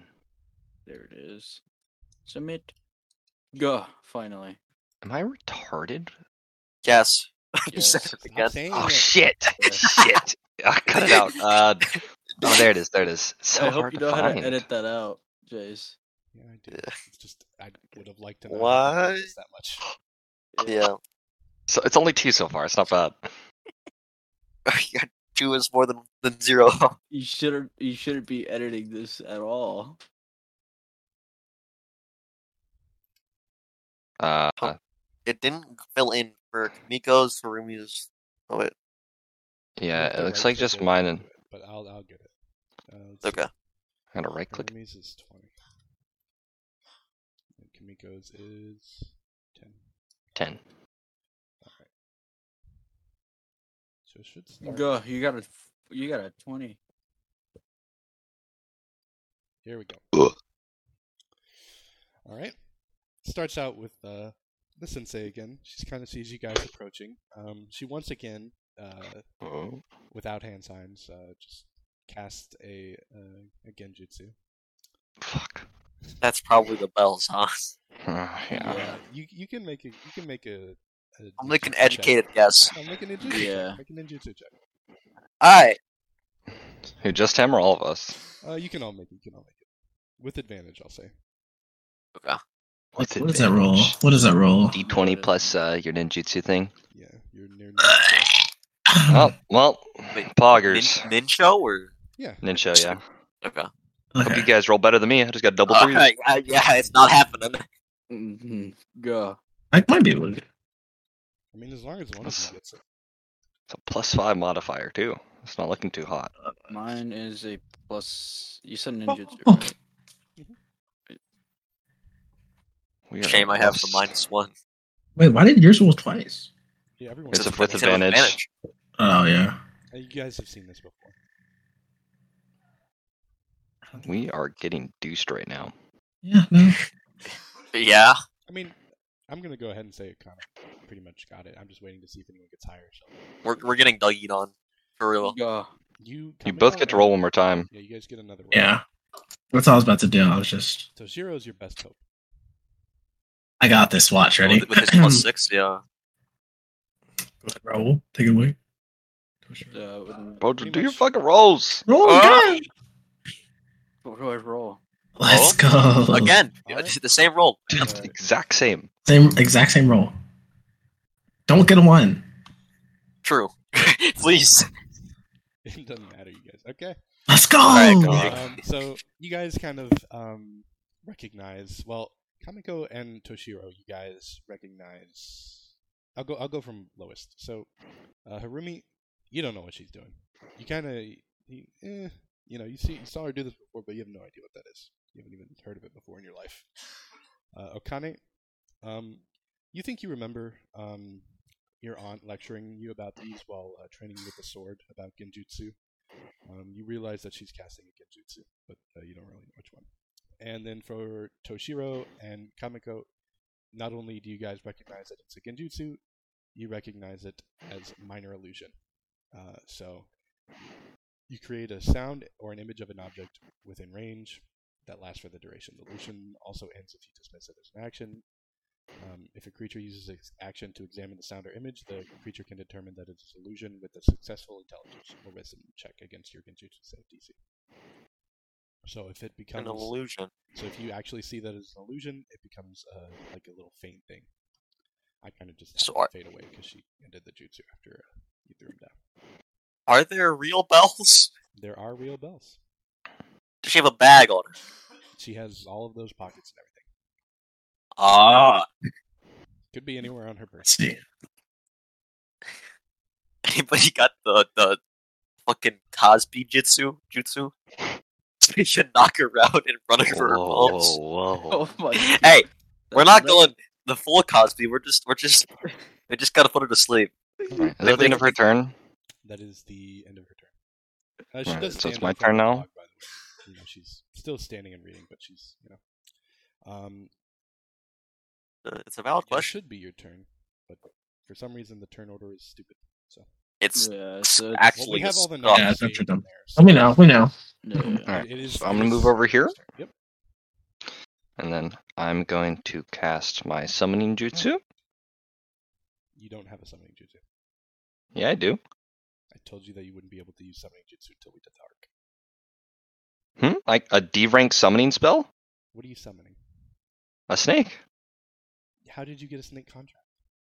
There it is. Submit. Go. Finally. Am I retarded? Yes. you Yes. said it Stop again. saying Oh it. shit! (laughs) shit! I cut it (laughs) out. Uh, oh, there it is. There it is. So I hope hard you to know how find. to edit that out, Jace. Yeah, I do. Yeah. It's just I would have liked to know how to Why? practice that much. Yeah. (laughs) So it's only two so far. It's not bad. Two is more than than zero. (laughs) You shouldn't. You shouldn't be editing this at all. Uh, it didn't fill in for Miko's, for Rumi's. Oh wait. yeah, With it the looks right like just click, it mine. won't And do it, But I'll I'll get it. Uh, let's see. Okay. I gotta right Mm. click. Hermes is 20. And Kamiko's is 10. Ten. Alright. So it should start. Go. You got a. You got a twenty. Here we go. Ugh. Alright. Starts out with uh, the sensei again. She kind of sees you guys approaching. Um, she once again, uh, Oh. without hand signs, uh, just cast a, uh, a genjutsu. Fuck. (sighs) That's probably the bells, huh? (laughs) Uh, yeah. Yeah. You you can make a you can make a. a I'm like an ninjutsu check. educated guess. No, make a ninjutsu Yeah. check. Make a ninjutsu check. Alright. Who just him or all of us? Uh, you can all make it. You can all make it with advantage. I'll say. What's What is that roll? What is that roll? D twenty plus uh, your ninjutsu thing. Yeah, you're (laughs) near. neutral. (clears throat) Oh well, Wait, poggers. Min- Minsho or yeah, Ninja, yeah. okay. Hope you (laughs) Okay. guys roll better than me. I just got double threes. Alright, uh, yeah, it's not happening. Mm-hmm. Go. I might be able to. I mean as long as one of you gets it. It's a plus five modifier too. It's not looking too hot. Mine is a plus. You said Oh, ninjutsu. oh. right? We are Shame I have the plus- minus one. Wait, why did yours roll twice? Yeah, everyone. It's gets a it. with It's advantage. Oh yeah. Uh, You guys have seen this before. We are getting deuced right now. Yeah. No. Yeah. I mean, I'm gonna go ahead and say it kind of pretty much got it. I'm just waiting to see if anyone gets higher. So We're we're getting duggied on. For real. Go. you. You Kamiko both get to roll and- one more time. Yeah, you guys get another roll. Yeah. That's all I was about to do. I was just. So zero is your best hope. I got this. Watch. Ready? With, with his plus six, yeah. (clears throat) roll. Take it away. Uh, with an- Bro, Pretty do your much. fucking rolls. Roll Ah! again. what do I roll? Let's go. Again. Alright. (laughs) The same roll. It's the exact same. Same exact same roll. Don't get a one. True. (laughs) Please. (laughs) It doesn't matter, you guys. Okay. Let's go. Alright, go. Fuck. Um, so you guys kind of um, recognize well, Kamiko and Toshiro. You guys recognize. I'll go. I'll go from lowest. So uh, Harumi, you don't know what she's doing. You kind of, you, eh, you know, you see, you saw her do this before, but you have no idea what that is. You haven't even heard of it before in your life. Uh, Okane, um, you think you remember um, your aunt lecturing you about these while uh, training with the sword about genjutsu. Um, you realize that she's casting a genjutsu, but uh, you don't really know which one. And then for Toshiro and Kamiko, not only do you guys recognize that it's a genjutsu, you recognize it as minor illusion. Uh, so You create a sound or an image of an object within range that lasts for the duration. The illusion also ends if you dismiss it as an action. Um, if a creature uses its action to examine the sound or image, the creature can determine that it is illusion with a successful intelligence or wisdom check against your Genjutsu save DC. So if it becomes An illusion. so if you actually see that as an illusion, it becomes uh, like a little faint thing. I kind of just So had are- it fade away because she ended the jutsu after uh, you threw him down. Are there real bells? There are real bells. Does she have a bag on her? She has all of those pockets and everything. Ah. (laughs) Could be anywhere on her Let's person. see. Anybody got the the fucking Cosby jutsu jutsu? (laughs) She should knock her out in front of her Whoa, balls. whoa. Oh (laughs) my. Hey, we're not That- going the full Cosby. We're just we're (laughs) just we just gotta put her to sleep. Alright, Is that the end of her turn? That is the end of her turn. Uh, she Alright, does so it's stand my up from turn the now? log, by the way. You know, she's still standing and reading, but she's you know. Um, Uh, It's a valid yeah, it question. should be your turn, but for some reason the turn order is stupid. So It's Yeah, it's so it's- well, actually we have all the a Yeah, numbers it's saved after them. in there, so Let me know. We know. (laughs) yeah. Alright, It is. so I'm gonna it move is over here. Turn. Yep. And then I'm going to cast my summoning jutsu. You don't have a summoning jutsu. Yeah, I do. I told you that you wouldn't be able to use summoning jutsu until we did the arc. Hmm? Like a D rank summoning spell? What are you summoning? A snake. How did you get a snake contract?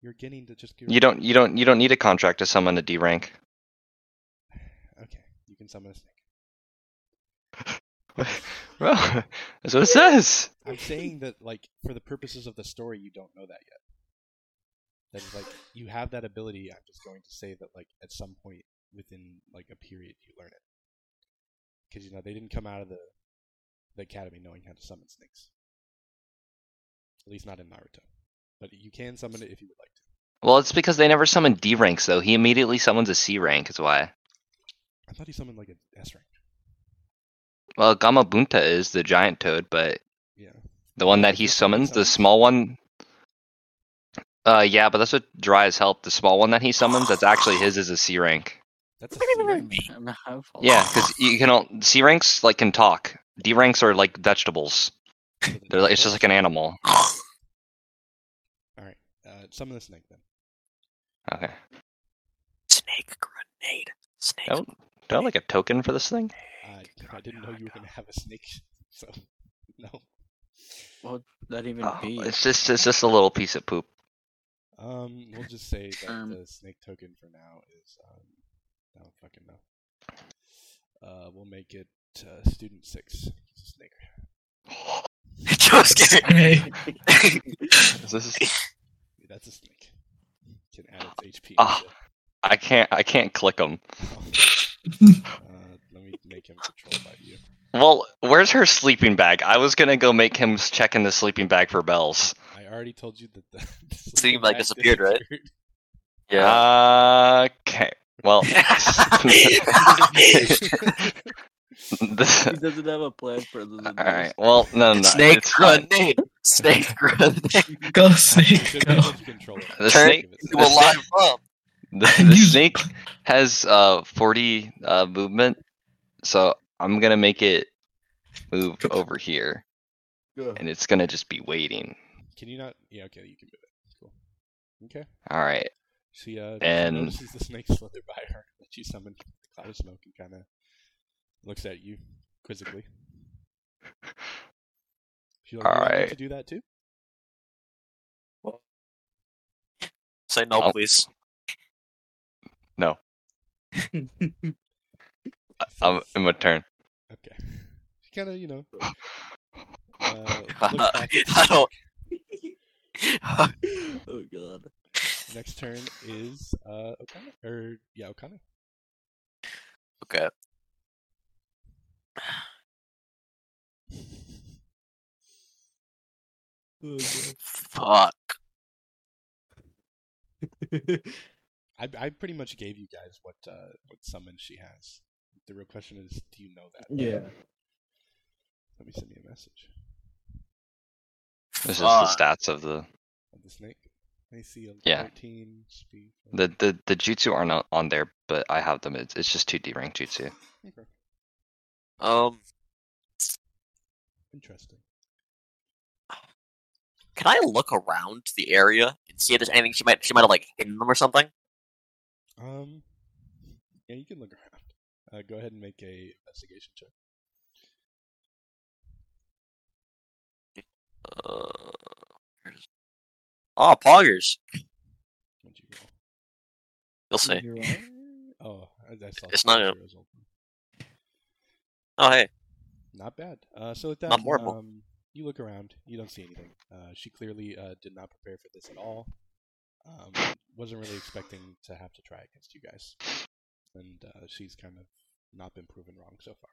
You're getting to just get. You don't you don't you don't need a contract to summon a D rank. Okay, you can summon a snake. (laughs) well, (laughs) that's what it says. I'm saying that, like, for the purposes of the story, you don't know that yet. That is like you have that ability. I'm just going to say that, like, at some point within like a period, you learn it. Because you know they didn't come out of the the academy knowing how to summon snakes. At least not in Naruto. But you can summon it if you would like to. Well, it's because they never summon D ranks though. He immediately summons a C rank, is why. I thought he summoned like an S rank. Well, Gamabunta is the giant toad, but Yeah. the one that he Which one summons, the summons? small one. Uh, yeah, but that's what dry as help. The small one that he summons, that's actually his, is a C rank. That's a C rank. (laughs) I'm not- I'm following. Yeah, because you can all C ranks like can talk. D ranks are like vegetables. They're like, it's just like an animal. All right. Uh, summon the snake then. Okay. snake grenade. Snake. Don't do I have like a token for this thing? Uh, I didn't know you were gonna have a snake, (laughs) so no. That even Oh, be (laughs) it's (laughs) just it's just a little piece of poop. Um, we'll just say that Um. the snake token for now is um, I don't fucking know. Uh, we'll make it uh, student six. It's a snake. (laughs) Just kidding. Okay. (laughs) This is- That's a snake. Can add its HP. Ah. I can't I can't click them. and shit. uh, let me make him controlled by you. Well, where's her sleeping bag? I was gonna go make him check in the sleeping bag for bells. I already told you that the, (laughs) the Sleeping bag disappeared, right? disappeared. yeah. Okay. (laughs) Well, this, He doesn't have a plan for the all right. Well, no, no, snake it's fine. grenade. Snake (laughs) grenade. (laughs) (laughs) Go, You Snake. should be (laughs) Go. able to control it. The Turn snake, You a live bomb. (laughs) the, the snake has uh 40 uh movement, so I'm gonna make it move over here, and it's gonna just be waiting. Can you not? Yeah, okay, you can move it. Cool. Okay. All right. She uh, And- notices the snake slither by her that she summoned from the cloud of smoke and kind of looks at you quizzically. She like, "You want me Alright. to do that too. Say no, I'll- please. I'm in my turn. Okay. She kind of, you know, (laughs) uh, looks back. (laughs) I don't. (laughs) oh god. next turn is uh, Okana or yeah, Okana. okay. Fuck. I, I pretty much gave you guys what uh, what summon she has. The real question is, do you know that? Yeah. Let me send you a message This is Fuck. the stats of the. of the snake. I see a Yeah. 13 speed. The the the jutsu are not on there, but I have them. It's it's just two D rank jutsu. Okay. Um, Interesting. can I look around the area and see if there's anything she might she might have like hidden them or something? Um, yeah, you can look around. Uh, go ahead and make a investigation check. Uh, where's- oh, poggers. Once you roll. You'll see. You roll- Oh, I, I saw. It's some not a- zeros open. Oh, hey. Not bad. Uh, so with that, Not horrible. um, you look around. You don't see anything. Uh, she clearly uh, did not prepare for this at all. Um, wasn't really expecting to have to try against you guys, and uh, she's kind of not been proven wrong so far.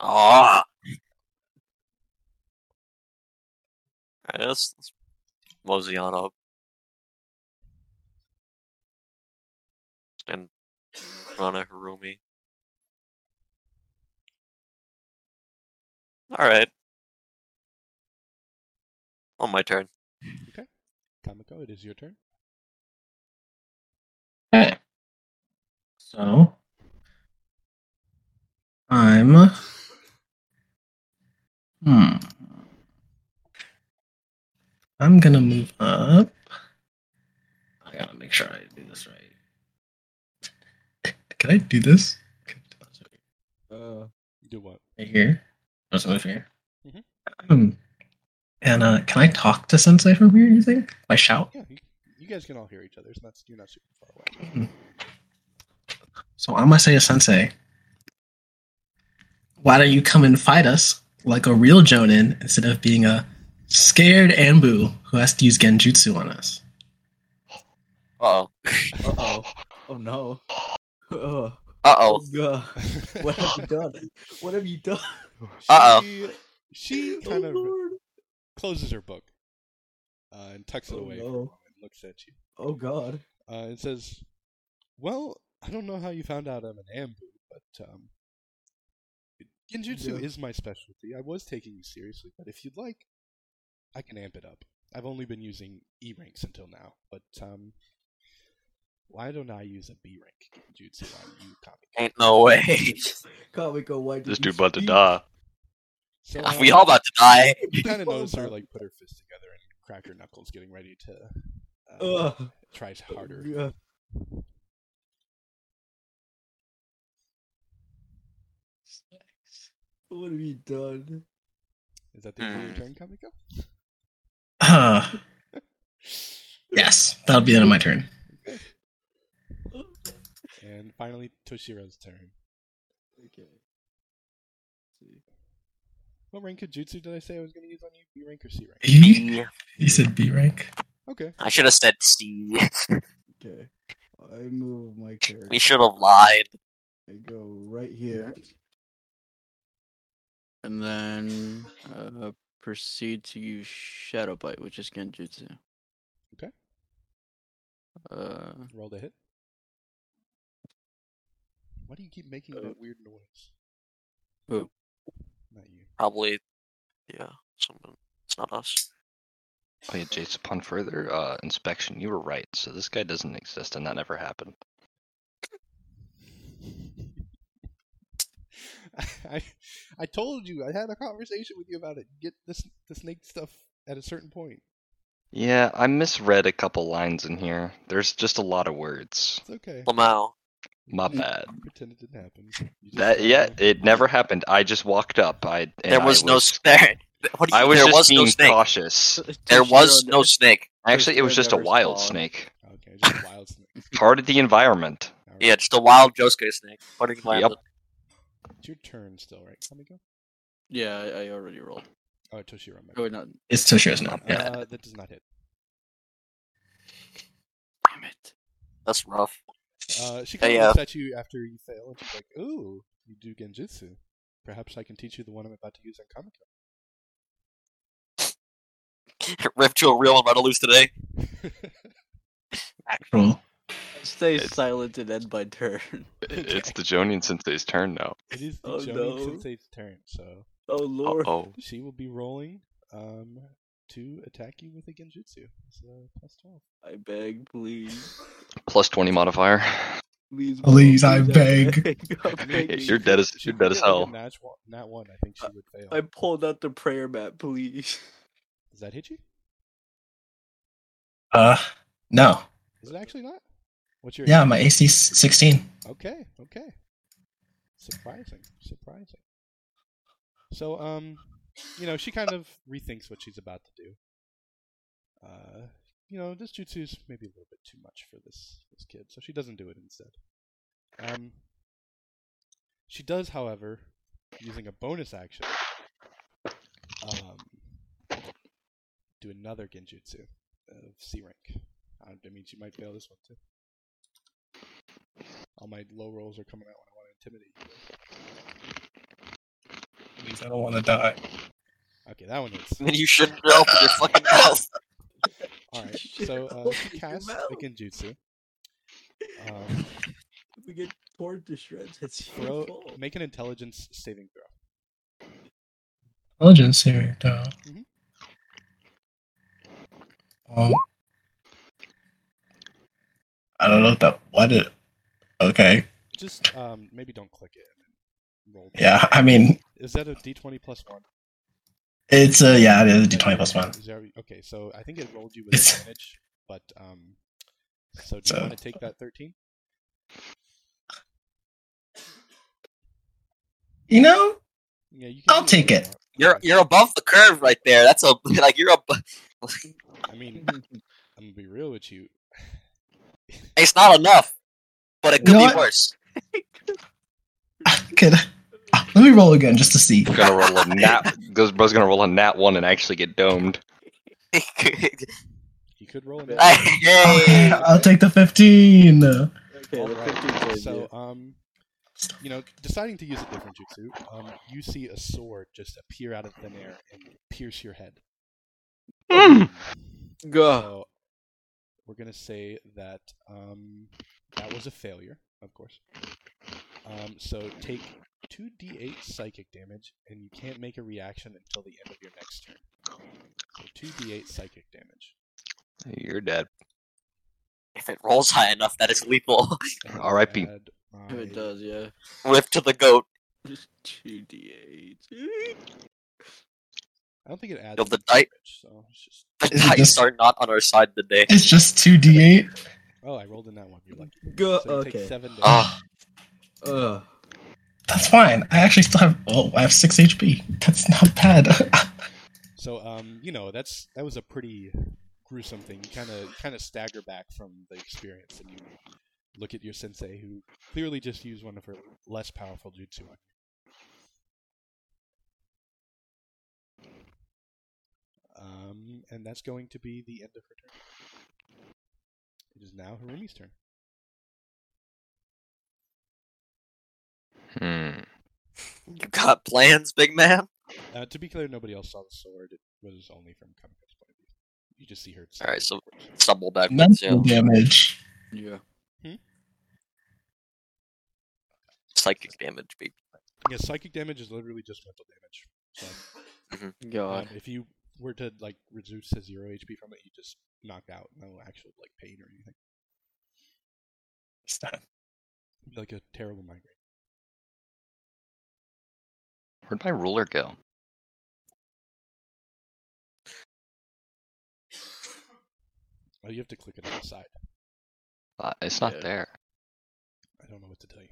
Ah. Alright, let's, let's mosey on up. And Rana Harumi. Alright. On my turn. Kamiko, it is your turn. Okay. So I'm hmm. I'm gonna move up. I gotta make sure I do this right. (laughs) Can I do this? Uh, Do what? right here. Let's move here. Mhm. Um, (clears throat) and uh, can I talk to Sensei from here? You think? I shout. Yeah, you, you guys can all hear each other. It's not, you're not super far away. So I'm gonna say to Sensei, why don't you come and fight us like a real Jonin instead of being a scared Anbu who has to use Genjutsu on us? Uh oh. Uh oh. (laughs) Oh no. Oh, Uh (laughs) oh. God. What have you done? (laughs) What have you (laughs) done? Uh-oh. (laughs) She, she kind of Oh, Lord. closes her book uh, and tucks it Oh, away for a no. moment and looks at you. Oh God. Uh, and says, Well, I don't know how you found out I'm an Ambu, but um, Genjutsu Yeah. is my specialty. I was taking you seriously, but if you'd like, I can amp it up. I've only been using E ranks until now, but um, why don't I use a B rank Genjutsu on you, Kami? (laughs) Ain't no way. Kamiko, why did This you dude about to speak? die. So, we um, all about to die. you kind of (laughs) People notice her about- like put her fists together and crack her knuckles, getting ready to uh, Ugh. try harder. (laughs) Yeah. What have you done? Is that the end of your Mm. turn, Kamiko? Uh, yes, that'll be the end of my turn. And finally, Toshiro's turn. Okay. see. What rank of jutsu did I say I was going to use on you? B rank or C rank? You, you said B rank. Okay. I should have said C. Okay. I move my character. we should have lied. (laughs) I go right here. And then uh, proceed to use Shadow Bite, which is Genjutsu. Okay. Uh, Roll to hit. Why do you keep making Uh, that weird noise? who? Not you. (laughs) Probably. Yeah. Someone. It's not us. Oh yeah, Jace. Upon further uh, inspection, you were right. So this guy doesn't exist, and that never happened. I I told you I had a conversation with you about it. Get this the snake stuff at a certain point. Yeah, I misread a couple lines in here. There's just a lot of words. It's okay. Lamau. My bad. Pretend it didn't happen. You just That don't yeah, know. it never happened. I just walked up. I and There was I no Was, s- (laughs) there. What do you, I was there just was being no snake. cautious. There was no snake. Actually, it was just a never wild spawned. snake. Okay, just wild snake. Part of the (laughs) environment. All right. Yeah, just a wild Josuke snake. What do you plan Yep. to- It's your turn still, right? Kamiko? Yeah, I, I already rolled. Oh, Toshiro. my Oh, bad. not. It's Toshiro's now. Yeah. Uh, that does not hit. Damn it. That's rough. (laughs) Uh, she Hey, kind of uh, looks at you after you fail, and she's like, "Ooh, you do genjutsu. Perhaps I can teach you the one I'm about to use on Kamiko." Riff to a real and run a loose today. Cool. Stay It's- silent and end my turn. (laughs) Okay. It's the Jonin Sensei's turn now. (laughs) it is the Oh, Jonin no. Sensei's turn, so Oh Uh lord. oh. she will be rolling. Um, to attack you with a genjutsu. It's uh, plus twelve. I beg, please. Plus twenty modifier. Please, Please, I beg. (laughs) I'm begging. you're dead as She you're dead (laughs) could as get, like, a hell. nat wa- nat one, I think she would fail. Uh, I pulled out the prayer mat, please. Does that hit you? Uh, no. Is it actually not? What's your Yeah, my AC 's 16. Okay, okay. Surprising, surprising. So, um, you know, she kind of rethinks what she's about to do. Uh, you know, this jutsu's maybe a little bit too much for this this kid, so she doesn't do it instead. Um, she does, however, using a bonus action, um, do another genjutsu of C rank. I, I mean, she might fail this one too. All my low rolls are coming out when I want to intimidate you. Please, I don't want to die. Okay, that one (laughs) hits. (laughs) Then you shouldn't be open your (laughs) fucking mouth. All right, Shit, so uh, (laughs) open she your casts a mouth. (laughs) genjutsu. Um, We get torn to shreds. It's your throw, fault. make an intelligence saving throw. Intelligence here, though. Mhm. Um, I don't know if that. What it? Okay. Just um, maybe don't click it. And roll. Yeah, (laughs) I mean, Is that a D20 plus one? it's a. Yeah, it is a d20 plus one. Is there- okay, so I think it rolled you with It's- advantage, but um, so do you So- want to take that 13? You know? (laughs) Yeah, you. I'll do whatever take you it. want. You're you're above the curve right there. That's a (laughs) like you're above. I (laughs) mean, I'm gonna be real with you. It's not enough, but it could You know be what? (laughs) worse. Could uh, let me roll again just to see. Gonna roll a nat. Goes bro's gonna roll a nat one and actually get domed. You could roll an. Okay, (laughs) hey, I'll take the 15. Uh, Okay, the Alright, 15 saves So, you. um, you know, deciding to use a different jutsu, um, you see a sword just appear out of thin air and pierce your head. Um, Go. So, we're gonna say that um, that was a failure, of course. Um, so take two d8 psychic damage, and you can't make a reaction until the end of your next turn. So two d8 psychic damage. You're dead. if it rolls high enough, that is lethal. (laughs) And I'll R.I.P.. add my- It does, yeah. (laughs) Lift to the goat. (laughs) Just two d8. I don't think it adds Of the any di- damage, so it's just. The Is it dice just- are not on our side (laughs) today. it's just 2d8. Oh, I rolled in that one. You're lucky. Uh, Go. So you take Okay. seven damage. Ah, Uh, That's fine. I actually still have. Oh, I have 6 HP. That's not bad. (laughs) So um, you know, that's that was a pretty gruesome thing. You kind of kind of stagger back from the experience, and you look at your sensei, who clearly just used one of her less powerful jutsu. on you. Um, and that's going to be the end of her turn. It is now Harumi's turn. Hmm. you got plans, big man? Uh, to be clear, nobody else saw the sword. It was only from Kamika's point of view. You just see her. All right, so stumble backwards. Yeah. Mental damage. yeah. Psychic damage, baby. Yeah, psychic damage is literally just mental damage. So Um, God. if you were to like reduce to zero HP from it, you just knock out no actual like pain or anything. It'd be like a terrible migraine. Where'd my ruler go? Oh, you have to click it on the side. Uh, it's not Yeah. there. I don't know what to tell you.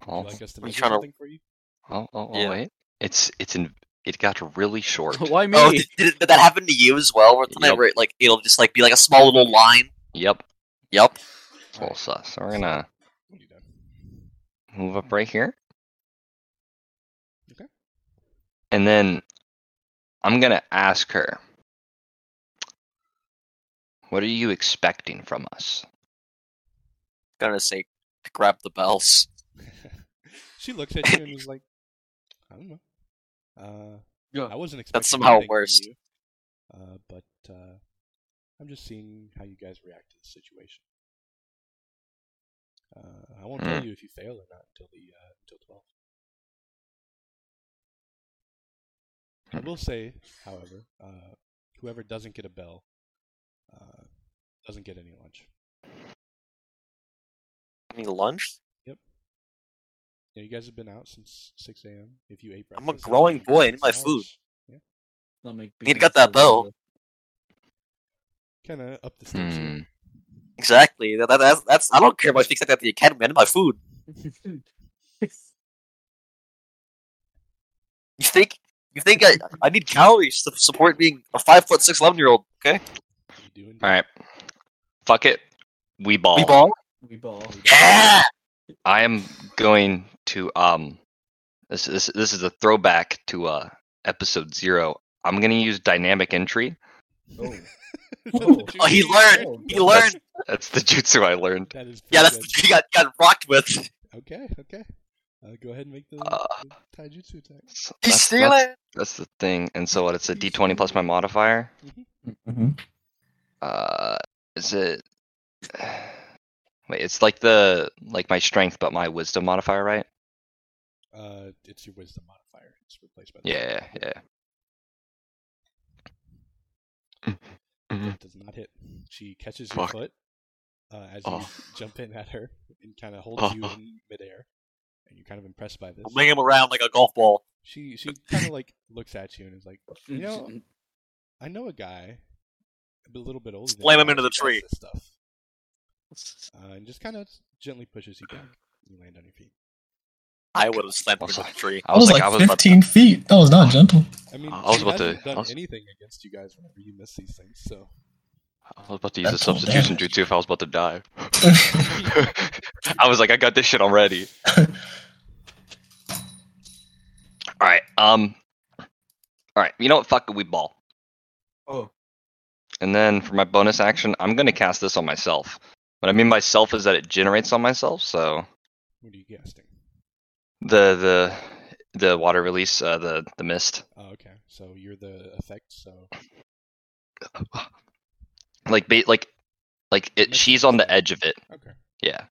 Would Oh, you like us to Are you measure tryna- something for you? oh, oh, oh Yeah. wait. It's it's in. It got really short. (laughs) Why me? Oh, did, (laughs) did, did that happen to you as well? Where tonight, Yep. where it, like it'll just like be like a small little line. Yep. Yep. It's a little sus. We're gonna What are you done? move up right here. Okay. And then I'm gonna ask her. What are you expecting from us? Gonna say, grab the bells. (laughs) she looks at you and is like, I don't know. Uh, Yeah. I wasn't expecting. That's somehow anything from worse. you. Uh, but uh, I'm just seeing how you guys react to the situation. Uh, I won't Hmm. tell you if you fail or not until the uh, until twelve. Hmm. I will say, however, uh, whoever doesn't get a bell uh, doesn't get any lunch. Any lunch? Yeah, you guys have been out since 6 a.m. If you ate I'm breakfast, a that's growing like boy, I need my six food. hours. Stomach Need to begins get that bell. swell. Kinda up the steps. here. Hmm. Exactly. That, that, that's, that's. I don't care much except at the academy. I need my food. You think? You think I? I need calories to support being a five foot six eleven year old? Okay. You do indeed. All right. Fuck it. We ball. We ball. (laughs) we ball. (laughs) Yeah. I am going to um this this this is a throwback to uh episode 0. I'm going to use dynamic entry. (laughs) (laughs) Is that the Oh. juice Oh, he Oh. you learned. got? He learned. That's the (laughs) jutsu I learned. That is Yeah, pretty that's good. he got got rocked with. Okay, okay. Uh, go ahead and make the, Uh, the taijutsu attack. So He's that's, stealing. that's, that's the thing. And so what it's a d20 plus my modifier. Uh is it (sighs) Wait, it's like the like my strength but my wisdom modifier, right? Uh, it's your wisdom modifier. It's replaced by the Yeah, yeah. yeah. That does not hit. She catches Fuck. your foot uh, as you Oh. jump in at her and (laughs) kind of holds you Oh. in midair. And you're kind of impressed by this. I'll bring him around like a golf ball. She she kind of like looks at you and is like, you know, I know a guy, a little bit older. than Slam you, him into the who does tree." this Stuff. Uh, and just kind of gently pushes you back. You land on your feet. I would have slammed him Also- into the tree. I That was Oh, like, about to- 15 feet. That was not gentle. I mean, Uh, I was she about to- hasn't I done was- anything against you guys whenever you miss these things. So I was about to use a That's all substitution damage. jutsu if I was about to (laughs) die. (laughs) I was like, I got this shit already. Alright, um Alright, you know what? Fuck it, we ball. Oh, And then for my bonus action, I'm gonna cast this on myself. What I mean by self is that it generates on myself, so what are you casting? the the the water release, uh, the the mist. Oh, okay. So you're the effect. So Like ba- like like it, Mist she's on the itself. edge of it. okay. Yeah.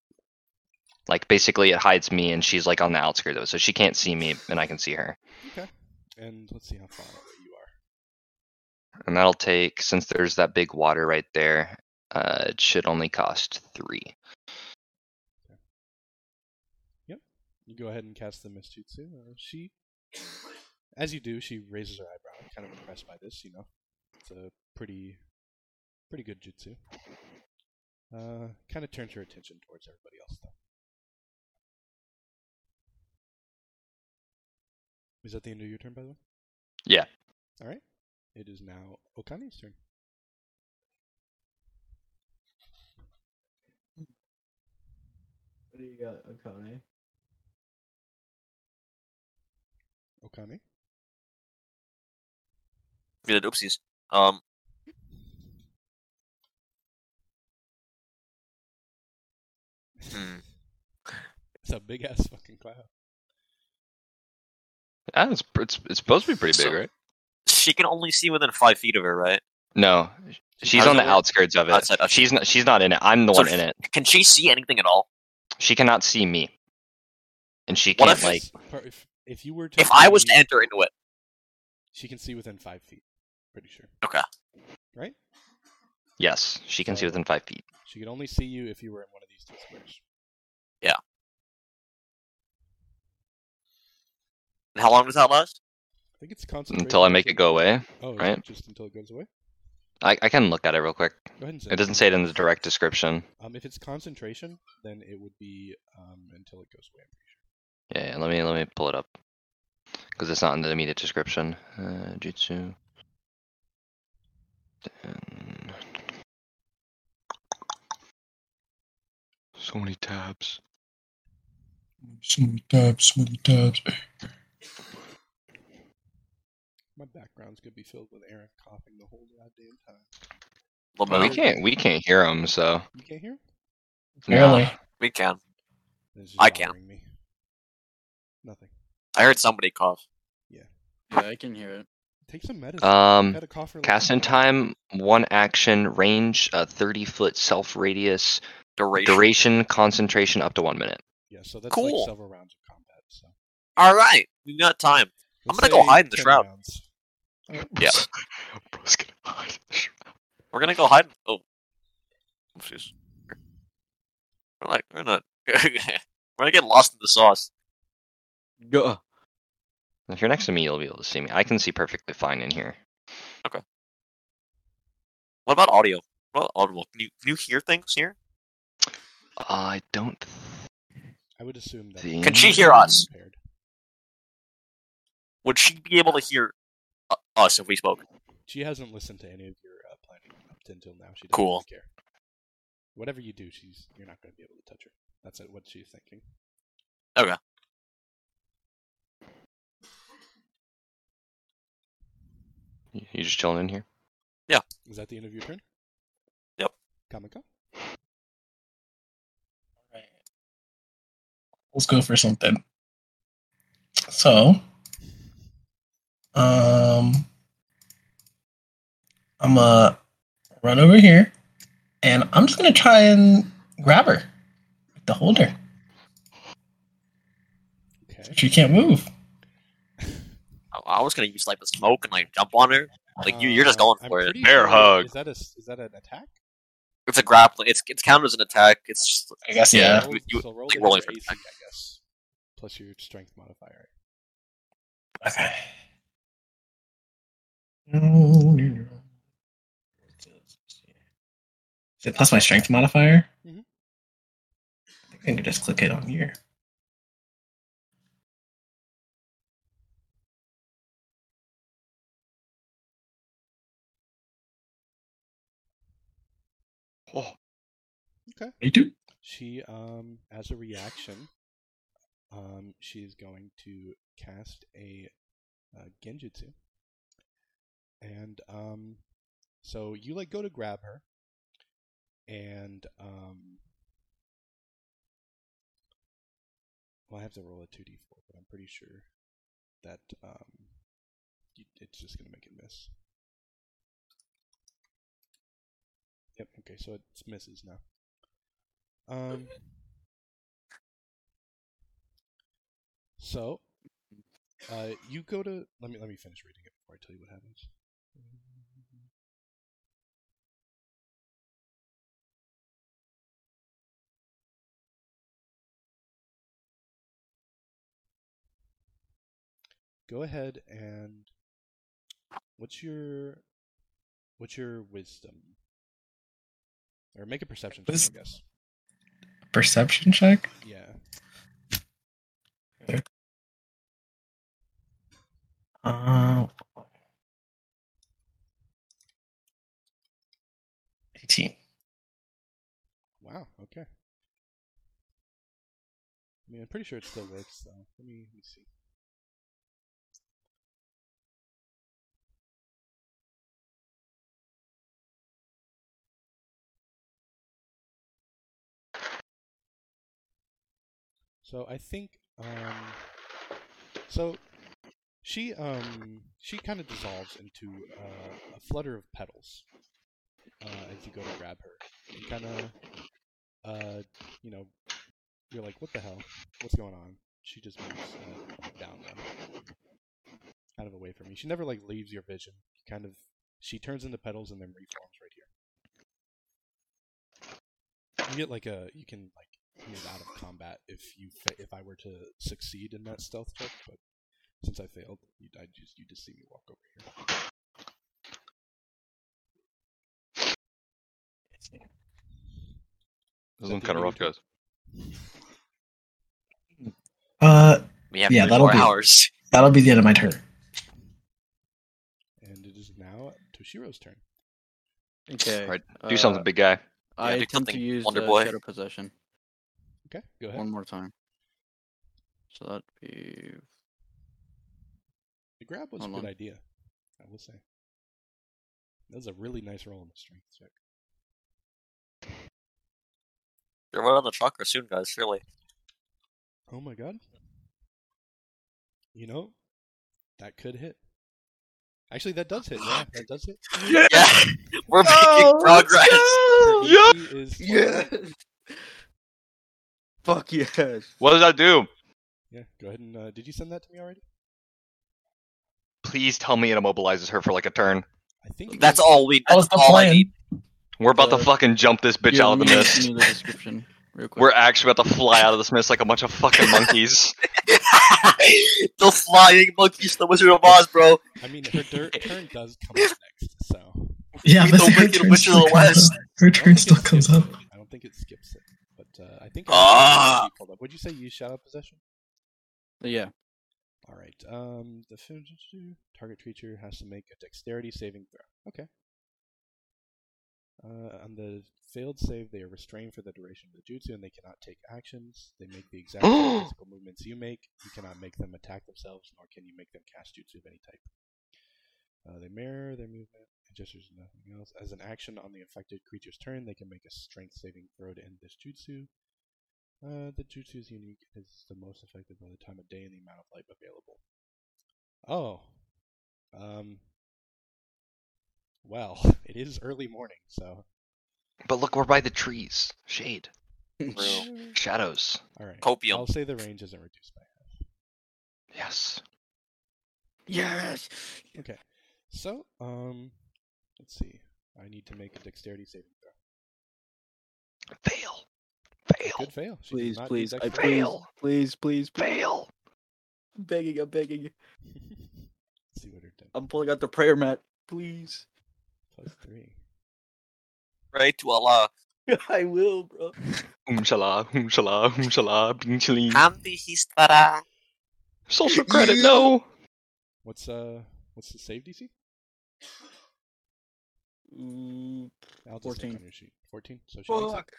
Like basically it hides me and she's like on the outskirts of it, so she can't see me and I can see her. Okay. And let's see how far away you are. And that'll take since there's that big water right there, uh it should only cost three. You go ahead and cast the Mist Jutsu. Uh, she, as you do, she raises her eyebrow, kind of impressed by this. You know, it's a pretty, pretty good jutsu. Uh, kind of turns her attention towards everybody else, though. Is that the end of your turn, by the way? Yeah. All right. It is now Okani's turn. what do you got, Akane? Okani. We did oopsies. Um. Hmm. (laughs) It's a big ass fucking cloud. Ah, it's pr- it's it's supposed to be pretty big, So- right? She can only see within five feet of her, right? No. She's on the Outside. outskirts of it. Outside, outside. She's not she's not in it. I'm the So one in it. Can she see anything at all? She cannot see me. And she What can't if- like Per- if, if you were to, If I was be- to enter into it, she can see within five feet. Pretty sure. Okay. Right? Yes, she can see So- within five feet. She could only see you if you were in one of these two squares. and how long does that last? I think it's concentration Until I make it go away. Oh, is right? it just until it goes away. I, I can look at it real quick. Go ahead and say. It doesn't say it in the direct description. Um, if it's concentration, then it would be um until it goes away. Yeah, yeah, let me let me pull it up because it's not in the immediate description. Uh, jutsu. Then- So many tabs. So many tabs, so many tabs. My background's gonna be filled with Aaron coughing the whole goddamn time. Little Well, we bit. can't we can't hear them. So You can't hear? no. Barely. We can. It's just I can. bothering Me. Nothing. I heard somebody cough. (laughs) Yeah, I can hear it. Take some medicine. Um, Had a cough for like- cast in time, one action, range, uh, thirty foot self radius, Duration. duration, concentration up to one minute. Yeah, so that's Cool. like several rounds of combat. So All right, we got time. I'm Let's gonna go say hide in the 10 shroud. rounds. Yeah. Bro's gonna hide in the shroud. We're gonna go hide. Oh, Oopsies. We're like we're not. (laughs) we're gonna get lost in the sauce. Go. If you're next to me, you'll be able to see me. I can see perfectly fine in here. What about audio? What about audible? Can you can you hear things here? I don't. (clears throat) I would assume that. Can she hear us? Would she be able to hear uh, us if we spoke? She hasn't listened to any of your uh, planning up to until now. She doesn't Cool. care. Whatever you do, she's you're not going to be able to touch her. That's it, what she's thinking. You just chilling in here? Is that the end of your turn? Yep. Kamiko. Let's go for something. So, um, I'm gonna run over here, and I'm just gonna try and grab her, with the holder. Okay. She can't move. I, I was gonna use like the smoke and like jump on her. Like you, you're just Uh, going I'm for it. pretty Bear sure- hug. Is that a s- is that an attack? It's a grappling. It's it's counted as an attack. It's just I guess Yeah. yeah. Roll- you- you- so roll like it rolling as for AC, attack. I guess. Plus your strength modifier. Okay. Is it plus my strength modifier? Mhm. I think I can just click it on here. Oh, You do. She um as a reaction, um she's going to cast a uh, genjutsu, and um so you like go to grab her, and um well I have to roll a two d four, but I'm pretty sure that um y- it's just gonna make it miss. Yep. Okay, so it misses now. Um. So, uh, you go to let me let me finish reading it before I tell you what happens. Go ahead and what's your what's your wisdom? Or make a perception check, Wis- I guess. Perception check. Yeah. Uh, 18. Wow. Okay. I mean, I'm pretty sure it still works, though. Let me, let me see. So I think, um, so she, um, she kind of dissolves into uh, a flutter of petals uh, as you go to grab her. You kind of uh, you know, you're like, what the hell? What's going on? She just moves uh, down though. Kind of away from you. She never like leaves your vision. Kind of, she turns into petals and then reforms right here. You get like a, you can like move out of combat if you fa- if I were to succeed in that stealth check, but since I failed, you I just you just see me walk over here. this that one's the kind of end of rough, your guys. Uh, we have Yeah, yeah, that'll four be- hours. that'll be the end of my turn. And it is now Toshiro's turn. Okay. Right, Do something, uh, big guy. I do attempt to something, use Wonder the Boy. shadow possession Okay, go ahead. one more time. So that'd be The grab was a Hold good on. idea, I will say. That was a really nice roll on the strength check. They're running on the chakra soon, guys. Surely. Oh my god. You know, that could hit. Actually, that does hit. Yeah, that does (laughs) hit. Yeah, (laughs) we're Oh, Oh, making Her progress. (laughs) Yeah. AC Is (laughs) Fuck yes. What does that do? Yeah, go ahead and. Uh, did you send that to me already? Please tell me it immobilizes her for like a turn. I think you That's guys- all we. That was That's the all I plan. need. (laughs) We're about Uh, to fucking jump this bitch Yeah, out of the let me- mist. let me read the description real quick. We're actually about to fly out of this mist like a bunch of fucking monkeys. the flying monkeys, the Wizard of Oz, bro. I mean, her dirt turn does come up next, so Yeah, Meet but the her Wicked turn Witch of still the comes West. up. Her I don't turn think it still comes skips up. it. I don't think it skips it, but uh, I think. Ah! Hold up. Would you say you shout out possession? (laughs) yeah. All right. Um, the (laughs) f- target creature has to make a dexterity saving throw. Okay. Uh, on the failed save, they are restrained for the duration of the jutsu, and they cannot take actions. They make the exact same physical movements you make. You cannot make them attack themselves, nor can you make them cast jutsu of any type. Uh, they mirror their movement and gestures and nothing else. As an action on the affected creature's turn, they can make a strength saving throw to end this jutsu. Uh, the jutsu is unique. It is the most effective by the time of day and the amount of light available. Oh. Um. Well, (laughs) it is early morning, so. But look, we're by the trees. Shade. Bro. Shadows. Alright. Copium. I'll say the range isn't reduced by half. Yes. yes. Okay. So, um. Let's see. I need to make a dexterity saving throw. Fail. Fail. Good fail. She does Please, not do please, I dexterity. please, Fail. (laughs) please, please, please. Fail. I'm begging, I'm begging. (laughs) Let's see what her did. I'm pulling out the prayer mat. Please. (laughs) Plus three. Pray to Allah. I will, bro. Umshala, umshala, umshala, bing chili. Hamdi Histara. Social credit, no. What's, uh. What's the save DC? Mm, I'll just look 14. on your sheet. 14? So she makes it. Fuck.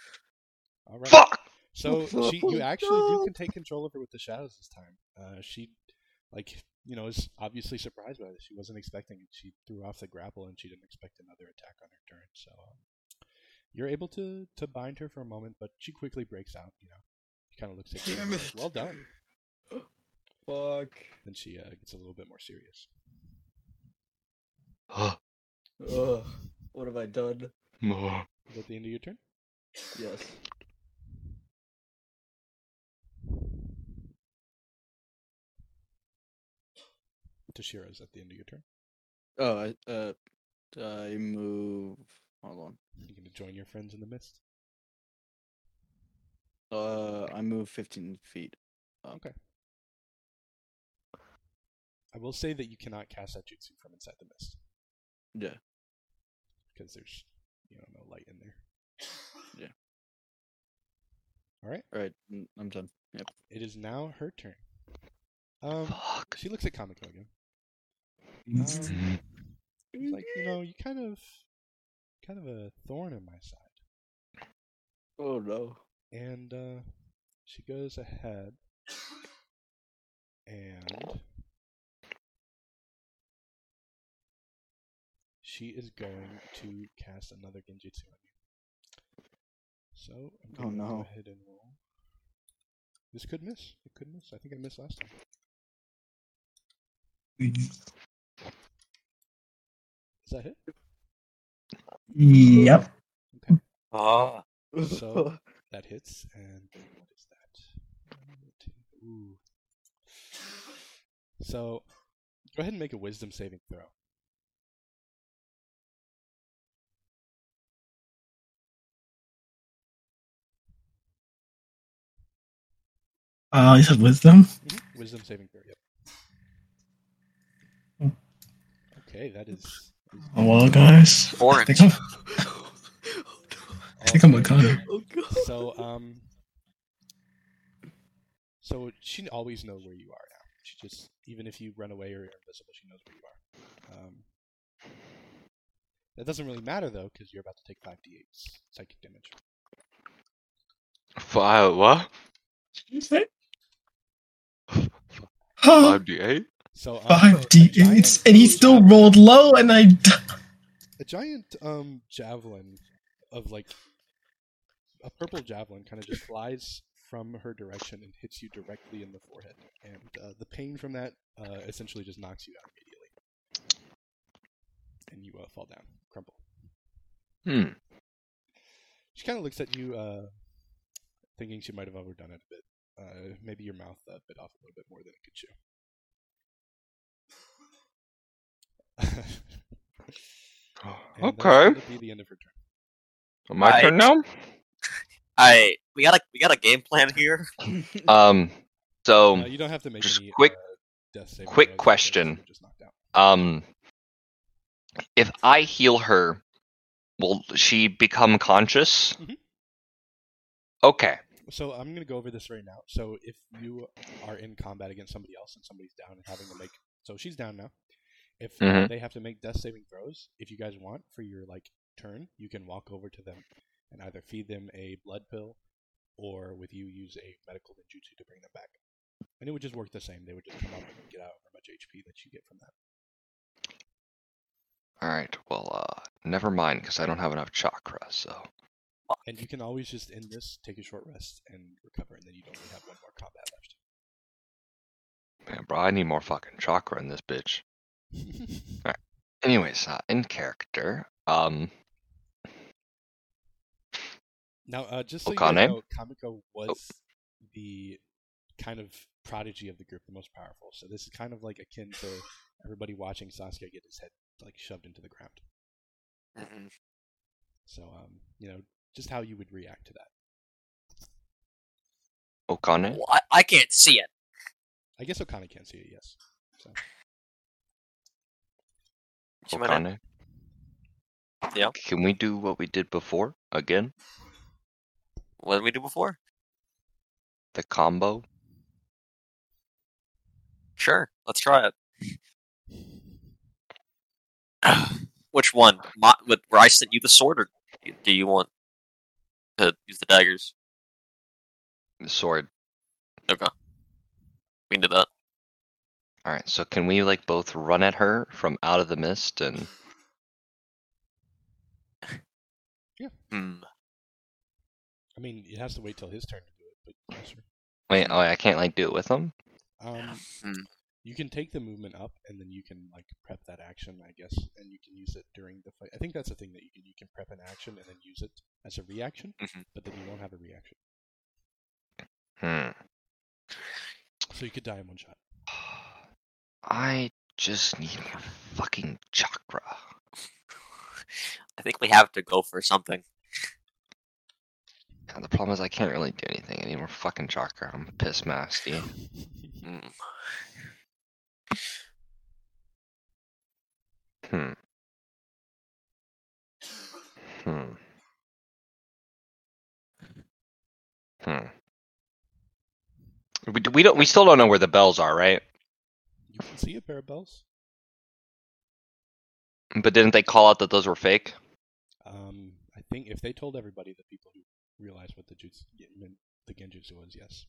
Alright. Fuck. (laughs) So Fuck. she, you actually you No. can take control of her with the shadows this time. Uh, she, like, you know, is obviously surprised by this. She wasn't expecting it. She threw off the grapple, and she didn't expect another attack on her turn. So um, you're able to to bind her for a moment, but she quickly breaks out. You know, she kind of looks at you. and Damn goes, it. Well done. Fuck. Then she uh, gets a little bit more serious. Ugh. What have I done? More. Is that the end of your turn? Yes. Tashira's at the end of your turn. Oh, I, uh, I move. Hold You can join your friends in the mist. on. Uh, I move 15 feet. up. Okay. I will say that you cannot cast that jutsu from inside the mist. Yeah. because there's you know no light in there. Yeah. All right. All right. n- I'm done. Yep. It is now her turn. Um, Fuck. she looks at Kamiko again. Mm. Um, she's like you know, you kind of, kind of a thorn in my side. Oh no. And uh, she goes ahead and she is going to cast another Genjutsu on you. So I'm Oh, going to no. go ahead and roll. This could miss. It could miss. I think I missed last time. Mm-hmm. Is that hit? Yep. Ah. So that hits, and then what is that? One, two, Ooh. So go ahead and make a wisdom saving throw. Uh, you said wisdom. Wisdom saving throw. Hmm. Yep. Okay, that is. Oh, Hmm. well, guys. I Orange. think I'm, I think I'm all Wakanda. Oh god. (laughs) So um. So she always knows where you are now. She just even if you run away or are invisible, she knows where you are. Um, that doesn't really matter though, because you're about to take five d8s psychic damage. Five, what? Huh, Five D eight? So um, a Five D eights, giant- and he still rolled low, and I. d- a giant um javelin of like a purple javelin kind of just flies from her direction and hits you directly in the forehead, and uh, the pain from that uh, essentially just knocks you out immediately, and you uh, fall down, crumple. Hmm. She kind of looks at you, uh, thinking she might have overdone it a bit. (laughs) Uh, maybe your mouth uh, bit off a little bit more than it could chew. And that's gonna Be the end of her turn. My Right. turn now. I we got a we got a game plan here. Um. Uh, So, you don't have to make just any quick- uh, death saving quick throws, because question. you're Just knocked out. um, if I heal her, will she become conscious? Mhm. Okay. So I'm gonna go over this right now. So if you are in combat against somebody else and somebody's down and having to make, so she's down now. If uh, Mhm. they have to make death saving throws, if you guys want for your like turn, you can walk over to them and either feed them a blood pill, or with you use a medical ninjutsu to bring them back. And it would just work the same. They would just come up and get out how much HP that you get from that. All right. Well, uh, never mind, because I don't have enough chakra. So. And you can always just end this, take a short rest, and recover, and then you don't really have one more combat left. Man, bro, I need more fucking chakra in this bitch. Anyways, uh, in character, um, Now, uh, just so you Okane? guys know, Kamiko was the kind of prodigy of the group, the most powerful. So this is kind of like akin to everybody watching Sasuke get his head like shoved into the ground. Mm-hmm. So, um, you know, just how you would react to that. Okane. Well, I, I can't see it. I guess Okane can see it. Yes. So, She might not- Okane. Yeah. Can we do what we did before again? What did we do before? The combo. Sure, let's try it. (sighs) Which one? My, with where I sent you the sword, or do- do you want to use the daggers? Sword. We can do that. All right, so can we like both run at her from out of the mist (sighs) and Hmm. I mean, it has to wait till his turn to do it. But yes, sir. wait? Oh, I can't like do it with them. Um, Hmm. you can take the movement up, and then you can like prep that action, I guess, and you can use it during the fight. I think that's the thing that you can you can prep an action and then use it as a reaction, Mhm. but then you won't have a reaction, Hmm. (sighs) so you could die in one shot. I just need more fucking chakra. I think we have to go for something. God, the problem is I can't really do anything. I need more fucking chakra. I'm piss nasty. Hmm. Hmm. Hmm. Hmm. We, d- we don't. We still don't know where the bells are, right? You can see a pair of bells. But didn't they call out that those were fake? Um, I think if they told everybody, the people who realized what the jutsu, the genjutsu was, yes.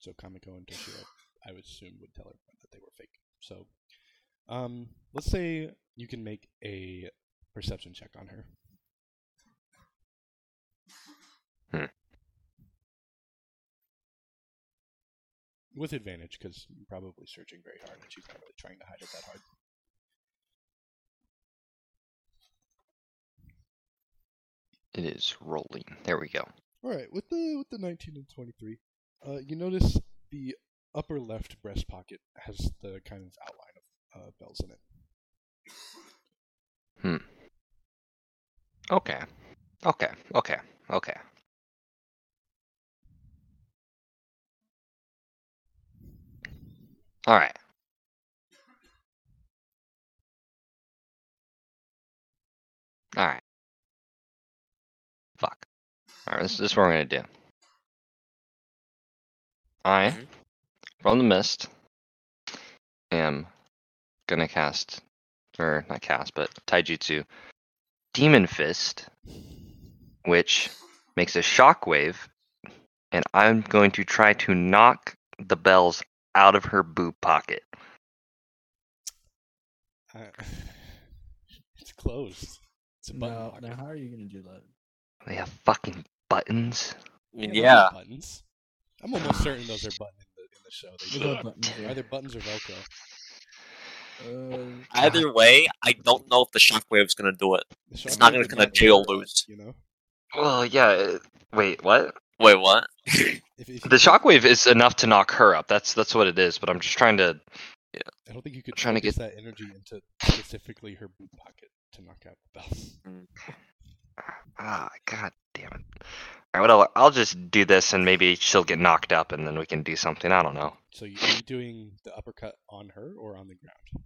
So Kamiko and Toshiro, I would assume, would tell everyone that they were fake. So, um, let's say you can make a perception check on her. Hmm. With advantage, because you're probably searching very hard, and she's not really trying to hide it that hard. It is rolling. There we go. All right, with the with the 19 and 23, uh, you notice the upper left breast pocket has the kind of outline of uh, bells in it. Okay. Okay. Okay. Okay. All right. All right. Fuck. All right. This, this is what we're gonna do. I, Mhm. from the mist, am gonna cast, or not cast, but taijutsu, demon fist which makes a shockwave, and I'm going to try to knock the bells out of her boot pocket. Uh, (laughs) it's closed. It's a button No, pocket. now how are you gonna (laughs) do that? They have fucking buttons. They have Yeah. little Buttons. I'm almost certain those are buttons in the, in the show. They Look do. at the buttons Either here. buttons or Velcro. Uh, (sighs) Either way, I don't know if the shockwave's gonna do it. The It's Shockwave not gonna did kinda do jail that, loose. You know, Well, yeah. uh, Wait, what? Wait, what? if, if you The shockwave is enough to knock her up. That's that's what it is. But I'm just trying to Yeah. I don't think you could trying to focus that energy into specifically her boot pocket to knock out the bell. Ah, god damn it. All right, what I'll, I'll just do this and maybe she'll get knocked up and then we can do something. I don't know. So you, are you doing the uppercut on her or on the ground?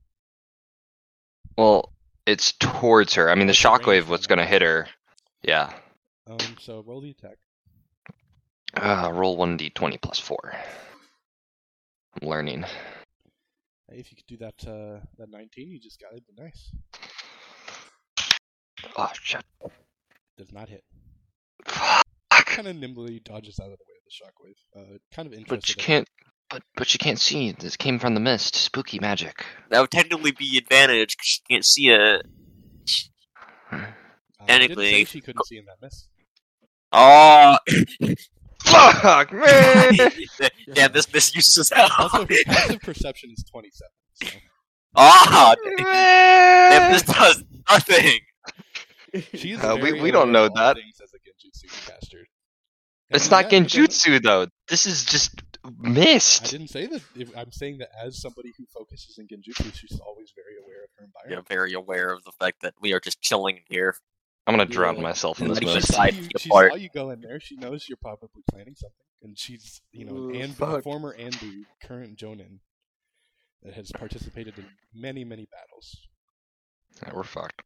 Well, it's towards her. I mean, the What's the range shockwave on was that? going to hit her. Yeah. Um, so roll the attack. Uh, roll 1d20 plus 4. I'm learning. Hey, if you could do that, uh, that 19, you just got it. Nice. Oh, shit. Does not hit. Fuck. Kind of nimbly dodges out of the way of the shockwave. Uh, kind of interesting. But she can't. But, but she can't see. This came from the mist. Spooky magic. That would technically be advantage because you can't see it. (laughs) Uh, I didn't say technically- she couldn't see in that miss. Oh, (laughs) Fuck, man! yeah, this misuses his (laughs) out. Also, her passive perception is 27. So. (laughs) (laughs) Ah, damn, this does nothing. She is Uh, we- very we don't aware know of all that. things as a Genjutsu caster. It's And not yeah, it doesn't- genjutsu, though. This is just I mist. didn't say that. If, I'm saying that as somebody who focuses in Genjutsu, she's always very aware of her You're environment. very aware of the fact that we are just chilling here. I'm gonna Yeah, drown like- myself in and this like she, mist. (laughs) just- five see you- feet she apart. saw you go in there. She knows you're probably planning something, and she's you know Ooh, an Anbu, fuck. former Anbu, current Jonin, that has participated in many many battles. Yeah, we're fucked.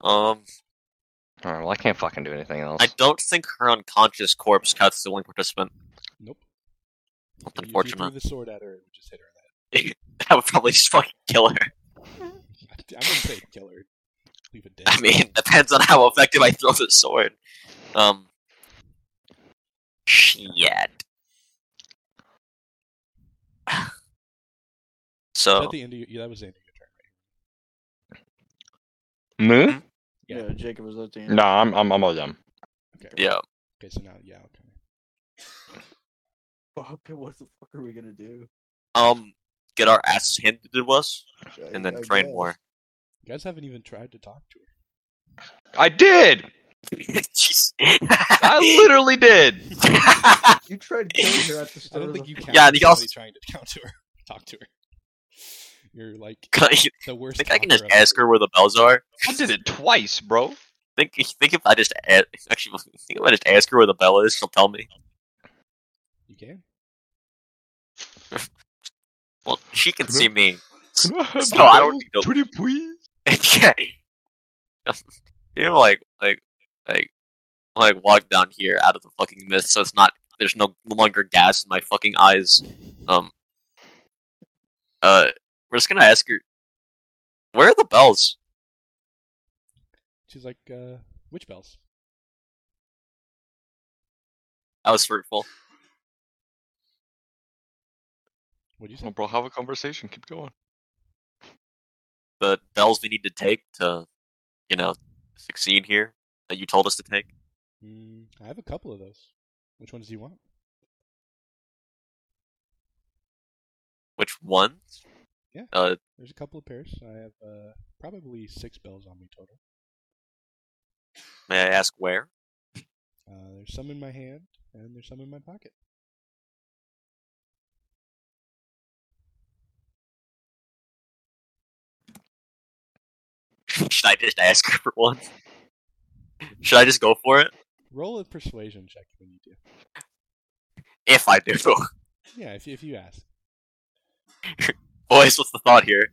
Um, All right, well, I can't fucking do anything else. I don't think her unconscious corpse cuts the only participant. (laughs) Nope. That's And If you threw unfortunate. the sword at her, it would just hit her. In That would probably just fucking kill her. the head. (laughs) I wouldn't say kill her. Leave it dead. I mean, depends on how effective I throw the sword. Um, shit. Is So that the end of your, yeah, that was the end of your turn. Moo? Yeah, Jacob was at the Mm-hmm. end. No, I'm I'm almost done. Okay. yeah, Okay, so now yeah, okay. Fuck, (laughs) what the fuck are we gonna do? um, get our asses handed to us, and then train more. You guys haven't even tried to talk to her. I did. Jeez. (laughs) I literally did. You tried killing her at the I start. don't think of (laughs) you the- count Yeah, as and he also- somebody trying to (laughs) count to her, talk to her. You're like I the worst. think I can talker just I've ask ever- her where the bells are. I did it twice, (laughs) bro. Think think if I just a actually think if I just ask her where the bell is, she'll tell me. You can. Well, she can see me. so I don't need to- Pretty please. (laughs) yeah. You know, like, like, like, like, walk down here out of the fucking mist, so it's not. There's no longer gas in my fucking eyes. Um. Uh, we're just gonna ask her. Where are the bells? She's like, uh, which bells? That was fruitful. What do you say? Oh, bro, have a conversation. Keep going. The bells we need to take to, you know, succeed here that you told us to take. Mm, I have a couple of those. Which ones do you want? Which ones? Yeah. Uh, There's a couple of pairs. I have uh, probably six bells on me total. may I ask where? (laughs) Uh, there's some in my hand, and there's some in my pocket. Should I just ask (laughs) her for one? Should I just go for it? Roll a persuasion check when you do. If I do. (laughs) Yeah, if if you ask. Boys, what's the thought here?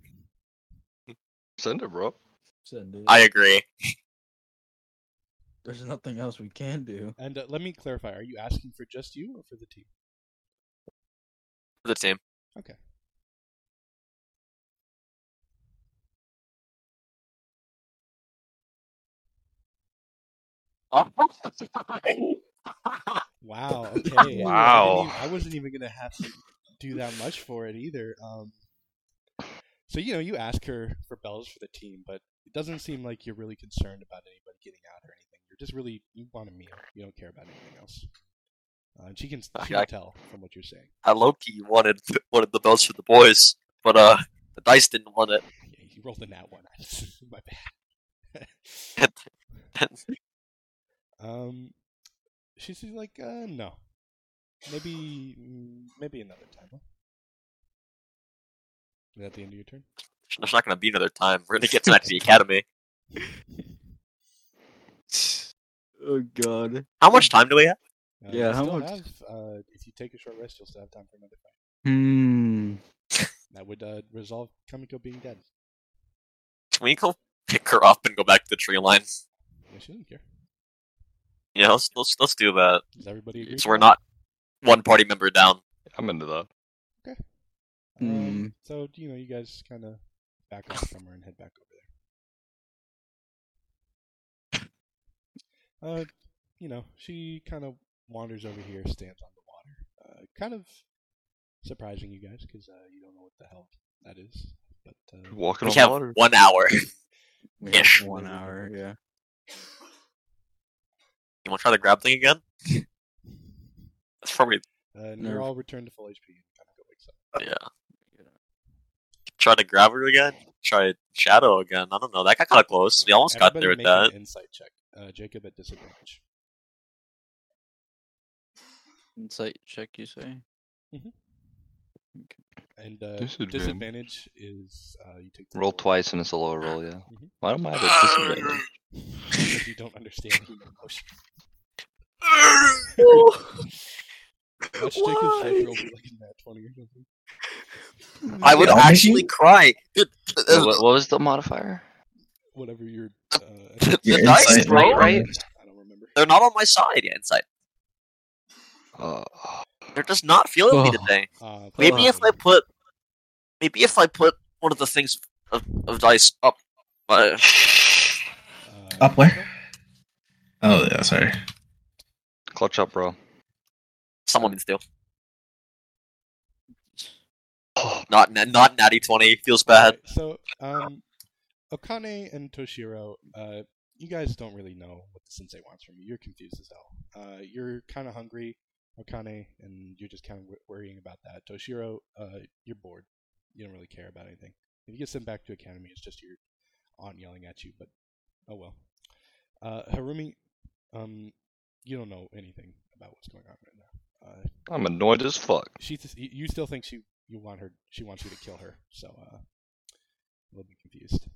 Send it, bro. Send it. I agree. There's nothing else we can do. And uh, let me clarify: Are you asking for just you or for the team? The team. Okay. Wow. Okay. Wow. I, didn't even- I wasn't even gonna have to do that much for it either. Um, so you know, you ask her for bells for the team, but it doesn't seem like you're really concerned about anybody getting out or anything. You're just really you want a meal. You don't care about anything else. Uh, and she can, she I- can I- tell from what you're saying. I low key wanted wanted the bells for the boys, but uh, the dice didn't want it. Yeah, you rolled in that one. (laughs) My bad. (laughs) That's- um, she's just like, uh, no. Maybe, mm, maybe another time. Huh? Is that the end of your turn? There's not going to be another time. We're going to get to that to the (laughs) academy. Oh god. How much time do we have? Uh, Yeah, you how still much? Have, uh, if you take a short rest, you'll still have time for another fight. Hmm. That would uh, resolve Kamiko being dead. Can we go pick her up and go back to the tree line? Yeah, she didn't care. Yeah, let's let's, let's do that. Does everybody agree? So to we're that? not one party member down. I'm into that. Um, so you know, you guys kind of back off from her and head back over there. Uh, you know, she kind of wanders over here, stands on the water, uh, kind of surprising you guys because uh, you don't know what the hell that is. But uh, Walking We on have water. one hour. (laughs) We Yeah. have one hour, yeah. You want to try the grab thing again? That's probably uh, and they're Nerve. all returned to full HP and kind of wakes up. yeah. Try to grab her again. Try shadow again. I don't know. That got kind of close. We almost got there Everybody with make an that. insight check. Uh, Jacob at disadvantage. Insight check, you say? And uh, Disadvantage. disadvantage is uh, you take the Roll full- twice and it's a lower roll, yeah. Mhm. Why don't I have (laughs) a disadvantage? because you don't understand human emotion. Watch Jacob's face roll be like in that 20 or something. I would Yeah, actually maybe. cry. Dude, What, the, what was the modifier? Whatever your. Uh, I (laughs) the, Your the dice, insight bro. roll. right? don't remember. They're not on my side. Yeah, inside. Uh, They're just not feeling me Oh. today. Uh, Maybe if I put, maybe if I put one of the things of, of dice up, Uh, uh, Up where? Oh, yeah, sorry. clutch up, bro. (sighs) someone can steal. Not na- not natty twenty feels bad. Alright, So, um, Okane and Toshiro, uh, you guys don't really know what the sensei wants from you. You're confused as hell. Uh, you're kind of hungry, Okane, and you're just kind of w- worrying about that. Toshiro, uh, you're bored. You don't really care about anything. If you get sent back to academy, it's just your aunt yelling at you. But oh well. Uh, Harumi, um, you don't know anything about what's going on right now. Uh, I'm annoyed as fuck. she th- you you still think she you want her she wants you to kill her so uh a little bit confused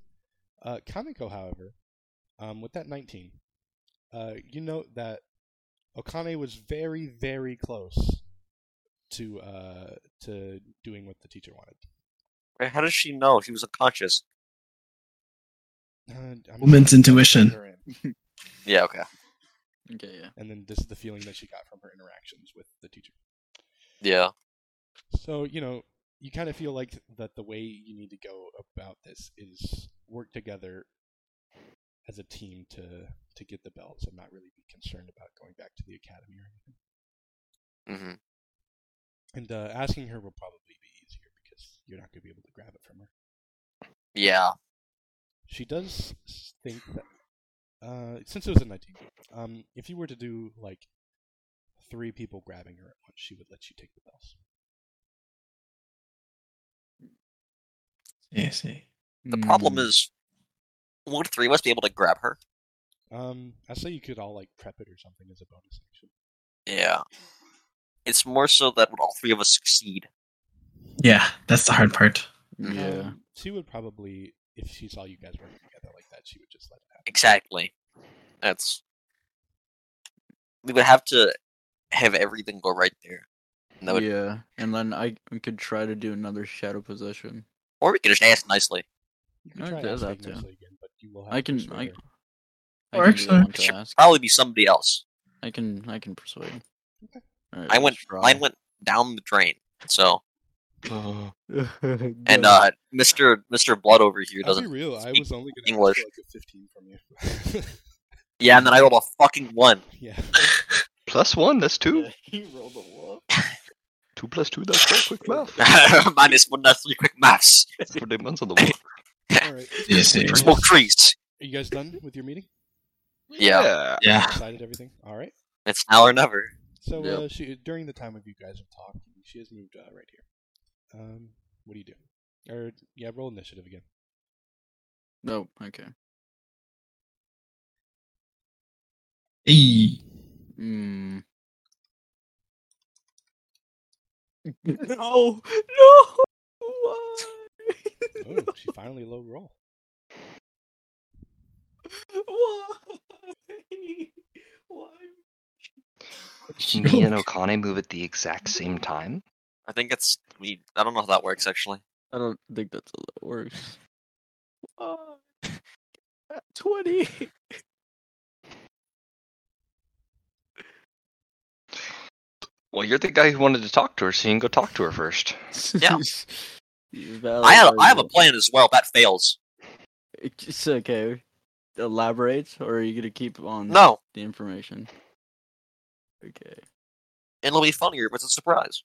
uh kamiko however um with that 19 uh you note that okane was very very close to uh to doing what the teacher wanted Right, How does she know she was unconscious? Uh, I'm not Woman's sure if that's intuition. her in. Yeah, okay. Okay, yeah. and then this is the feeling that she got from her interactions with the teacher Yeah, So, you know, you kind of feel like that the way you need to go about this is work together as a team to to get the bells and not really be concerned about going back to the academy or anything. hmm And uh, asking her will probably be easier because you're not going to be able to grab it from her. yeah. She does s- think that uh, since it was a 19, um, if you were to do like three people grabbing her at once, she would let you take the bells. Yeah, see. The problem Hmm. is, would three of us be able to grab her? Um, I say you could all like prep it or something as a bonus action. Yeah. It's more so that would all three of us succeed. Yeah, that's the hard part. Mm, Yeah. Um, she would probably, if she saw you guys working together like that, she would just let it happen. Exactly. That's. We would have to have everything go right there. And that would- Yeah. And then I we could try to do another shadow possession. Or we could just ask nicely. You can I try did asking that too. nicely again, but you will have I to can- persuade I- her. I Or can be the actually- one It to should ask. probably be somebody else. I can I can persuade. Okay. Alright, I let's went. try. Mine went down the drain. So and and uh, Mister Mister Blood over here I'll be doesn't. real. I speak was only going to ask English. for like a fifteen from you. Yeah, and then I rolled a fucking one. (laughs) (laughs) yeah. Plus one, that's two. (laughs) he rolled a wall. Two plus two, that's four. Quick (laughs) math. Minus one. That's three quick maths. That's what they months on the (laughs) wall. All right. Yeah, see. Are Smoke trees. you guys done with your meeting? Yeah. Yeah. Decided everything. All right. It's now or never. So Yep. uh, she during the time of you guys are talking, she has moved uh, right here. Um, what do you do? Or yeah, roll initiative again. No, okay. Hey. Hmm. Mm. No, no. Why? Oh, she finally low roll. Oh. (laughs) Why? Why? Me (laughs) and Okane move at the exact same time. I think it's we. I don't know how that works actually. I don't think that's how that works. Why? (laughs) Twenty. Well, you're the guy who wanted to talk to her, so you can go talk to her first. (laughs) Yeah. I have I have a plan as well. That fails. (laughs) It's okay. Elaborate, or are you gonna keep on No, the information? Okay. it'll be funnier if it's a surprise.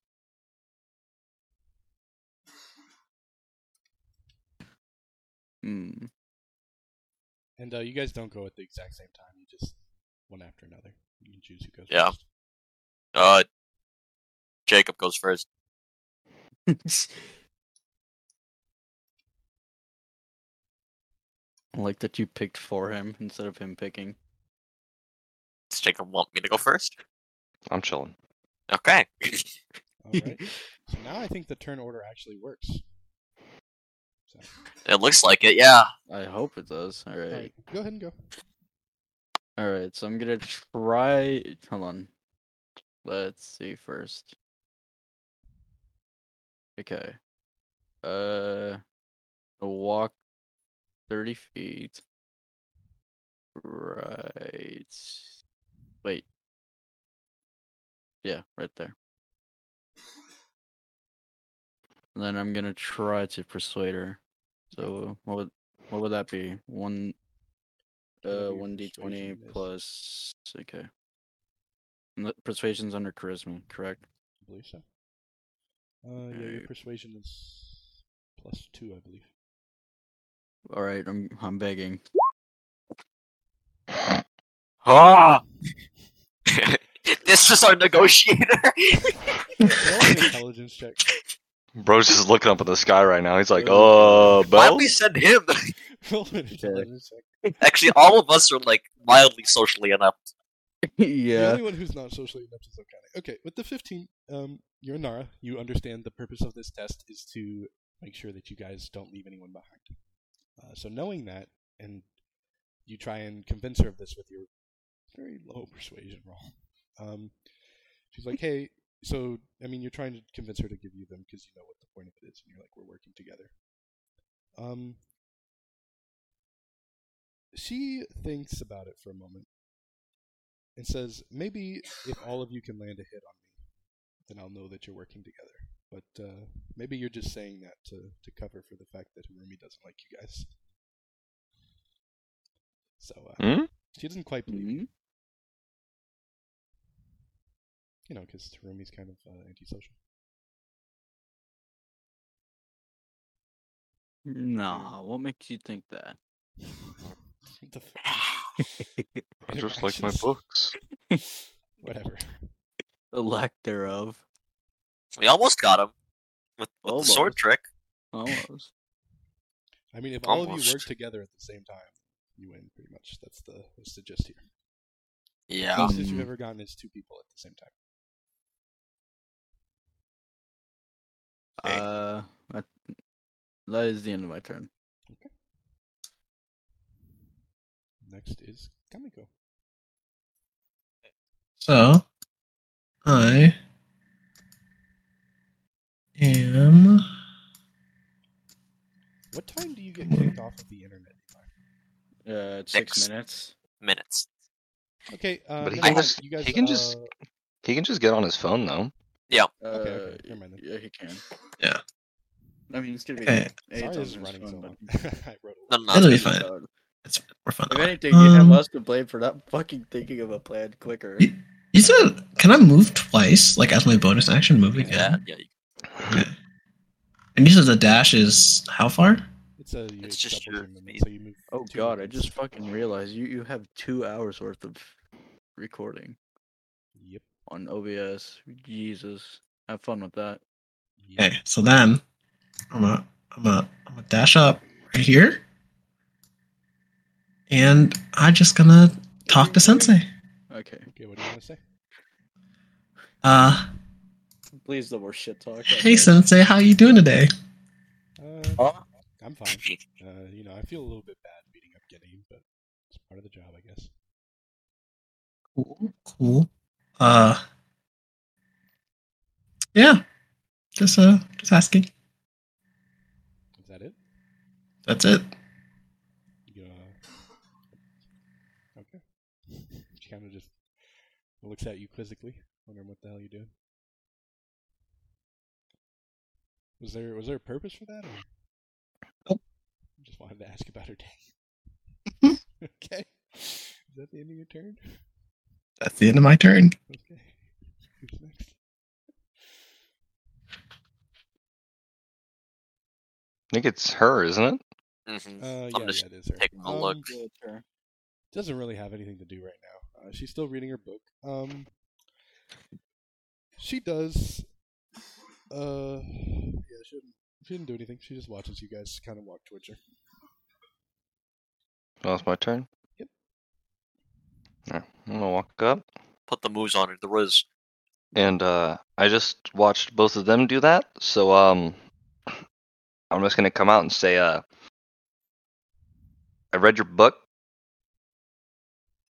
Hmm. (laughs) And uh, you guys don't go at the exact same time. You just one after another. You can choose who goes. Yeah. First. Uh, Jacob goes first. I like that you picked for him instead of him picking. Does Jacob want me to go first? I'm chilling. Okay. (laughs) All right. so now I think the turn order actually works. So, it looks like it. Yeah. (laughs) I hope it does. All all right. right, Go ahead and go. All right, so I'm gonna try. Hold on. Let's see first. Okay. Uh, I'll walk thirty feet. Right. Wait. Yeah, right there. And then I'm gonna try to persuade her. So what would what would that be? One uh, Whatever your one d twenty persuasion is. plus. Okay. And the persuasion's under charisma, correct? I believe so. Uh, yeah, your Alright. persuasion is plus two, I believe. All right, I'm I'm begging. (laughs) Ah. this is our negotiator. (laughs) Roll an intelligence check. Bro's just looking up at the sky right now. He's like, Oh. "Uh, Why Bell." don't we send him? (laughs) Roll an intelligence check. Actually, all of us are like mildly socially inept. The yeah. only one who's not socially inept is Okane. Okay, with the 15, um, you're Nara. You understand the purpose of this test is to make sure that you guys don't leave anyone behind. Uh, so knowing that, and you try and convince her of this with your very low (laughs) persuasion roll. Um, she's like, hey, so, I mean, you're trying to convince her to give you them because you know what the point of it is, and you're like, we're working together. Um, she thinks about it for a moment and says, "Maybe if all of you can land a hit on me, then I'll know that you're working together. But uh, maybe you're just saying that to to cover for the fact that Harumi doesn't like you guys." So uh, Hmm? she doesn't quite believe, Mhm. you know, because Harumi's kind of uh, antisocial. (laughs) No, what makes you think that? (laughs) What the fuck? (laughs) (laughs) Just like my Interactions. books. Whatever. The lack thereof. We almost got him with, with the sword Almost. trick. Almost. I mean, if all of you work Almost. together at the same time, you win pretty much. That's the that's the gist here. Yeah. Closest you've Um, ever gotten is two people at the same time. Okay. Uh, that, that is the end of my turn. Next is Kamiko. So, I am. What time do you get kicked off of the internet? Eli? Uh, it's six Six. minutes. Minutes. Okay, uh, But he never can mind. just- you guys, he can just- uh, He can just get on his phone though. Okay, okay, never mind then. Uh, Yeah, he can. Yeah. I mean, it's gonna be. Okay. it's sorry, on this is his running phone, so long. (laughs) but- I wrote a No, lot. no, no, It'll be it's- fine. It's, we're fine. If anything, you have Um, us to blame for not fucking thinking of a plan quicker. Yeah. You said, can I move twice? Like, as my bonus action, move Yeah, again? yeah. you- Okay. And you said the dash is how far? It's a. You It's just double your zoom in, feet. so you move Oh two god, I movements. just fucking realized you, you have two hours worth of recording Yep. on OBS. Jesus. Have fun with that. yep. Okay, so then I'm gonna I'm gonna I'm gonna dash up right here, and I'm just gonna talk to Sensei. Okay. Okay, what do you want to say? Uh, Please, the worst shit talk. Hey, Sensei, how you doing today? Uh, Huh? I'm fine. Uh, you know, I feel a little bit bad beating up Getty, but it's part of the job, I guess. Cool, cool. Uh, yeah. Just uh, just asking. Is that it? That's it. You uh, okay. She kind of just looks at you quizzically, wondering what the hell you doing. Was there was there a purpose for that? Or? Nope. Just wanted to ask about her day. (laughs) okay. Is that the end of your turn? That's the end of my turn. Okay. Who's next? think it's her, isn't it? hmm Uh, I'm yeah, just yeah, it is her. taking a Um, look. doesn't really have anything to do right now. Uh, she's still reading her book. Um, she does. Uh, yeah, she didn't, she didn't do anything. She just watches you guys kind of walk towards her. Well, Oh, it's my turn. Yep. Alright, I'm gonna walk up, Put the moves on her. The Riz. and uh, I just watched both of them do that. So um, (clears throat) I'm just gonna come out and say, uh, I read your book.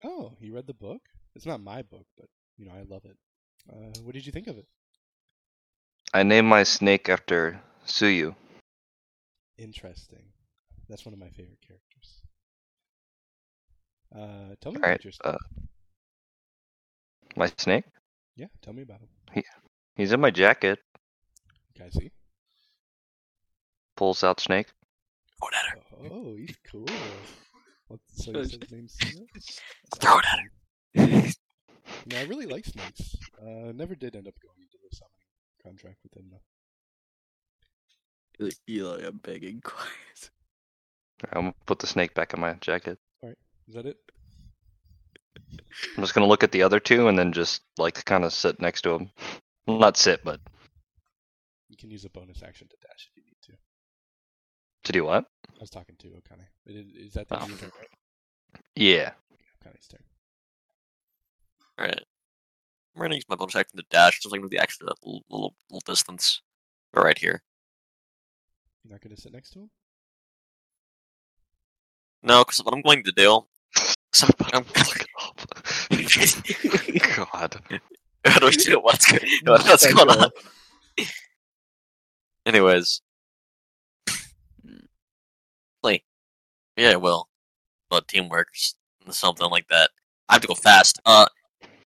Oh, you read the book? It's not my book, but you know I love it. Uh, what did you think of it? I named my snake after Suyu. Interesting. That's one of my favorite characters. Uh, tell me All right, about your snake. uh, My snake. yeah, tell me about him. He's in my jacket. Okay, I see. Pulls out snake. Throw it at her. Oh, he's cool. What, so you said his name's Sina? (laughs) Throw it at her. No, I really like snakes. Uh, never did end up going into the summoning contract with them though. Eli, I'm begging (laughs) quiet. I'm gonna put the snake back in my jacket. Is that it? I'm just gonna look at the other two and then just like kind of sit next to him. (laughs) Not sit, but You can use a bonus action to dash if you need to. to do what? I was talking to Okane. It is, is that the Oh. end of your turn, right? (laughs) Yeah. Yeah, Okane's turn. Alright. I'm gonna use my bonus action to dash, just like move the action to a little, little, little distance. But right here. You're not going to sit next to him? No, because what I'm going to do. So (laughs) I'm, (laughs) Fuck it up. God. I don't know what's, go- what's going on. Anyways. Play. Yeah, I will. But teamwork, s- something like that. I have to go fast. Uh,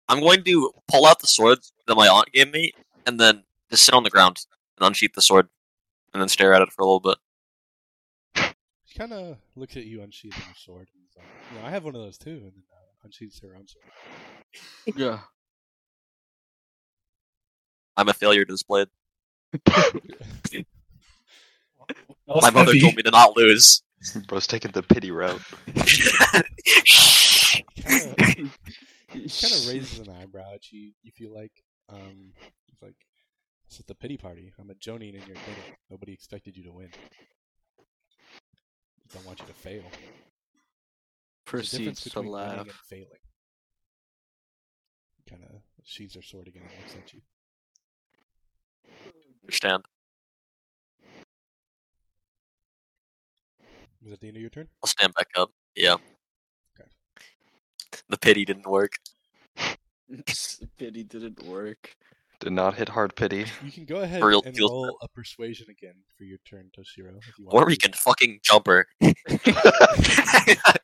I'm going to pull out the sword that my aunt gave me, and then just sit on the ground and unsheath the sword, and then stare at it for a little bit. She kind of looks at you unsheathing her sword. And is like, you know, I have one of those too. And then uh, unsheathes her own sword. (laughs) Yeah. I'm a failure to this blade. That was my mother heavy. told me to not lose. Bro's taking the pity route. (laughs) Kind of raises an eyebrow at you, you feel like. Um, it's like, this is the pity party. I'm a Jonin and you're kidding. Nobody expected you to win. Don't want you to fail. There's a difference Proceeds to between winning (laughs) laugh. (laughs) and failing. Kind of sheathes her sword again and looks at you. Understand. Was that the end of your turn? I'll stand back up. Yeah. Okay. The pity didn't work. Pity didn't work. Did not hit hard pity. You can go ahead Real and feels roll a persuasion again for your turn, Toshiro. If you want Or to. we can fucking jumper. You can (laughs) do that.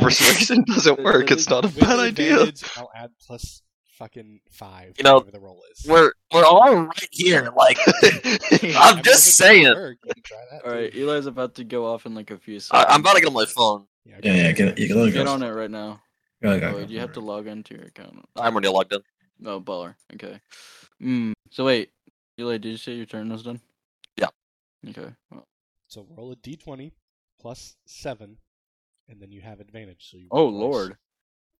Persuasion doesn't work. It's not a With bad idea. advantage, I'll add plus fucking five. You know, whatever the roll is. we're we're all right here. Like (laughs) I mean, I'm if it just doesn't saying. work, you can try that, All right, too. Eli's about to go off in like a few I, seconds. I'm about to get on my phone. Yeah, yeah, get it. You can get on it right now. Go, go, Oh, go, you go, have go. to log into your account. I'm already logged in. No baller. Okay. Mm. So wait, Eli, did you say your turn was done? Yeah. Okay. Well, So roll a d20 plus seven, and then you have advantage. So you oh roll twice. lord.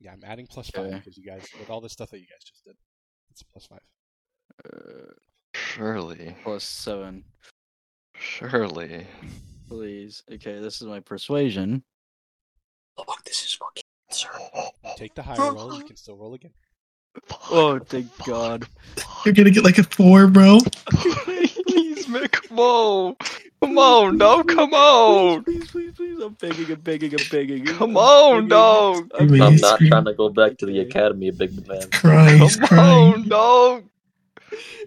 Yeah, I'm adding plus Okay. five because you guys, with all the stuff that you guys just did, it's plus five. Uh, Surely. plus seven, Surely. please. Okay, this is my persuasion. Oh, this is fucking absurd. Take the higher roll. You can still roll again. Oh, thank God. You're gonna get like a four, bro. (laughs) please, Mick. Come on. Come on, no, come on. Please, please, please. I'm begging, I'm begging, I'm begging. Come on, dog. I'm I'm Please, not please. trying to go back to the academy, big man. Crying, he's Come crying. on, dog.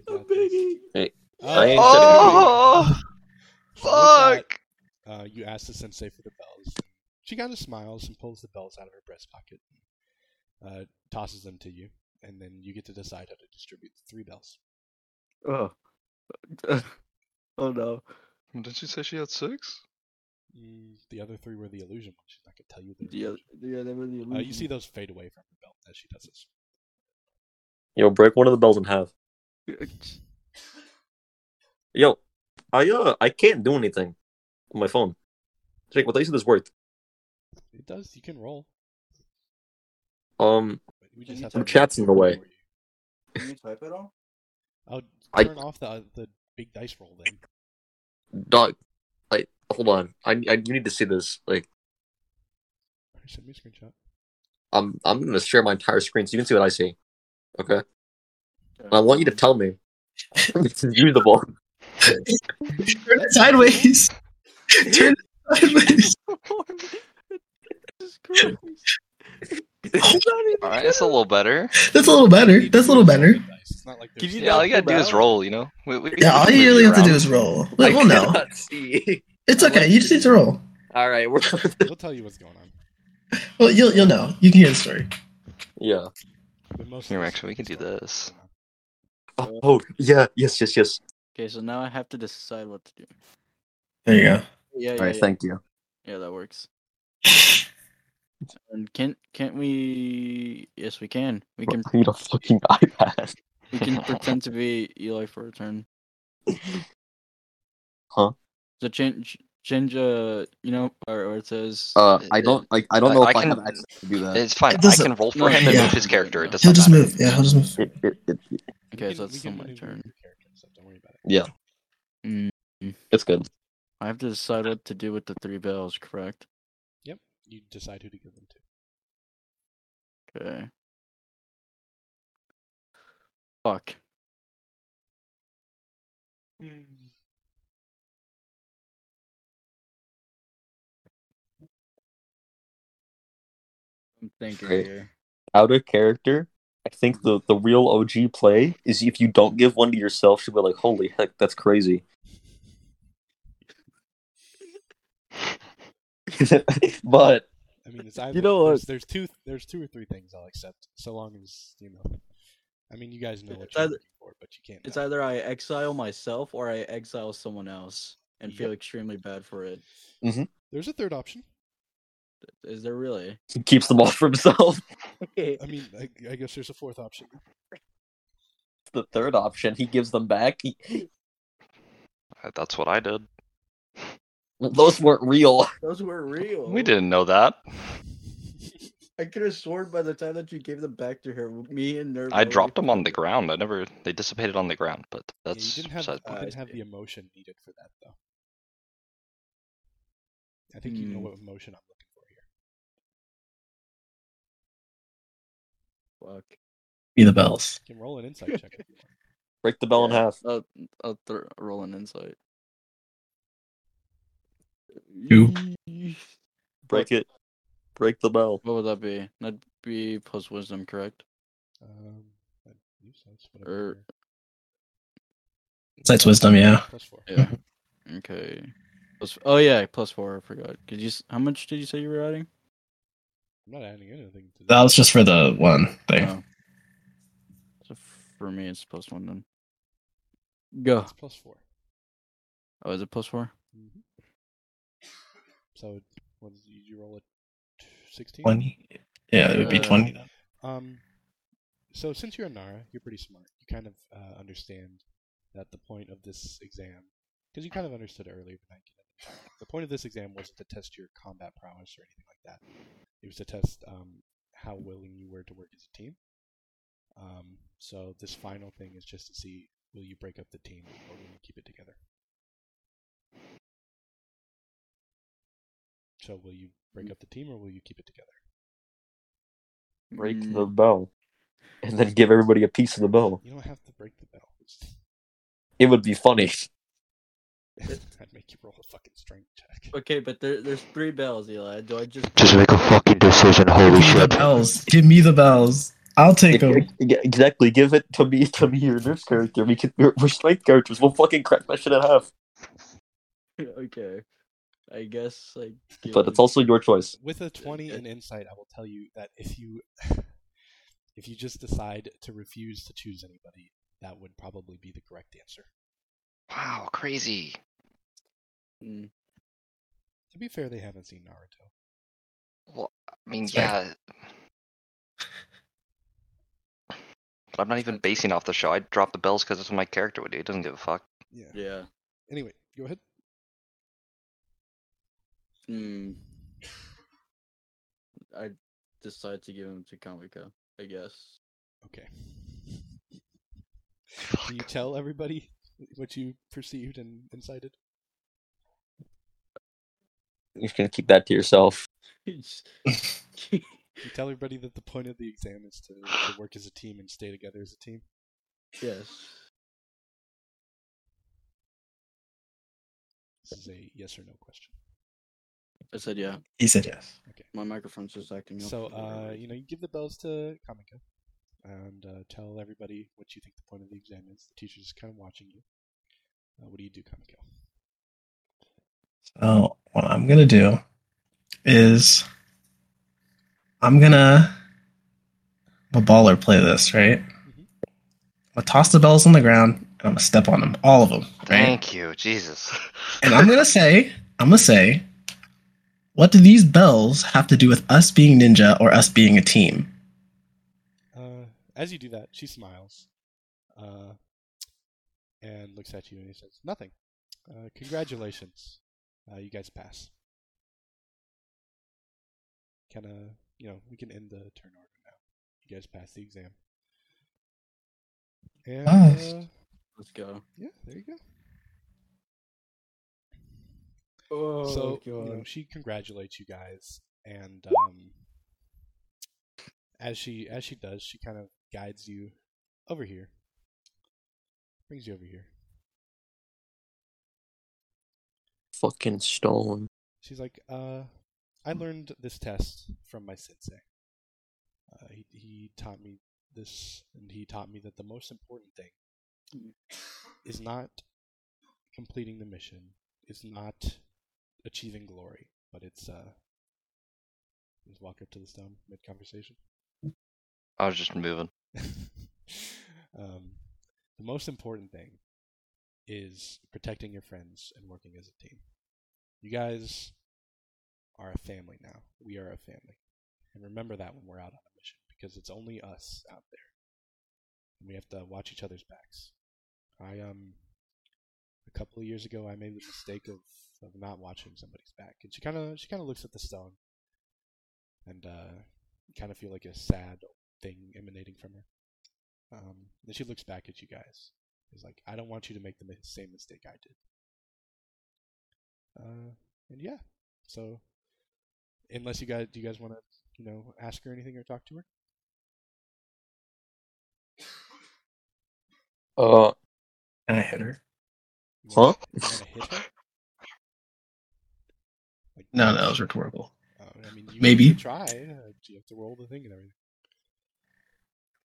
I'm begging. I ain't Oh, fuck. Uh, you ask the sensei for the bells. She kind of smiles and pulls the bells out of her breast pocket, uh, tosses them to you, and then you get to decide how to distribute the three bells. Oh. (laughs) oh no. Didn't you say she had six? Mm, The other three were the illusion ones. I can tell you. they're Yeah, illusion. yeah, that was the Uh, you illusion. see those fade away from her belt as she does this. Yo, break one of the bells in half. Yo, I uh, I can't do anything on my phone. Jake, what I said this worked. It does. You can roll. Um, But we Can just you have to type it? Chat's in the way. for you. Can you type it all? I'll I- turn off the uh, the big dice roll then. (laughs) dog, like, hold on. I, I you need to see this. Like, Send me a screenshot. I'm I'm gonna share my entire screen so you can see what I see. Okay, and I want you to tell (laughs) me. it's usable. Turn it sideways. (laughs) Turn it sideways. Jesus Christ. It's not even All right, that's a little better. That's a little better. That's a little better. It's not like Give there's- you Yeah, all you gotta do is Well- roll. You know. We, we, Yeah, all we you really have to around. do (laughs) is roll. Like, well, Oh no, cannot see. it's okay. You just need to roll. All right, we're They'll tell you what's going on. Well, you'll you'll know. You can hear the story. yeah. But most Here, of us- actually, we can do this. Oh, oh, yeah. Yes, yes, yes. Okay, so now I have to decide what to do. There you go. Yeah, yeah, All right, yeah. thank you. yeah that works. And can can't we? Yes, we can. We can. need a fucking iPad. We (laughs) can pretend to be Eli for a turn. Huh? So change, change. Uh, you know, or, or it says. Uh, I don't like. I don't I- know I if I can- have access to do that. It's fine. It I doesn't- can roll No, for him and yeah. move his character. It doesn't He'll just matter. move. Yeah, he'll just move. It, it, it, okay, We so can- we that's still can my maneuver turn. your character and stuff, Don't worry about it. yeah, Mm, it's good. I have to decide what to do with the three bells. Correct. Yep. You decide who to give them to. Okay. Fuck. Mm. I'm thinking Great. here. Out of character, I think the the real OG play is if you don't give one to yourself, she'll be like, "Holy heck, that's crazy." (laughs) (laughs) but I mean, it's either know what? there's, there's two there's two or three things I'll accept, so long as you know. I mean, you guys know what It's you're either- looking for, but you can't. It's know. either I exile myself or I exile someone else and feel Yep. extremely bad for it. There's a third option. Is there really? he keeps them all (laughs) for himself. I mean, I, I guess there's a fourth option. (laughs) The third option, he gives them back. He, That's what I did. those weren't real. (laughs) Those were real. We didn't know that. I could have sworn by the time that you gave them back to her, me and Nerve. I dropped them on the ground. I never. They dissipated on the ground, but Yeah, that's you didn't have besides the you point. didn't I have see. the emotion needed for that, though. I think you know Hmm. what emotion I'm looking for here. Fuck. Be the bells. You can roll an insight check (laughs) if you want. Break the bell in half. I'll, I'll throw roll an insight. Two. Break it. Break the bell. What would that be? That'd be plus wisdom, correct? Um, I believe so, it's whatever Er, your- Insight's wisdom, yeah. Plus four. Yeah. okay. Plus, oh yeah, plus four. I forgot. Could you? s- How much did you say you were adding? I'm not adding anything to That was just for the one thing. Oh. So for me, it's plus one then. Go. It's plus four. Oh, is it plus four? Mm-hmm. So, what did you, you roll a sixteen? Twenty. Yeah, it would be Uh, twenty. Then. Um, so since you're a Nara, you're pretty smart. You kind of uh, understand that the point of this exam, because you kind of understood earlier, but I get it. the point of this exam wasn't to test your combat prowess or anything like that. It was to test um, how willing you were to work as a team. Um, so this final thing is just to see will you break up the team or will you keep it together. So will you break up the team or will you keep it together? Break Mm, the bell. and then give everybody a piece of the bell. You don't have to break the bell. It would be funny. (laughs) I'd make you roll a fucking strength check. Okay, but there, there's three bells, Eli. Do I just (laughs) Just make a fucking decision, holy Give me the shit. bells. Give me the bells. I'll take (laughs) them. Yeah, exactly. Give it to me, to me, your nurse character. We can, we're, we're strength characters. We'll fucking crack that shit in half. okay? I guess like. give But it's him- also your choice. With a twenty in insight, I will tell you that if you (laughs) if you just decide to refuse to choose anybody, that would probably be the correct answer. Wow, crazy. Mm, To be fair, they haven't seen Naruto. I mean, That's yeah. fair. But I'm not even basing off the show. I drop the bells because that's what my character would do. It doesn't give a fuck. Yeah. yeah. Anyway, go ahead. Hmm. I decide to give him to Kamika. I guess. (laughs) (laughs) Okay. Do you tell everybody what you perceived and incited? You're just gonna keep that to yourself. You tell everybody that the point of the exam is to, to work as a team and stay together as a team. yes. This is a yes or no question. I said yeah. He said yes. My microphone's just acting up. So, for whatever uh, reason. you know, you give the bells to Kamika and uh, tell everybody what you think the point of the exam is. The teacher's kind of watching you. Uh, what do you do, Kamika? So what I'm gonna do is I'm gonna I'm a baller play this, right? I'm gonna toss the bells on the ground and I'm gonna step on them, all of them. Right? Thank you, Jesus. (laughs) And I'm gonna say, I'm gonna say, what do these bells have to do with us being ninja or us being a team? Uh, as you do that, she smiles uh, and looks at you and he says, Nothing. Uh, congratulations. Uh, you guys pass. Kind of, you know, we can end the turn order now. You guys pass the exam. And, Nice. uh, let's go. yeah, there you go. Oh so you (laughs) know, she congratulates you guys, and um, as she as she does, she kind of guides you over here, brings you over here. Fucking stone. She's like, uh, I learned this test from my sensei. Uh, he, he taught me this, and he taught me that the most important thing is not completing the mission, is not achieving glory, but it's, uh, just walk up to the stone mid conversation. I was just moving. (laughs) (laughs) um, the most important thing is protecting your friends and working as a team. You guys are a family now. We are a family. And remember that when we're out on a mission because it's only us out there. And we have to watch each other's backs. I um a couple of years ago I made the mistake of, of not watching somebody's back. And she kinda she kinda looks at the stone and uh kind of feel like a sad thing emanating from her. Um, then she looks back at you guys. Is like, I don't want you to make the mi- same mistake I did. Uh, and yeah, so unless you guys, do you guys want to, you know, ask her anything or talk to her? Uh, And I hit her. You wanna- You want to hit her? Like, No, no, that was rhetorical. uh, I mean, you Maybe. you try. Uh, you have to roll the thing and everything.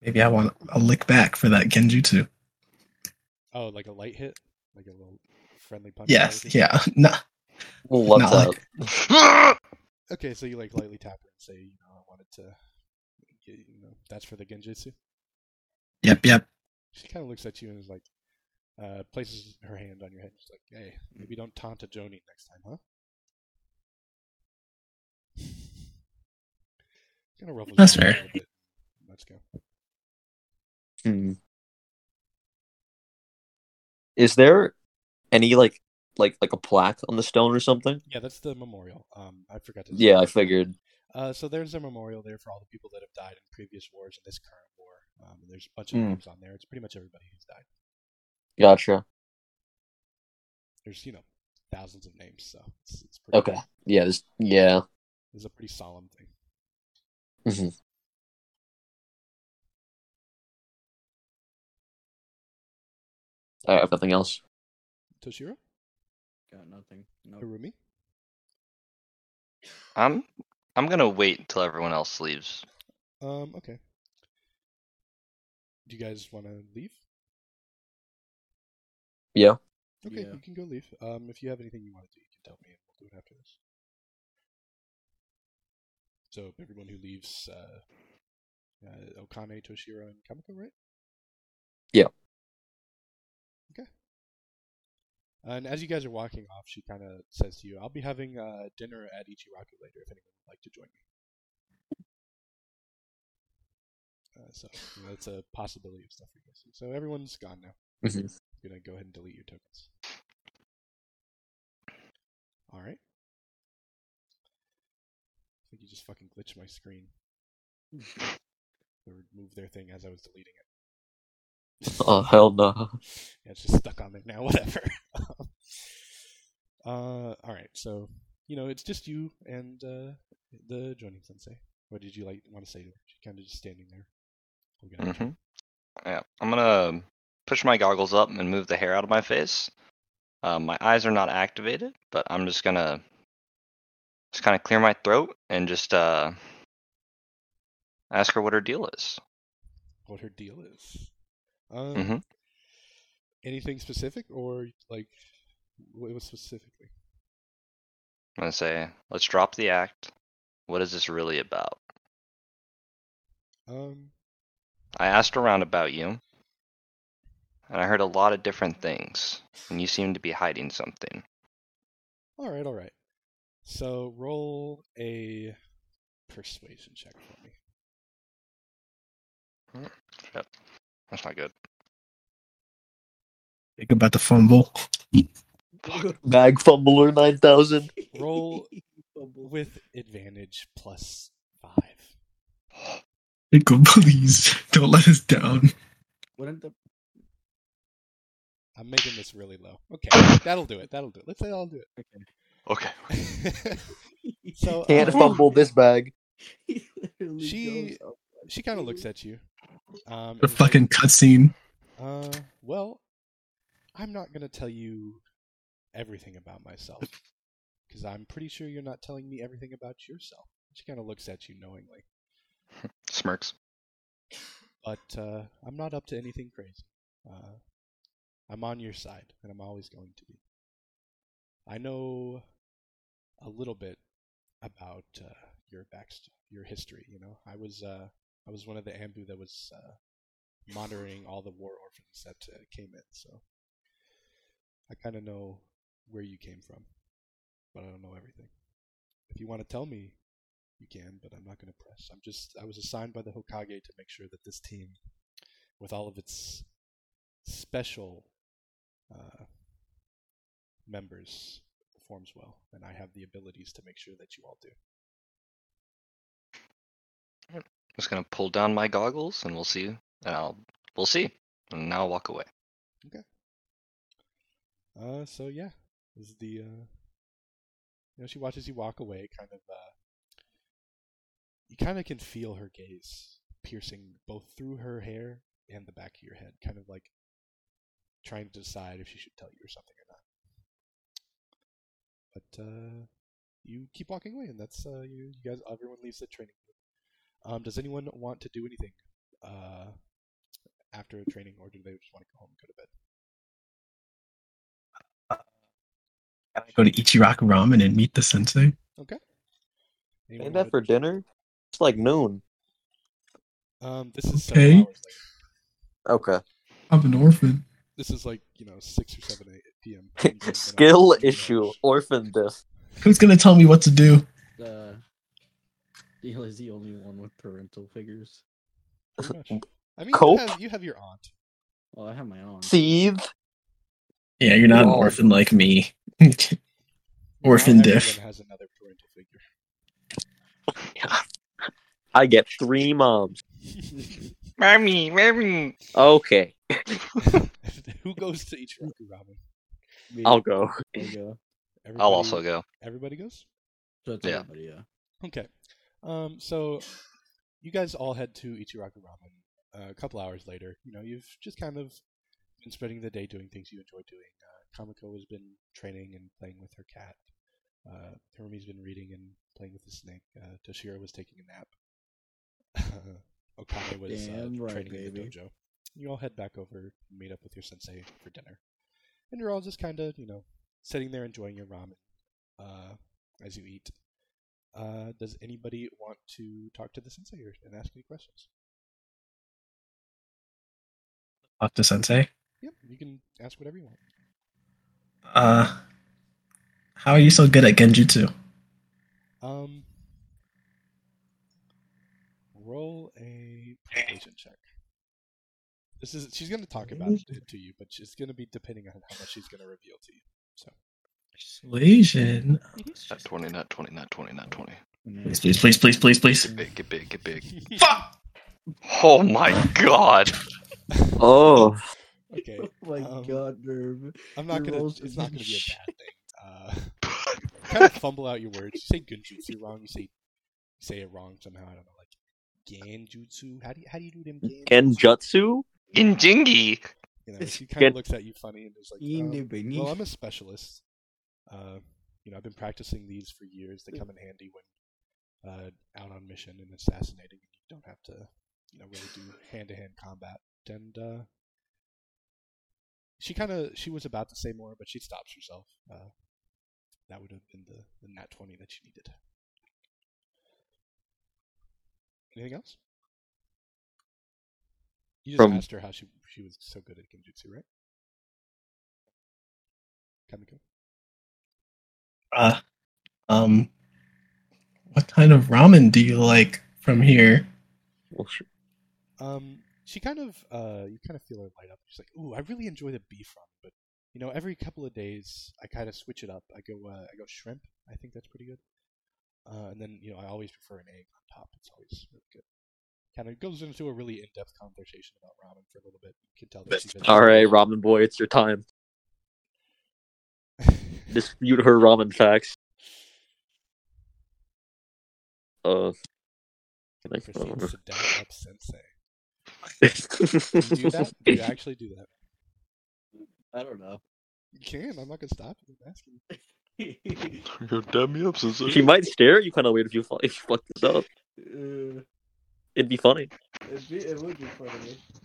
Maybe I want a lick back for that genjutsu. Oh, like a light hit, like a little friendly punch. and Yes, everything? yeah. (laughs) No, we'll love Not that. like- Okay, so you like lightly tap her and say, you know, I wanted to, get, you know, that's for the genjutsu. Yep, yep. She kind of looks at you and is like, uh, places her hand on your head. She's like, "Hey, maybe don't taunt a Joni next time, huh?" (laughs) Gonna ruffle your That's feathers fair. a little bit. Let's go. Hmm. Is there any like like like a plaque on the stone or something? Yeah, that's the memorial. Um, I forgot to. Yeah, I figured. Uh, so there's a memorial there for all the people that have died in previous wars and this current war. Um, there's a bunch of Hmm. names on there. It's pretty much everybody who's died. Gotcha. There's you know thousands of names, so it's, it's pretty. Okay. Yeah. This, yeah. It's a pretty solemn thing. Mhm. I have nothing else. Toshiro? Got nothing. No. Harumi? I'm I'm gonna wait till everyone else leaves. Um, okay. Do you guys want to leave? Yeah. Okay, Yeah. you can go leave. Um, if you have anything you want to do, you can tell me and we'll do it after this. So, everyone who leaves, uh, uh, Okane, Toshiro, and Kamiko, right? Yeah. Okay. And as you guys are walking off, she kind of says to you, I'll be having uh, dinner at Ichiraku later if anyone would like to join me. Uh, so, you know, that's a possibility of stuff, I guess. So, everyone's gone now Mhm. gonna go ahead and delete your tokens. All right. I think you just fucking glitched my screen. They removed their thing as I was deleting it. Oh hell no. Yeah, it's just stuck on there now. (laughs) Whatever. uh, all right. So you know, it's just you and uh, the joining sensei. What did you like want to say to her? She's kind of just standing there. looking at you. hmm Yeah, I'm gonna push my goggles up and move the hair out of my face. Uh, my eyes are not activated, but I'm just gonna just kind of clear my throat and just uh, ask her what her deal is. What her deal is. Um, Mhm. anything specific or like what what specifically I'm gonna say, let's drop the act. What is this really about? um I asked around about you, and I heard a lot of different things, and you seem to be hiding something. all right all right so roll a persuasion check for me Shit. That's not good. Think about the fumble. Mag fumbler nine thousand. (laughs) Roll Fumble. with advantage plus five Jacob, please don't let us down. Wouldn't the i'm making this really low okay (laughs) that'll do it that'll do it let's say i'll do Okay. it (laughs) so Can't uh, fumble this bag. He literally She- goes Oh, up like she kind of looks this. at you um The and says, fucking cutscene. Uh, well, I'm not going to tell you everything about myself because I'm pretty sure you're not telling me everything about yourself. She kind of looks at you knowingly, Smirks. but uh, I'm not up to anything crazy. Uh, I'm on your side, and I'm always going to be. I know a little bit about uh, your back, your history. You know, I was uh, I was one of the Ambu that was uh, monitoring all the war orphans that uh, came in. So I kind of know where you came from, but I don't know everything. If you want to tell me, you can, but I'm not going to press. I'm just I was assigned by the Hokage to make sure that this team, with all of its special uh, members, performs well, and I have the abilities to make sure that you all do. just gonna pull down my goggles and we'll see and i'll we'll see and now i'll walk away Uh, so yeah, this is the uh, you know she watches you walk away, kind of. Uh, you kind of can feel her gaze piercing both through her hair and the back of your head, kind of like trying to decide if she should tell you or something or not. But uh, you keep walking away, and that's uh, you, you guys. Everyone leaves the training. room. Um, does anyone want to do anything uh, after training, or do they just want to go home and go to bed? Go to Ichiraku Ramen and meet the sensei. Okay. Anyone Ain't wanna- that for dinner? It's like noon. Um, this is Okay. several hours later. (laughs) Okay. I'm an orphan. This is like you know six or seven eight p.m. Skill issue. Orphan this. Who's gonna tell me what to do? The Deal Uh, is the only one with parental figures. Pretty much. (laughs) I mean, Cope? You, have, you have your aunt. Well, I have my own. Seethe. Yeah, you're not an Lol. orphan like me. Your (laughs) Orphan aunt diff. everyone has another parental (laughs) I get three moms. figure. Mammy, mammy. Okay. (laughs) Who goes to each Raku ramen? Me. I'll go. There you go. Everybody, i'll also go Everybody goes. So it's Yeah. everybody, yeah. Okay. Um. So you guys all head to Ichiraku Ramen uh, a couple hours later. You know, you've just kind of been spending the day doing things you enjoy doing. Uh, Kamiko has been training and playing with her cat. Uh, Hiromi's been reading and playing with the snake. Uh, Toshiro was taking a (laughs) nap. Okane was uh, Damn right, training in the baby. dojo. You all head back over and meet up with your sensei for dinner. And you're all just kind of, you know, sitting there enjoying your ramen uh, as you eat. Uh, does anybody want to talk to the sensei or- and ask any questions? Talk to Sensei. Yep, you can ask whatever you want. Uh, how are you so good at Genjutsu? Um, roll a persuasion check. This is she's going to talk about it to you, but it's going to be depending on how much she's going to reveal to you. So Persuasion. Not 20, not 20, not 20, not 20. Please, please, please, please, please, please. Big, get big, get big. (laughs) Fuck! Oh my god! Oh, okay, my um, god, Nerv. I'm not Your going rolls to. It's not going to be shit. a (laughs) bad thing. Uh, (laughs) kind of fumble out your words. You say Genjutsu wrong. You say you say it wrong somehow. I don't know, like Genjutsu. How do you how do you do them? Genjutsu. Genjutsu? Injingy! You know, she kind Gen- of looks at you funny and is like, um, Well, (laughs) I'm a specialist. Uh, you know, I've been practicing these for years. They come in handy when uh, out on mission and assassinating. You don't have to, you know, really do hand-to-hand combat. And uh, she kind of she was about to say more, but she stops herself. Uh, that would have been the the nat twenty that she needed. Anything else? You just From- asked her how she she was so good at Genjutsu, right? Kamiko. Uh, um, what kind of ramen do you like from here? Well, sure. Um, she kind of, uh, you kind of feel her light up. She's like, "Ooh, I really enjoy the beef ramen, but you know, every couple of days I kind of switch it up. I go, uh, I go shrimp. I think that's pretty good. Uh, and then you know, I always prefer an egg on top. It's always really good." Kind of goes into a really in-depth conversation about ramen for a little bit. You can tell that she's been- All right, ramen boy, it's your time. (laughs) Dispute her ramen facts. Uh, can I? Proceeds to (laughs) dab up sensei. Do Do you do that? (laughs) Do you actually do that? I don't know. You can. I'm not gonna stop you. I'm asking. Uh, You damn me up, sister. She might stare at you kind of weird if you fu- if you fuck this up. Uh, It'd be funny. it'd be, it would be funny.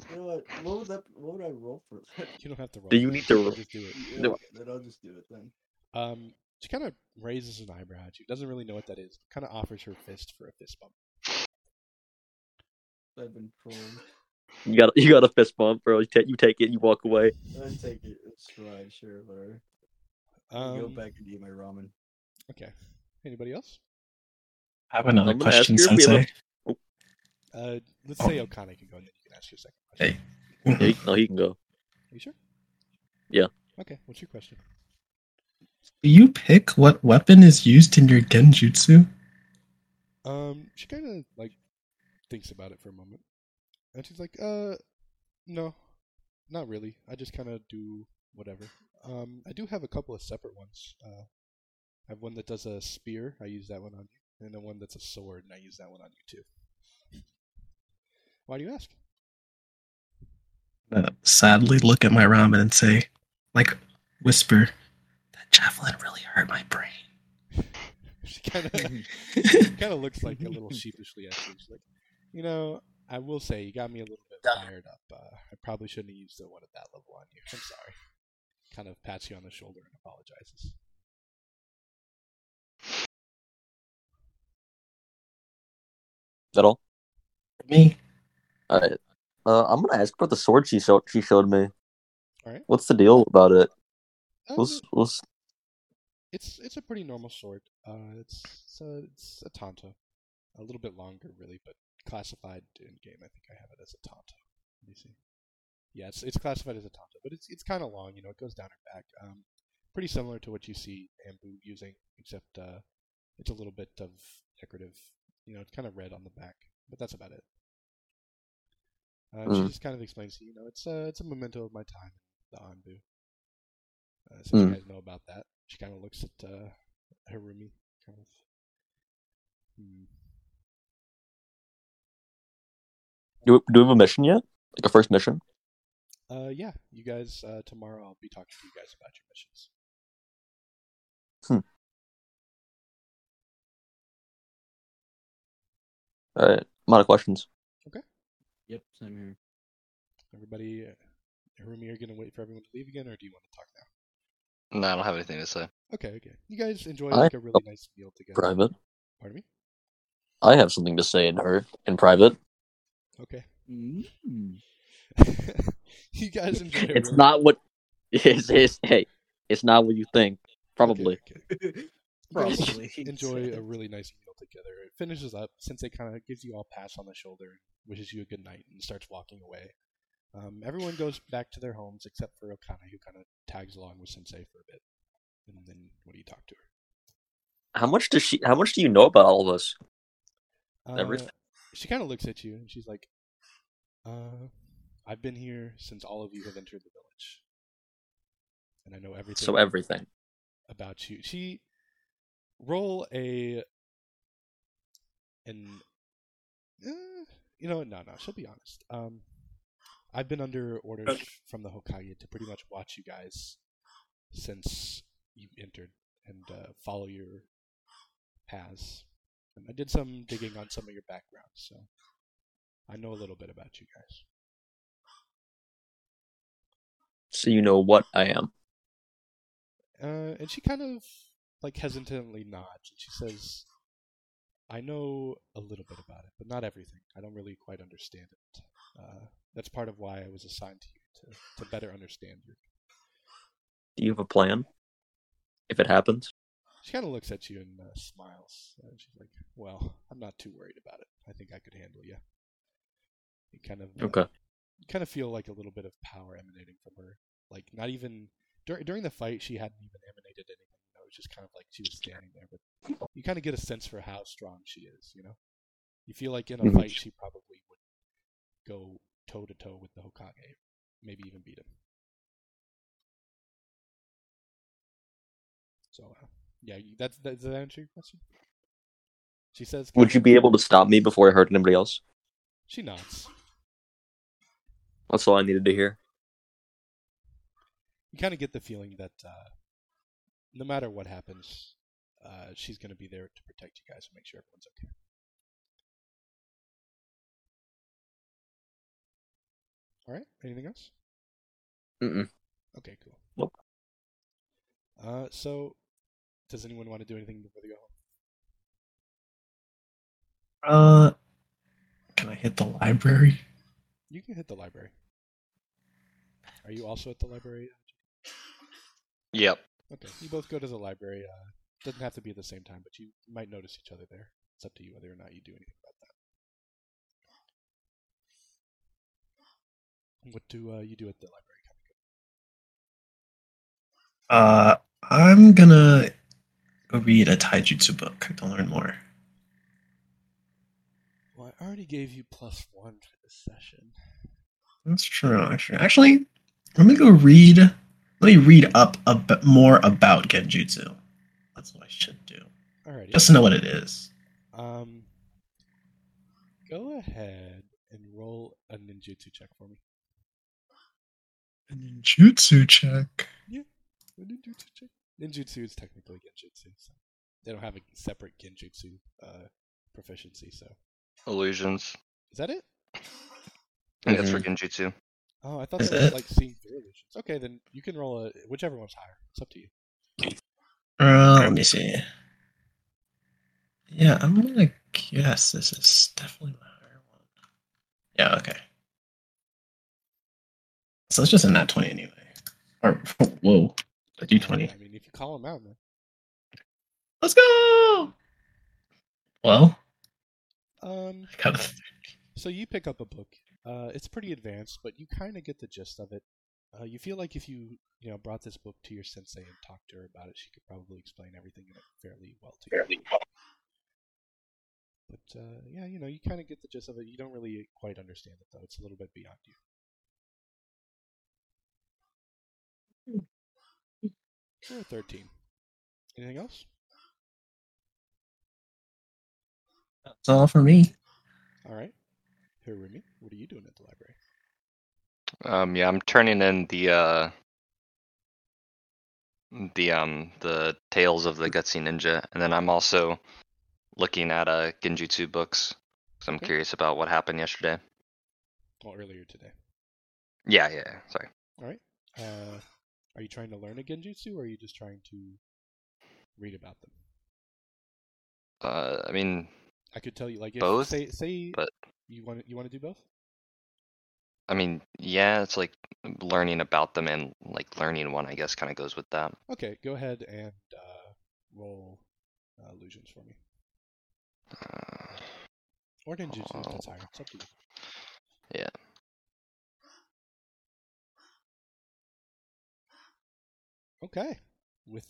You know what? What would that? What would I roll for that? (laughs) (laughs) You don't have to. Roll. Do you need to roll? Just do it. Yeah, No. Then I'll just do it then. Um, she kind of raises an eyebrow at you. Doesn't really know what that is. Kind of offers her fist for a fist bump. I've been trolled. You got you got a fist bump, bro. You take you take it, you walk away. I take it. It's fine, sure, whatever. Um, Go back and eat my ramen. Okay. Anybody else? I have another I'm gonna ask question, you if we Sensei. have Uh, let's Oh. say Okane can go, and then you can ask your second question. Hey. a- Yeah, he- no, he can go. Are you sure? Yeah. Okay. What's your question? Do you pick what weapon is used in your Genjutsu? Um, she kind of like thinks about it for a moment, and she's like, "Uh, no, not really. I just kind of do whatever. Um, I do have a couple of separate ones. Uh, I have one that does a spear. I use that one on you, and then one that's a sword, and I use that one on you too. Why do you ask? Uh, sadly, look at my ramen and say, like, whisper, that javelin really hurt my brain. (laughs) She kind of kind of looks like a little sheepishly at you. She's like, you know, I will say you got me a little bit fired up. Uh, I probably shouldn't have used the one at that level on you. I'm sorry. Kind of pats you on the shoulder and apologizes. That all? (laughs) Me? All right. Uh, I'm gonna ask about the sword she showed. She showed me. All right. What's the deal about it? Um, What's what's it's it's a pretty normal sword. Uh, it's it's a, it's a tanto, a little bit longer really, but classified in game. I think I have it as a tanto. Let me see. Yeah, it's it's classified as a tanto, but it's it's kind of long. You know, it goes down her back. Um, pretty similar to what you see Ambu using, except uh, it's a little bit of decorative. You know, it's kind of red on the back, but that's about it. Uh, She Mm. just kind of explains to you, you know, it's a it's a memento of my time, the Anbu. Uh, since Hmm. you guys know about that, she kind of looks at uh, Harumi, kind of. Hmm. do we, do we have a mission yet? Like a first mission? Uh, yeah, you guys. Uh, tomorrow I'll be talking to you guys about your missions. All right, I'm out of questions. Yep, same here. Everybody, uh, Harumi, are gonna wait for everyone to leave again, or do you want to talk now? No, I don't have anything to say. Okay, okay. You guys enjoy I- like a really nice meal together. Private. Pardon me. I have something to say in her in private. Okay. Mm. (laughs) you guys enjoy. a (laughs) It's really- not what. It's, it's hey, it's not what you think. Probably. Okay, okay. Probably. enjoy a really nice meal together. It finishes up. Sensei kind of gives you all a pass on the shoulder, wishes you a good night, and starts walking away. Um, everyone goes back to their homes except for Okana, who kind of tags along with Sensei for a bit. And then when you talk to (laughs) How much does she? How much do you know about all of us? her, uh, Everything. she kind of looks at you and she's like, uh, "I've been here since all of you have entered the village, and I know everything." So everything. about you. She roll a and eh, you know no no she'll be honest. Um, I've been under orders from the Hokage to pretty much watch you guys since you entered and uh, follow your paths. And I did some digging on some of your backgrounds, so I know a little bit about you guys. So you know what I am. Uh, and she kind of like hesitantly nods and she says, "I know a little bit about it, but not everything. I don't really quite understand it. Uh, that's part of why I was assigned to you to, to better understand you." Do you have a plan? If it happens, She kind of looks at you and uh, smiles. And she's like, "Well, I'm not too worried about it. I think I could handle you." You kind of uh, okay. you kind of feel like a little bit of power emanating from her. Like not even dur- during the fight, she hadn't even emanated anything. You know, it was just kind of like she was standing there. But you kind of get a sense for how strong she is. You know, you feel like in a Mhm. fight she probably would go toe to toe with the Hokage, maybe even beat him. So uh, yeah, you- that's that, does that answer your question? She says, Would you be able to stop me before I hurt anybody else? She nods. That's all I needed to hear. you kind of get the feeling that uh, no matter what happens, uh, she's going to be there to protect you guys and make sure everyone's okay. All right. Anything else? Mm-mm. Okay. Cool. Nope. Uh, so, does anyone want to do anything before they go home? Uh, can I hit the library? You can hit the library. Are you also at the library? Yep. Okay. You both go to the library. Uh, doesn't have to be at the same time, but you might notice each other there. It's up to you whether or not you do anything about that. What do uh, you do at the library? Uh, I'm gonna go read a taijutsu book to learn more. Well, I already gave you plus one for this session. That's true. Actually, actually, let me go read. Let me read up a bit more about Genjutsu. That's what I should do, Alrighty. just to know what it is. Um, go ahead and roll a ninjutsu check for me. Genjutsu check. A ninjutsu check. Ninjutsu is technically genjutsu. So they don't have a separate genjutsu uh, proficiency. So Illusions. is that (laughs) it? I think That's for Genjutsu. Oh, I thought Is that was it? like seeing through illusions. Okay, then you can roll a whichever one's higher. It's up to you. Uh, let me see. Yeah, I'm gonna guess this is definitely the higher one. Yeah. Okay. So it's just a nat twenty anyway. Or (laughs) whoa, a d twenty. I mean, if you call them out, man. Let's go. Well, Um, I got a so you pick up a book. Uh, it's pretty advanced, but you kind of get the gist of it. Uh, you feel like if you you know brought this book to your sensei and talked to her about it, she could probably explain everything in it fairly well to you. But uh, yeah, you know, you kind of get the gist of it. You don't really quite understand it though. It's a little bit beyond you. You're a thirteen. Anything else? That's all for me. All right. Hirumi, what are you doing at the library? Um, yeah, I'm turning in the uh, the um the tales of the gutsy ninja, and then I'm also looking at uh Genjutsu books because I'm Okay. curious about what happened yesterday. Well, earlier today. Yeah, yeah, yeah, sorry. Uh, are you trying to learn a genjutsu, or are you just trying to read about them? Uh, I mean, I could tell you, like, if, Both, Say, say but- you want you want to do both. I mean, yeah, it's like learning about them and like learning one, I guess, kind of goes with that. Okay, go ahead and uh, roll uh, illusions for me, Uh, or ninjutsu. if Oh. That's higher. It's up to you. Okay, with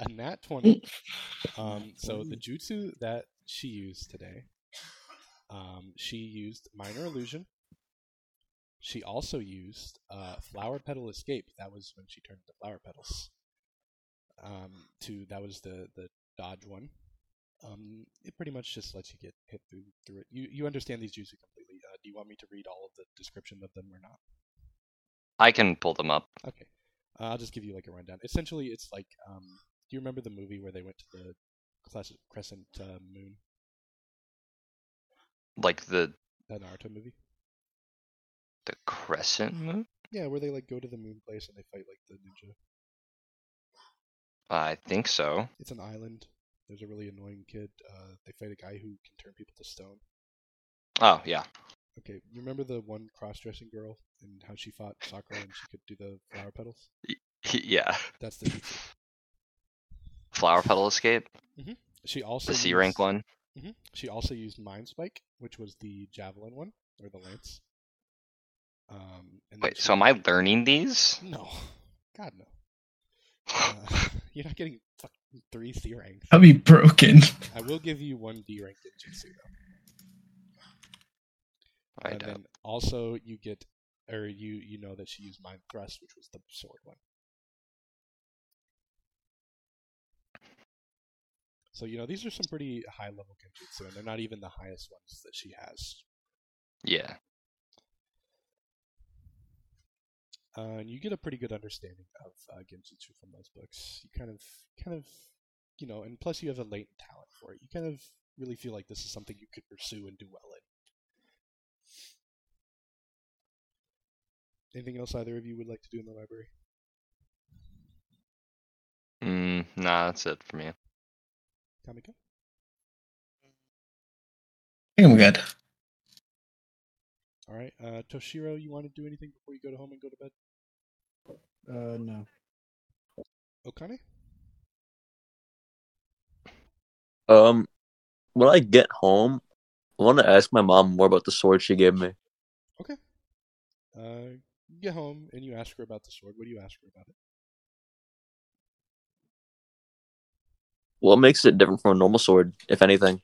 a nat twenty. Um, so the jutsu that she used today, um, she used minor illusion. She also used uh, flower petal escape. That was when she turned the flower petals. Um, to that was the the dodge one. Um, it pretty much just lets you get hit through through it. You you understand these jutsu completely. Uh, do you want me to read all of the description of them or not? I can pull them up. Okay. Uh, I'll just give you like a rundown. Essentially, it's like um, do you remember the movie where they went to the Cres- Crescent uh, Moon, Like the that uh, Naruto movie? the crescent moon. Yeah, where they like go to the moon place and they fight like the ninja. I think so. It's an island. There's a really annoying kid. Uh, they fight a guy who can turn people to stone. Oh yeah, (laughs) Okay, you remember the one cross-dressing girl and how she fought Sakura and she could do the flower petals? yeah. That's the jutsu. Flower petal escape, She also the C rank used- one. Mhm. She also used Mind Spike, which was the javelin one or the lance. Um, and then Wait, she- so am I learning these? No, (laughs) God no. Uh, (laughs) you're not getting fucking three C ranks. I'll be broken. I will give you one D rank in Jutsu though, I and don't. then also you get, or you you know that she used Mind Thrust, which was the sword one. So you know these are some pretty high level Genjutsu, and they're not even the highest ones that she has. Yeah. Uh, and you get a pretty good understanding of uh, Genjutsu from those books. You kind of, kind of, you know, and plus you have a latent talent for it. You kind of really feel like this is something you could pursue and do well in. Anything else either of you would like to do in the library? Mm, nah, that's it for me. Kamiko? I think I'm good. All right. Uh, Toshiro, you want to do anything before you go to home and go to bed? Uh, no. Okane? Um, when I get home, I want to ask my mom more about the sword she gave me. Uh, you get home and you ask her about the sword. What do you ask her about it? What makes it different from a normal sword, if anything?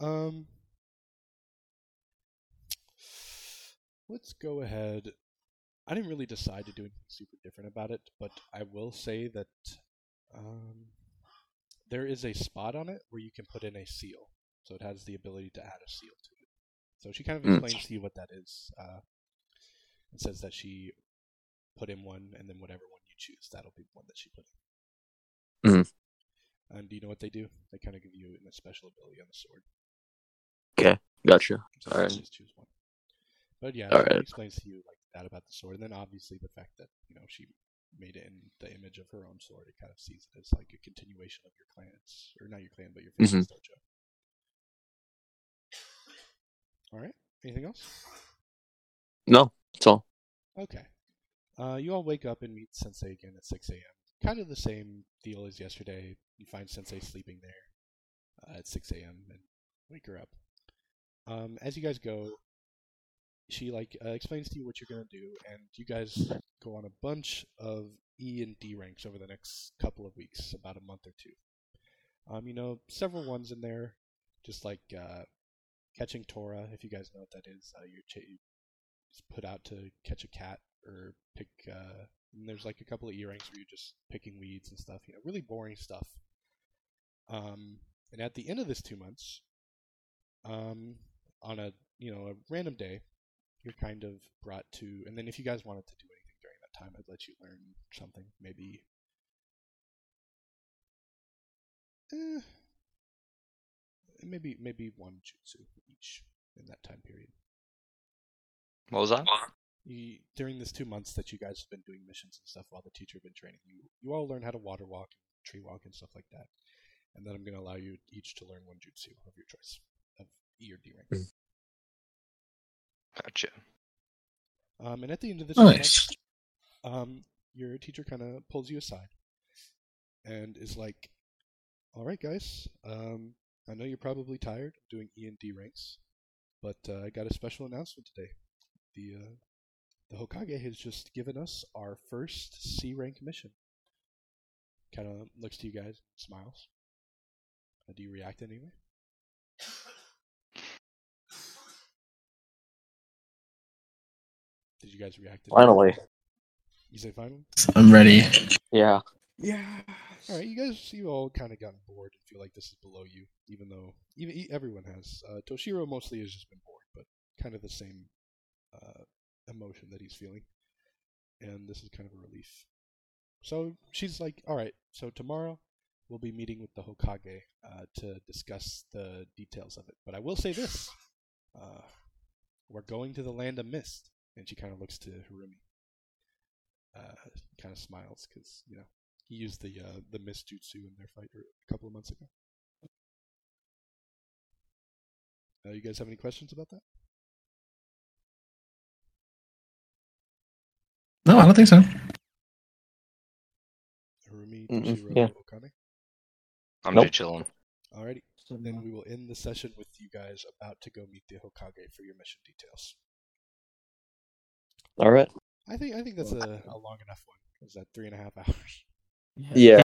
Um, let's go ahead. I didn't really decide to do anything super different about it, but I will say that um, there is a spot on it where you can put in a seal, so it has the ability to add a seal to it. So she kind of Mm. explains to you what that is. Uh, it says that she put in one, and then whatever one you choose, that'll be the one that she put in. Mhm. And do you know what they do? They kind of give you a special ability on the sword. Gotcha. So Alright. just choose one. But yeah, Alright. she explains to you like that about the sword, and then obviously the fact that you know she made it in the image of her own sword, it kind of sees it as like a continuation of your clan's, or not your clan, but your Mhm. family's dojo. All right. Anything else? No, that's all. Okay. Uh, you all wake up and meet Sensei again at 6 a.m. Kind of the same deal as yesterday. You find Sensei sleeping there uh, at 6 a.m. and wake her up. Um, as you guys go, she like uh, explains to you what you're gonna do, and you guys go on a bunch of E and D ranks over the next couple of weeks, about a month or two. Um, you know, several ones in there, just like uh, catching Torah, if you guys know what that is. Uh, you're cha- is put out to catch a cat or pick. Uh, and there's like a couple of earrings where you're just picking weeds and stuff. You know, really boring stuff. Um, and at the end of this two months, um, on a you know a random day, you're kind of brought to. And then if you guys wanted to do anything during that time, I'd let you learn something. Maybe. Eh, maybe maybe one jutsu each in that time period. What was that? You, during this two months that you guys have been doing missions and stuff while the teacher have been training you, you all learn how to water walk, tree walk, and stuff like that. And then I'm going to allow you each to learn one jutsu of your choice, of E or D rank. Gotcha. Um, and at the end of this, Nice. month, um, your teacher kind of pulls you aside and is like, "All right, guys, um, I know you're probably tired of doing E and D ranks, but uh, I got a special announcement today. The uh, the Hokage has just given us our first C rank mission." Kind of looks to you guys, smiles. Uh, do you react in any way? Did you guys react? in any way? Finally. You say finally? I'm ready. Yeah. Yeah. All right, you guys, you all kind of gotten bored and feel like this is below you, even though even e- everyone has. Uh, Toshiro mostly has just been bored, but kind of the same uh, emotion that he's feeling, and this is kind of a relief. So she's like, "All right, so tomorrow we'll be meeting with the Hokage uh, to discuss the details of it. But I will say this: uh, we're going to the land of mist." And she kind of looks to Harumi, uh, kind of smiles because you know he used the uh, the mist jutsu in their fight er, a couple of months ago. Uh, you guys have any questions about that? No, I don't think so. Harumi, Mm-mm, Toshiro, yeah. Okane. I'm Nope. just chilling. Alrighty, So then now- we will end the session with you guys about to go meet the Hokage for your mission details. All right. I think I think that's a, a long enough one. Is that three and a half (laughs) hours? Yeah.